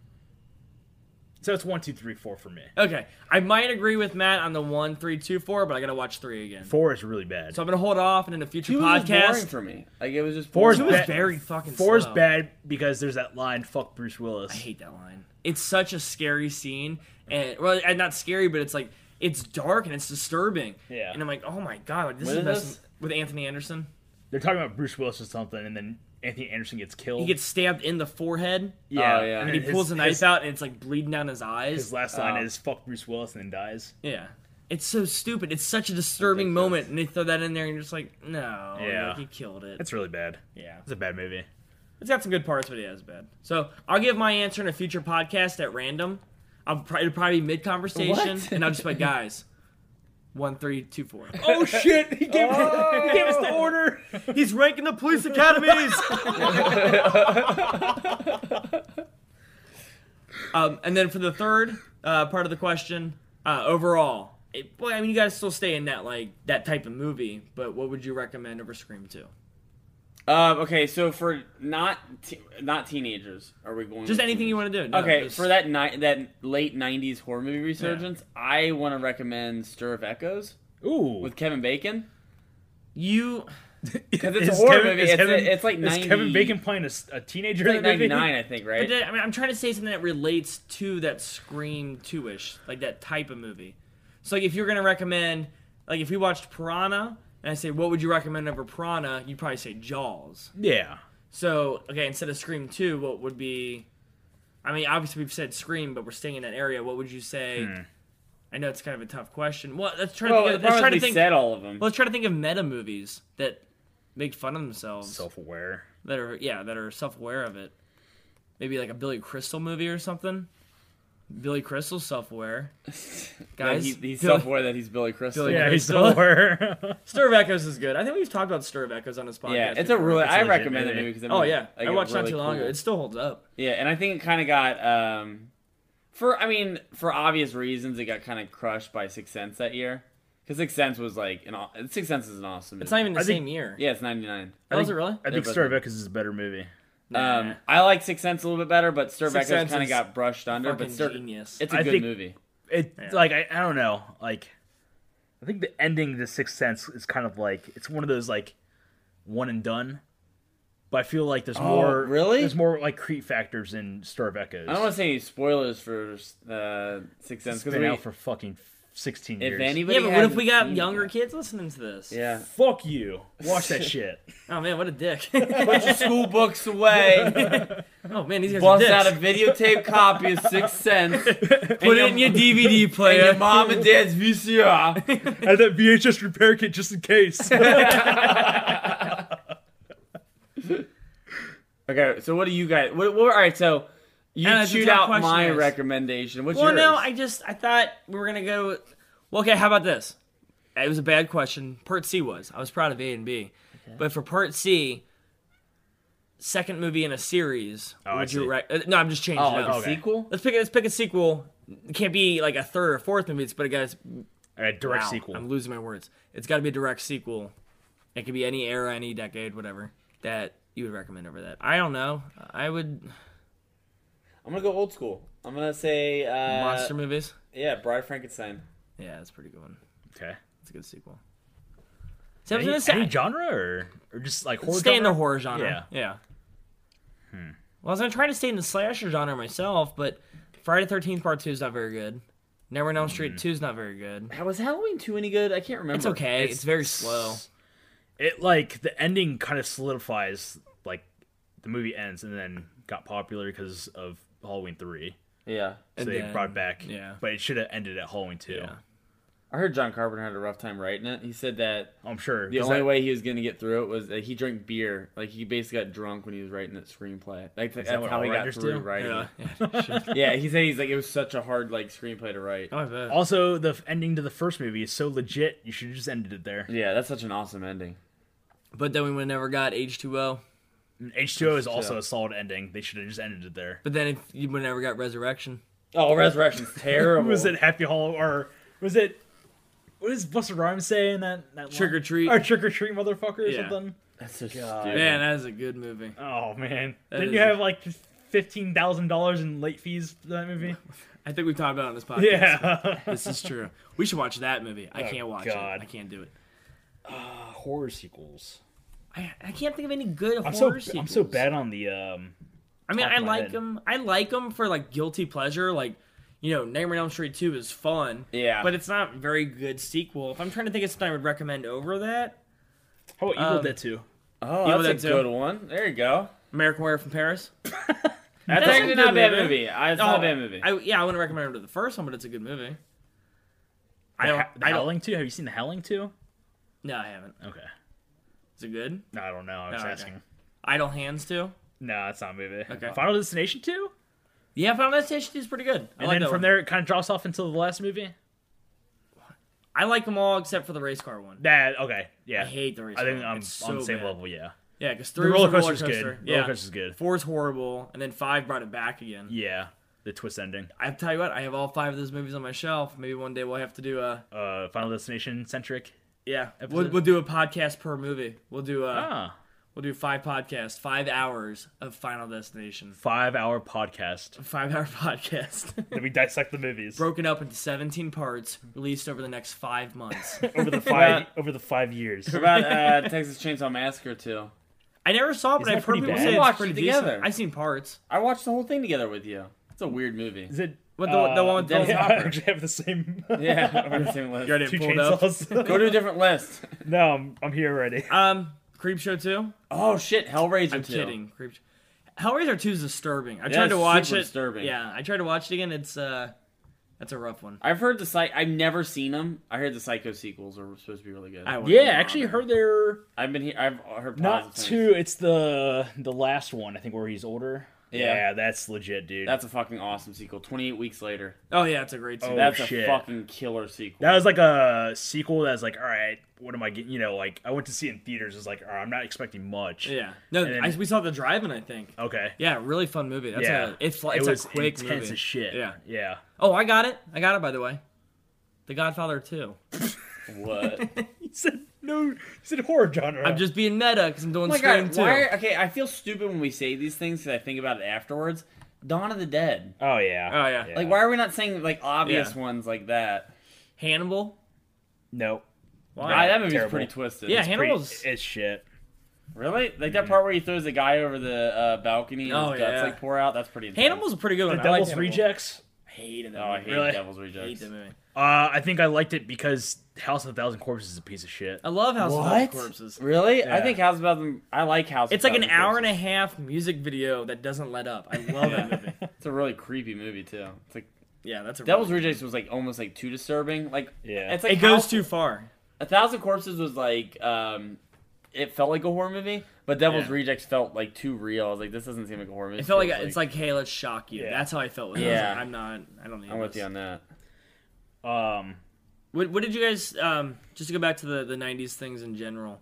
So it's one, two, three, four for me.
Okay, I might agree with Matt on the one, three, two, four, but I gotta watch three again.
Four is really bad.
So I'm gonna hold off, and in a future
Two was just boring
podcast,
for me. Like it was just
Four is
boring.
was
bad.
very fucking
Four is
slow.
bad because there's that line "fuck Bruce Willis."
I hate that line. It's such a scary scene, and well, and not scary, but it's like it's dark and it's disturbing.
Yeah.
And I'm like, oh my god, like, this
When
is the
is
best
this?
with Anthony Anderson.
They're talking about Bruce Willis or something, and then Anthony Anderson gets killed.
He gets stabbed in the forehead,
yeah,
Oh, yeah.
and
and
then
he
his-
pulls a knife
his-
out, and it's like bleeding down his eyes.
His last line
Oh.
is "fuck Bruce Willis" and then dies.
yeah. It's so stupid. It's such a disturbing
Ridiculous.
moment, and they throw that in there, and you're just like, no,
Yeah.
like, he killed it.
That's really bad.
yeah.
It's a bad movie.
It's got some good parts, but yeah, it's bad. So I'll give my answer in a future podcast at random. I'll probably, probably mid conversation,
What?
and I'll just be like, guys, one, three, two, four. Oh.
Oh shit! He gave, he gave us the order.
He's ranking the police academies. um, and then for the third uh, part of the question, uh, overall, it, boy, I mean, you guys still stay in that like that type of movie, but what would you recommend over Scream Two?
Um, okay, so for not te- not teenagers, are we going?
Just
with
anything
teenagers?
you want to do. No,
Okay,
just-
for that ni- that late '90s horror movie resurgence, I want to recommend Stir of Echoes
Ooh,
with Kevin Bacon
you.
because it's a
Is
horror
Kevin-
movie.
is
It's,
Kevin-
it's like
is
90,
Kevin Bacon playing a, s- a teenager
it's
in
like
that movie?
'99, I think,
But
right?
that- I mean, I'm trying to say something that relates to that Scream 2 ish, like that type of movie. So, like, if you're going to recommend, like, if we watched Piranha, and I say, what would you recommend over Piranha? You'd probably say Jaws.
Yeah,
So, okay, instead of Scream 2, what would be. I mean, obviously, we've said Scream, but we're staying in that area. What would you say? I know it's kind of a tough question. Well, let's try
Hmm. Well,
to,
the
think, let's try
problem
to
is we
think.
said all of them.
Let's try to think of meta movies that make fun of themselves
self-aware.
that are yeah that are self-aware of it. Maybe like a Billy Crystal movie or something. Billy Crystal's self-aware.
Like,
Guys,
he- he's
Billy-
self-aware that he's Billy Crystal.
Billy-
Yeah, he's
Crystal.
self-aware.
Stir of Echoes is good. I think we've talked about Stir of Echoes on this podcast.
yeah, it's a
before.
really.
It's a
I
legit
recommend it
movie.
movie because
Oh yeah,
like,
I
it
watched not
really
too long
cool.
ago. It still holds up.
Yeah, and I think it kind of got um, for I mean for obvious reasons it got kind of crushed by Sixth Sense that year because Sixth Sense was like an aw- Sixth Sense is an awesome.
It's not even the
I think-
same year.
Yeah, it's ninety nine.
oh, is it really?
I think
but-
Star of Echoes is a better movie.
Nah.
Um, I like Sixth Sense a little bit better, but Stir
Sixth
Back kind
Sense
of
is
got brushed under. But
fucking
Stir,
genius.
it's a
I
good
think-
movie.
It like I, I don't know like I think the ending to Sixth Sense is kind of like it's one of those like one and done. But I feel like there's more
really?
there's more like creep factors in Star of Echoes.
I don't want to say any spoilers for uh, Sixth Sense
it's
because
been out for fucking sixteen
if
years.
anybody,
Yeah, but what if
hadn't
we got
seen
younger
it-
kids listening to this?
Yeah,
Fuck you! Watch that shit.
Oh man, what a dick.
put your school books away.
oh man, these guys are
Bust
dicks.
out a videotape copy of Sixth Sense.
Put it in your DVD
and your
player.
mom and dad's VCR.
I had that VHS repair kit just in case.
Okay, so what do you guys? What, what all right, so you
Hannah, it's a
shoot
tough
out
question,
my
guys.
recommendation. What's
Well,
yours?
no, I just I thought we were gonna go. Well, okay, how about this? It was a bad question. Part C was. I was proud of A and B, but for part C, second movie in a series.
Oh, I
would you
see.
re- uh, No, I'm just changing
oh,
it
like
up.
a sequel.
Let's pick. Let's pick a sequel. It can't be like a third or fourth movie. It's but it got
a direct
wow,
sequel.
I'm losing my words. It's got to be a direct sequel. It could be any era, any decade, whatever that you would recommend over that. I don't know. I would
I'm gonna go old school. I'm gonna say uh,
monster movies.
Yeah, Bride of Frankenstein.
Yeah, that's a pretty good one.
okay.
It's a good sequel. So I was
Any,
gonna say,
any genre or, or just like horror?
stay in the
genre?
horror genre. Yeah.
Hmm.
Well, I was gonna try to stay in the slasher genre myself, but Friday Thirteenth Part Two is not very good. Nightmare on Elm Street
Hmm.
Two is not very good.
Was Halloween two any good? I can't remember.
It's okay. It's, very slow.
It like the ending kind of solidifies like the movie ends and then got popular because of Halloween three.
Yeah,
So
And
they
then-
brought it back.
yeah.
But it should have ended at Halloween two.
Yeah.
I heard John Carpenter had a rough time writing it. He said that
I'm sure.
the
'cause
only
that-
way he was gonna get through it was that he drank beer. Like he basically got drunk when he was writing that screenplay. Like that's
what
how
all
he got
writers
through
do?
writing.
Yeah.
it. Yeah, he said he's like it was such a hard like screenplay to write.
Oh, I bet.
Also, the f- ending to the first movie is so legit. You should have just ended it there.
Yeah, that's such an awesome ending.
But then we would never got H two O.
H two O is also a solid ending. They should have just ended it there.
But then if you would never got Resurrection.
Oh, Resurrection's terrible.
Was it Happy Hollow or was it? What does Buster Rhymes say in that? that
Trick or
line?
treat.
Or trick or treat, motherfucker, or
Yeah.
something.
That's so stupid.
Man, that is a good movie.
Oh man! Didn't
is
you
a-
have like fifteen thousand dollars in late fees for that movie?
I think we've talked about it on this podcast.
Yeah. Oh,
This is true. We should watch that movie. I can't watch
God.
it. I can't do it.
horror sequels.
I, I can't think of any good
I'm so
horror sequels.
I'm so bad on the um.
I mean,
top
I
of my
like
head.
them. I like them for like guilty pleasure. Like, you know, Nightmare on Elm Street Two is fun.
Yeah.
but it's not a very good sequel. If I'm trying to think of something I would recommend over that,
How about Evil
Um,
Dead Two?
Oh,
know
that's a
that too.
good one. There you go.
American Werewolf in Paris.
That's,
That's a
actually
good
not a bad
movie.
movie. I, it's not a
Oh,
bad movie.
I, yeah, I wouldn't recommend it to the first one, but it's a good movie. I
The
don't.
Ha- The
I don't.
Howling Two. Have you seen The Howling Two?
No, I haven't.
Okay.
Is it good?
No, I don't know. I was
Oh, okay.
asking.
Idle Hands too.
No, it's not a movie.
Okay.
Final Destination Two.
Yeah, Final Destination Two is pretty good. I like
And then
that
from
one.
there, it kind of drops off until the last movie.
I like them all except for the race car one.
That okay. Yeah.
I hate the race
I
car.
think
one.
I'm
It's so
on the same
bad.
level. Yeah.
Yeah, because
The
three
roller
was a roller
coaster's
coaster
good.
Yeah,
Roller coaster's good.
four's horrible, and then five brought it back again.
Yeah. The twist ending.
I tell you what, I have all five of those movies on my shelf. Maybe one day we'll have to do a
Uh, Final Destination centric.
yeah. We'll,
Episode?
we'll do a podcast per movie. We'll do a
Ah.
we'll do five podcasts, five hours of Final Destination,
Five hour podcast.
five hour podcast,
Then we dissect the movies
broken up into seventeen parts, released over the next five months.
over the five over the five years.
What about uh, Texas Chainsaw Massacre too?
I never saw it, but
Isn't
I've
that
heard
pretty
people
bad?
say
We
it's
watched
pretty
it
decent.
together.
I've seen parts.
I watched the whole thing together with you. It's a weird movie.
Is it
What the- the one with
Uh, yeah,
Dennis
I
Hopper?
actually have the same
Yeah, we're the same list.
already
two
pulled up.
chainsaws.
Go to a different list.
no, I'm, I'm here already.
Um, Creepshow two.
Oh shit, Hellraiser
I'm
too.
kidding. Creep. Hellraiser two is disturbing. I
Yeah,
tried
it's
to watch
super
it.
disturbing.
Yeah, I tried to watch it again. It's uh, that's a rough one.
I've heard the psych. I've never seen them. I heard the Psycho sequels are supposed to be really good.
I
I,
wouldn't
Yeah,
bother.
actually heard they're
have been here. I've heard
Ah,
not
positive
two.
things.
It's the the last one I think where he's older.
Yeah.
that's legit, dude.
That's a fucking awesome sequel. Twenty eight weeks later.
Oh yeah, it's a great
Oh,
sequel.
That's
shit.
a fucking killer sequel.
that was like a sequel. That was like, all right, what am I getting? You know, like I went to see it in theaters. It's like, all right, I'm not expecting much.
yeah. No,
And then-
I, we saw the driving. I think.
Okay.
Yeah, really fun movie. That's
yeah.
a, it's like- it's
it was
a quick
intense
movie.
as shit.
Yeah.
Yeah.
Oh, I got it. I got it. By the way, The Godfather two.
what?
He said no. He said horror genre.
I'm just being meta because I'm
Oh
doing
my
Scream
god,
two.
why? Okay, I feel stupid when we say these things because I think about it afterwards. Dawn of the Dead.
Oh yeah.
Oh, yeah.
Like, why are we not saying like obvious
Yeah.
ones like that?
Hannibal.
No.
Why?
Ah, that movie's
terrible.
pretty twisted. Mm.
yeah,
It's-
Hannibal's.
Pretty- it's shit.
really like that part where he throws the guy over the uh, balcony and
Oh,
his guts
yeah.
like pour out. That's pretty. Intense.
Hannibal's a pretty good
The
one.
Devil's
I like Hannibal.
Rejects.
Hated that
Oh, I
movie.
hate
Really?
Devil's
I
Rejects.
hate that movie.
Uh, I think I liked it because House of a Thousand Corpses is a piece of shit.
I love House of
What?
the Corpses.
Really? I
Yeah.
think House of a Thousand. I like House.
It's
of a
like an
Thousand
hour and
Corpses.
a half music video that doesn't let up. I love that movie.
It's a really creepy movie too. It's like
Yeah, that's a
Devil's Rejects was like almost like too disturbing. Like
Yeah.
it's
It
like
goes
House-
too far.
A Thousand Corpses was like um, it felt like a horror movie, but Devil's
Yeah.
Rejects felt like too real. I was like, this doesn't seem like a horror movie.
It felt like it's like, hey, let's shock you.
Yeah.
That's how I felt with it. I was
Yeah.
like, I'm not. I don't need.
I'm with
this.
you on that.
Um,
What, what did you guys? Um, just to go back to the, the '90s things in general.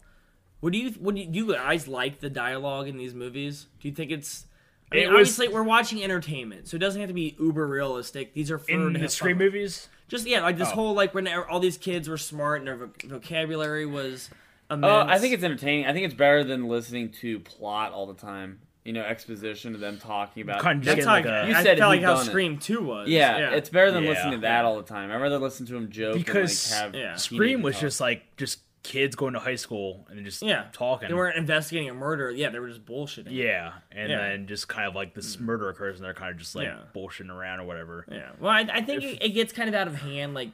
What do you? What do you, do you guys like the dialogue in these movies? Do you think it's? I mean,
It was-
obviously, we're watching entertainment, so it doesn't have to be uber realistic. These are for
in
to
the
have
Scream
fun.
movies,
Just yeah, like this
Oh.
whole like when e-, all these kids were smart and their voc- vocabulary was. Immense.
Uh, I think it's entertaining. I think it's better than listening to plot all the time. You know, exposition of them talking about.
kind of just
That's
getting
how
like
I,
a,
You
I
said
felt like how
whodunit.
Scream Two was.
yeah, it's better than
Yeah.
listening to that all the time. I'd rather listen to them joke
Because
and, like, have
yeah.
teenagers
Scream was
talk.
just like just kids going to high school and just
yeah
talking.
They weren't investigating a murder. Yeah, they were just bullshitting.
yeah, and
Yeah. Mm.
then just kind of like this murder occurs and they're kind of just like
Yeah.
bullshitting around or whatever.
yeah. Well, I, I think it, it gets kind of out of hand. Like,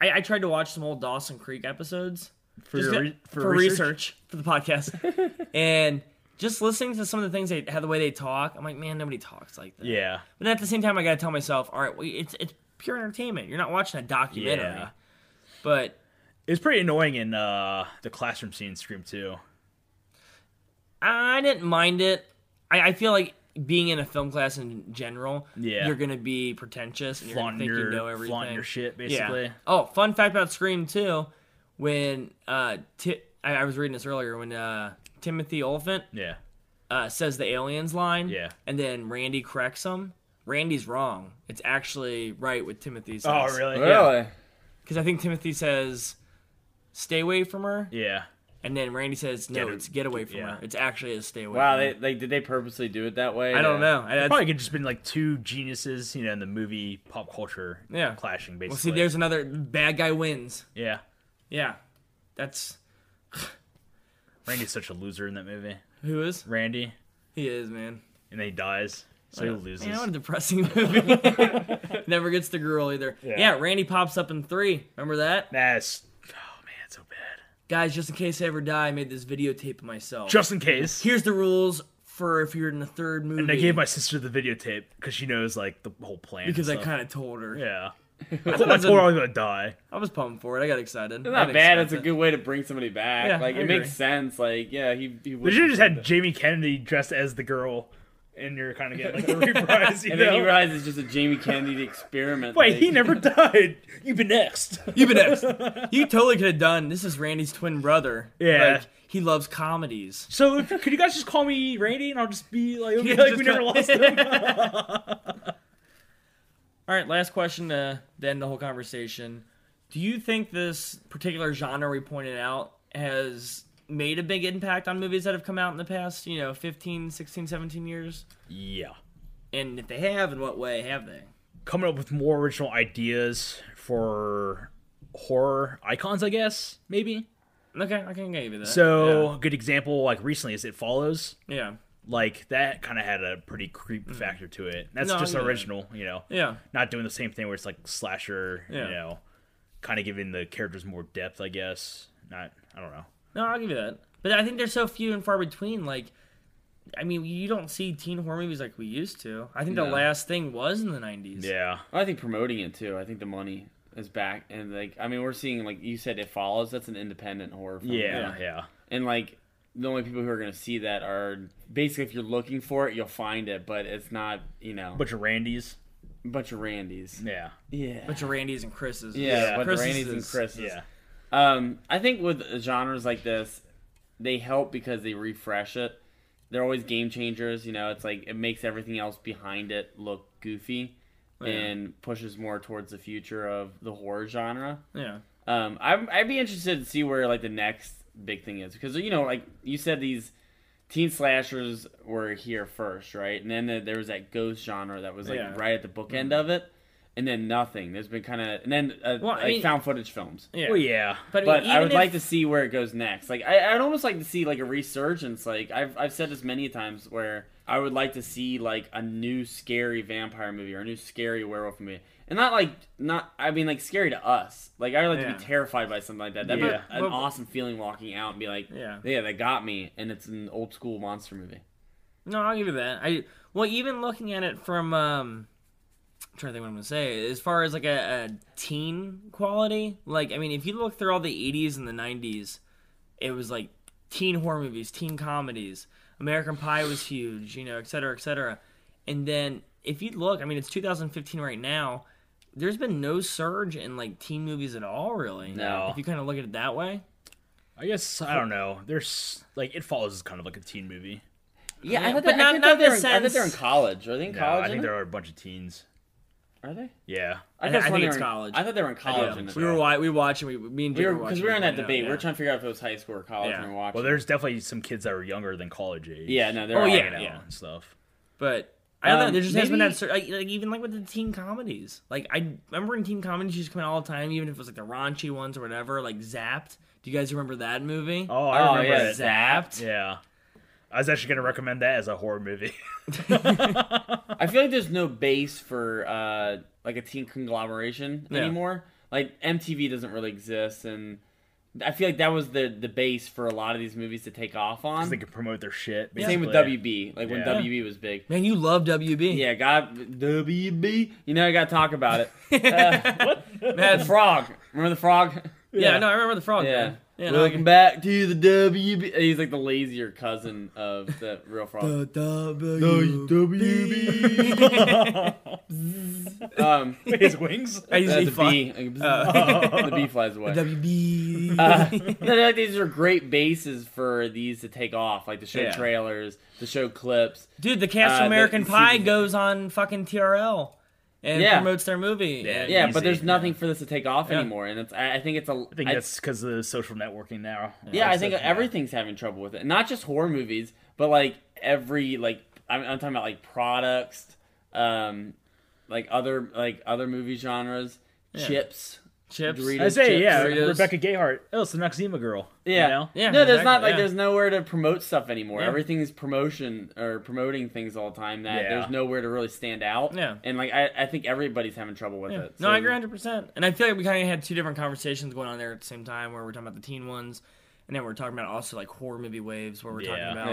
I, I tried to watch some old Dawson Creek episodes
For
Just
your
go-
re- for
research?
research?
for the podcast, and just listening to some of the things they how the way they talk. I'm like, man, nobody talks like that.
Yeah,
But at the same time, I gotta tell myself, all right, well, it's it's pure entertainment. You're not watching a documentary.
Yeah.
But
it was pretty annoying in uh the classroom scene in Scream too.
I didn't mind it. I, I feel like being in a film class in general,
Yeah.
you're gonna be pretentious and you're gonna
Flaunting
think you
your
know everything.
flaunting your shit basically.
Yeah. Oh, fun fact about Scream too. When uh, Ti- I, I was reading this earlier, when uh, Timothy Oliphant
Yeah.
uh, says the aliens line,
Yeah.
and then Randy corrects him. Randy's wrong. It's actually right what Timothy says.
Oh, really?
really.
Because I think Timothy says, "Stay away from her,"
Yeah.
And then Randy says, "No,
Get it-
it's get away from
yeah.
her. It's actually a stay away."
Wow,
from
they
her.
like did they purposely do it that way?
I don't know. I, that's-
Probably could just been like two geniuses, you know, in the movie pop culture
Yeah.
clashing basically.
well, see, there's another bad guy wins.
yeah.
Yeah, that's
Randy's such a loser in that movie.
who is
Randy,
he is man.
and then he dies, so he loses.
Man, what a depressing movie. Never gets the girl either. Yeah. Randy pops up in three. Remember that?
That's oh man, so bad.
Guys, just in case I ever die, I made this videotape of myself.
Just in case,
Here's the rules for if you're in the third movie.
and I gave my sister the videotape because she knows like the whole plan. and
because I
stuff.
kind of told her.
yeah. I told I told her I was gonna die.
I was pumped for it. I got excited.
It's not bad. It's a good way to bring somebody back.
Yeah,
like
I
it
agree.
makes sense. Like yeah, he. he
But you just had Jamie Kennedy dressed as the girl, and you're kind of getting like the reprise. You
and
know?
then you realize it's just a Jamie Kennedy experiment.
Wait,
like-
he never died. You've been next.
You've been next. You totally could have done. This is Randy's twin brother.
Yeah.
Like, he loves comedies.
So if, could you guys just call me Randy, and I'll just be like, it'll be like
just
we never
cut-
lost him.
All right, last question to, to end the whole conversation. Do you think this particular genre we pointed out has made a big impact on movies that have come out in the past, you know, 15, 16, 17 years?
Yeah.
And if they have, in what way have they?
Coming up with more original ideas for horror icons, I guess maybe.
Okay, I can give you that.
So a good example, like recently, is It Follows.
yeah,
Like that kind of had a pretty creep factor to it. That's
Mm. No,
just
yeah.
original, you know.
yeah,
Not doing the same thing where it's like slasher,
Yeah.
you know, kind of giving the characters more depth, I guess. Not, I don't know.
no, I'll give you that. But I think they're so few and far between. Like, I mean, you don't see teen horror movies like we used to. I think the
No.
last thing was in the nineties.
Yeah.
I think promoting it too. I think the money is back, and like I mean, we're seeing like you said, it follows. That's an independent horror film.
Yeah. Yeah.
and like the only people who are gonna see that are basically if you're looking for it, you'll find it, but it's not you know
Bunch of Randys.
bunch of Randys.
Yeah.
Yeah.
bunch of Randy's and Chris's.
yeah, bunch of
Chris's
Randys
is-
and Chris's.
Yeah.
Um, I think with genres like this, they help because they refresh it. They're always game changers, you know. It's like it makes everything else behind it look goofy,
Oh,
and pushes more towards the future of the horror genre.
Yeah,
Um, I'm, I'd be interested to see where like the next big thing is because you know, like you said, these teen slashers were here first, right? And then the, there was that ghost genre that was like
Yeah. Mm-hmm.
right at the bookend of it, and then nothing. There's been kind of and then uh,
Well, I
like
mean-
found footage films.
yeah.
Well, yeah.
But,
But
mean,
I
even
would
if-
like to see where it goes next. Like I, I'd almost like to see like a resurgence. Like I've I've said this many times where I would like to see like a new scary vampire movie or a new scary werewolf movie, and not like not I mean like scary to us. Like I would like
Yeah.
to be terrified by something like that. That'd
Yeah.
be an
Well-
awesome feeling walking out and be like,
Yeah.
yeah, that got me, and it's an old school monster movie.
No, I'll give you that. I well, even looking at it from um, I'm trying to think what I'm gonna say. As far as like a, a teen quality, like I mean, if you look through all the '80s and the '90s, it was like teen horror movies, teen comedies. American Pie was huge, you know, et cetera, et cetera. And then if you look, I mean, it's 2015 right now. There's been no surge in like teen movies at all, really.
No.
If you kind of look at it that way.
I guess I don't know. There's like It Follows is kind of like a teen movie.
Yeah, I thought
But
that,
not-
I thought
not in
they're
the
in, I thought they're in
sense-
college. Are they in
No,
college?
I think
in it?
there are a bunch of teens.
Are they?
Yeah.
I,
I
thought
think
they
it's
were in-
college.
I thought they were in college. in it.
We were wa- we watching. We me and
We
Jake
were
watching
because we were in
it,
that
you know,
debate. We
yeah.
were trying to figure out if it was high school or college
Yeah.
when we watched.
Well,
it.
there's definitely some kids that were younger than college age.
yeah, no, they're
Oh,
all
yeah,
hanging out
yeah.
and stuff.
But I don't know.
Um,
There just has been
maybe-
that, cer- like, like even like with the teen comedies. Like I remember in teen comedies used to come out all the time, even if it was like the raunchy ones or whatever. Like Zapped. Do you guys remember that movie?
Oh, I
Oh,
remember
yeah,
it.
Zapped.
Yeah. I was actually gonna recommend that as a horror movie.
I feel like there's no base for uh, like a teen conglomeration
Yeah.
anymore. Like MTV doesn't really exist, and I feel like that was the the base for a lot of these movies to take off on.
they could promote their shit.
Same with
basically.
WB, like when
Yeah.
WB was big.
Man, you love WB.
Yeah, got WB. You know, I got to talk about it. The
That's-
frog. Remember the frog?
yeah, No, I remember the frog.
Yeah.
Yeah. Yeah. no, I
Welcome
can-
back to the WB. He's like the lazier cousin of the real frog. Um,
His wings.
I usually
that's a
fly-
bee. the bee flies away.
WB.
Uh, no, like, these are great bases for these to take off, like to show
Yeah.
trailers, to show clips.
Dude, the cast
uh,
of American
the-
Pie goes on fucking TRL. and
Yeah.
promotes their movie.
Yeah.
And-
Yeah,
Easy,
but there's
yeah.
nothing for this to take off anymore, and it's. I, I think it's a.
I think that's because of the social networking now.
yeah, I think
Social-
everything's having trouble with it. Not just horror movies, but like every like I'm, I'm talking about like products, um, like other like other movie genres, chips,
Chips.
Doritos,
I say,
chips.
yeah,
Doritos.
Rebecca Gayhart. Oh, it's the Noxzema girl.
Yeah.
You know?
Yeah,
No, there's not
exactly,
like
yeah.
there's nowhere to promote stuff anymore.
Yeah.
Everything is promotion or promoting things all the time that
Yeah.
there's nowhere to really stand out.
Yeah.
And like I, I think everybody's having trouble with
Yeah.
it.
No,
So-
I agree 100. percent And I feel like we kind of had two different conversations going on there at the same time, where we're talking about the teen ones, and then we're talking about also like horror movie waves, where we're
Yeah.
talking about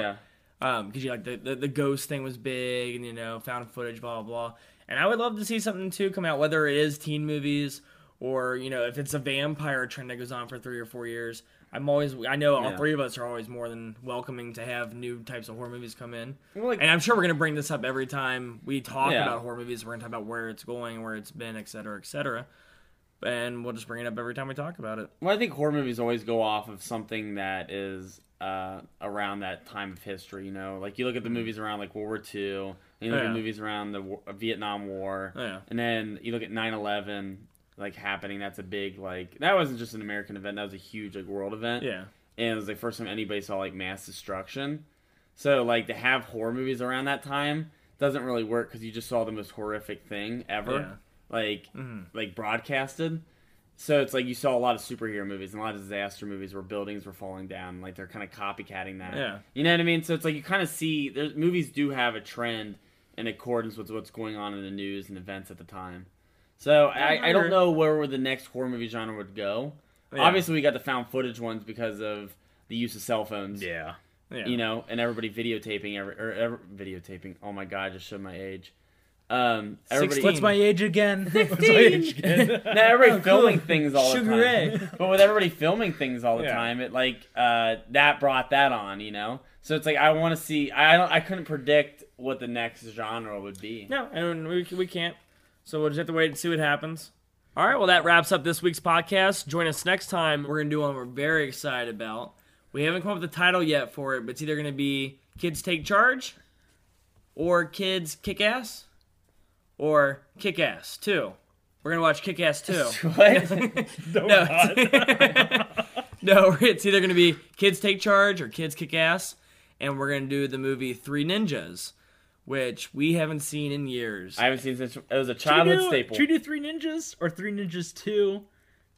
Yeah.
um because you like the, the the ghost thing was big and you know found footage blah blah blah and i would love to see something too come out whether it is teen movies or you know if it's a vampire trend that goes on for three or four years i'm always i know all
Yeah.
three of us are always more than welcoming to have new types of horror movies come in
Well, like-
and i'm sure we're gonna bring this up every time we talk
Yeah.
about horror movies we're gonna talk about where it's going where it's been et cetera et cetera and we'll just bring it up every time we talk about it
Well, I think horror movies always go off of something that is uh, around that time of history. You know, like you look at the movies around like World War II, and you look
Mm-hmm. Yeah.
at movies around the wa- Vietnam War,
Yeah.
and then you look at 9/11 like happening. That's a big like that wasn't just an American event. That was a huge like world event.
yeah
and it was the first time anybody saw like mass destruction. So like to have horror movies around that time doesn't really work because you just saw the most horrific thing ever,
Yeah. Mm-hmm.
like like broadcasted. So it's like you saw a lot of superhero movies and a lot of disaster movies where buildings were falling down. Like they're kind of copycatting that.
Yeah.
You know what I mean? So it's like you kind of see there, movies do have a trend in accordance with what's going on in the news and events at the time. So I, I don't
agree.
know where the next horror movie genre would go. Obviously, we got the found footage ones because of the use of cell phones.
Yeah.
yeah
You know, and everybody videotaping every or ever, videotaping. Oh my god, I just showed my age. Um, everybody,
What's my age again? What's my Oh, age again?
no, everybody filming things all the
Sugar
time.
Ray.
But with everybody filming things all the
Yeah.
time, it like uh, that brought that on. You know, so it's like I want to see. I don't. I couldn't predict what the next genre would be.
No, and we, we can't. So we'll just have to wait and see what happens. All right, well, that wraps up this week's podcast. Join us next time. We're going to do one we're very excited about. We haven't come up with a title yet for it, but it's either going to be Kids Take Charge or Kids Kick Ass or Kick Ass 2. We're going to watch Kick Ass 2.
What?
no, no, it's either going to be Kids Take Charge or Kids Kick Ass. And we're going to do the movie Three Ninjas, which we haven't seen in years.
I haven't seen since it was a
Should we
childhood
do-
staple.
Should we do Three Ninjas or Three Ninjas 2?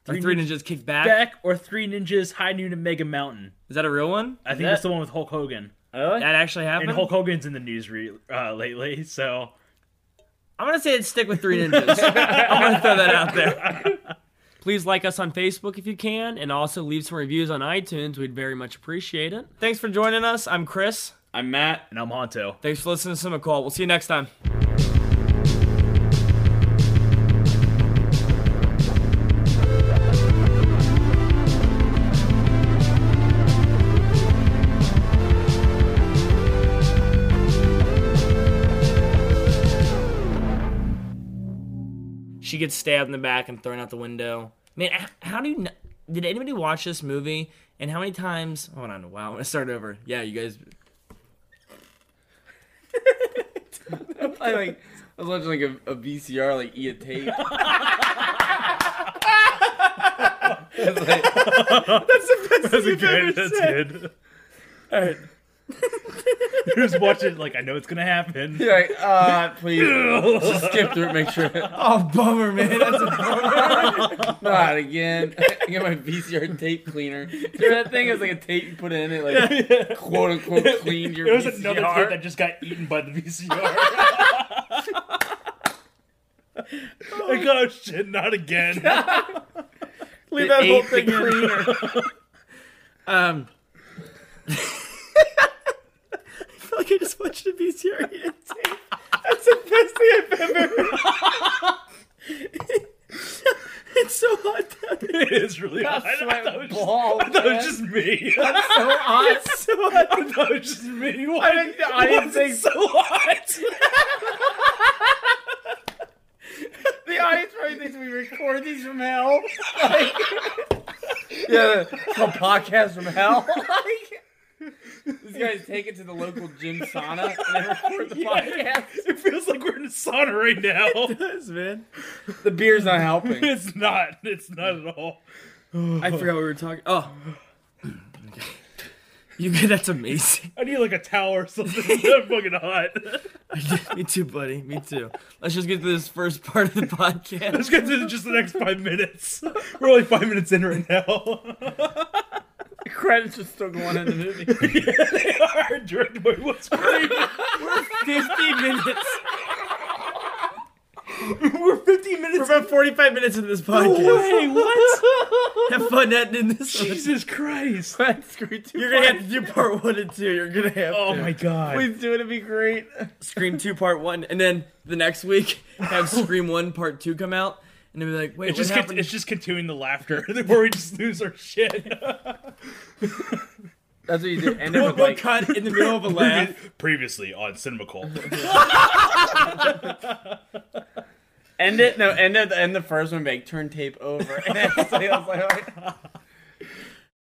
Or three ninjas kick back.
Back or Three Ninjas High Noon and Mega Mountain?
Is that a real one?
I think
that-
that's the one with Hulk Hogan.
Really?
That actually happened.
And Hulk Hogan's in the news re- uh, lately, so
I'm gonna say it stick with three ninjas. I'm gonna throw that out there. Please like us on Facebook if you can, and also leave some reviews on iTunes. We'd very much appreciate it. Thanks for joining us. I'm Chris.
I'm Matt.
and I'm Honto.
Thanks for listening to Call. We'll see you next time. She gets stabbed in the back and thrown out the window. Man, h- how do you? kn- Did anybody watch this movie? And how many times? Hold on. Wow, I'm gonna start over. Yeah, you guys.
I like I was watching like a, a VCR like eat a tape. It's like-
That's good. That's good. All right. Just watch it. Like I know it's gonna happen.
you're like, ah, please just skip through it, make sure
Oh, bummer, man. That's a
not again. I get my VCR tape cleaner. Dude, that thing is like a tape you put in it, like quote unquote cleaned your
There was
VCR.
another tape that just got eaten by the VCR. like oh shit, not again.
Leave that whole thing cleaner.
Um, I feel like I just watched a VCR. hit. That's the best thing I've ever It's so hot down here.
it is really. Hot. I
Sweat
thought it was just-
balls,
I thought it was
man.
just me.
so hot.
It's so hot.
I thought it was just me. Why
I didn't, I didn't
was it
think
so hot?
the audience probably thinks we record these from hell. Like, yeah, a podcast from hell. Like, these guys take it to the local gym sauna and then record the podcast.
It feels like we're in a sauna right now.
man.
The beer's not helping.
it's not. It's not at all.
I forgot what we were talking. Oh, you good? That's amazing.
I need like a towel or something. I'm fucking hot.
Me too, buddy. Me too.
Let's just get to this first part of the podcast.
Let's get to just the next five minutes. We're only five minutes in right now.
The credits are still going in the movie.
Our direct boy was great.
Fifty minutes.
We're 15 minutes.
We're about forty-five minutes into this podcast.
Hey, what?
Have fun editing this. one.
Jesus Christ.
You're gonna have to do part one and two. You're gonna have
Oh my god.
Please do it, it'd be great.
Scream two part one, and then the next week have Scream one part two come out, and they'll be like, wait,
It's
what
just,
happened?
con- it's just continuing the laughter where we just lose our shit.
That's what you do. End
One
up with like
cut in the middle of a laugh.
Previously on CinemaCall.
end it no end it and the first one be like turn tape over. And then it's like, I was like,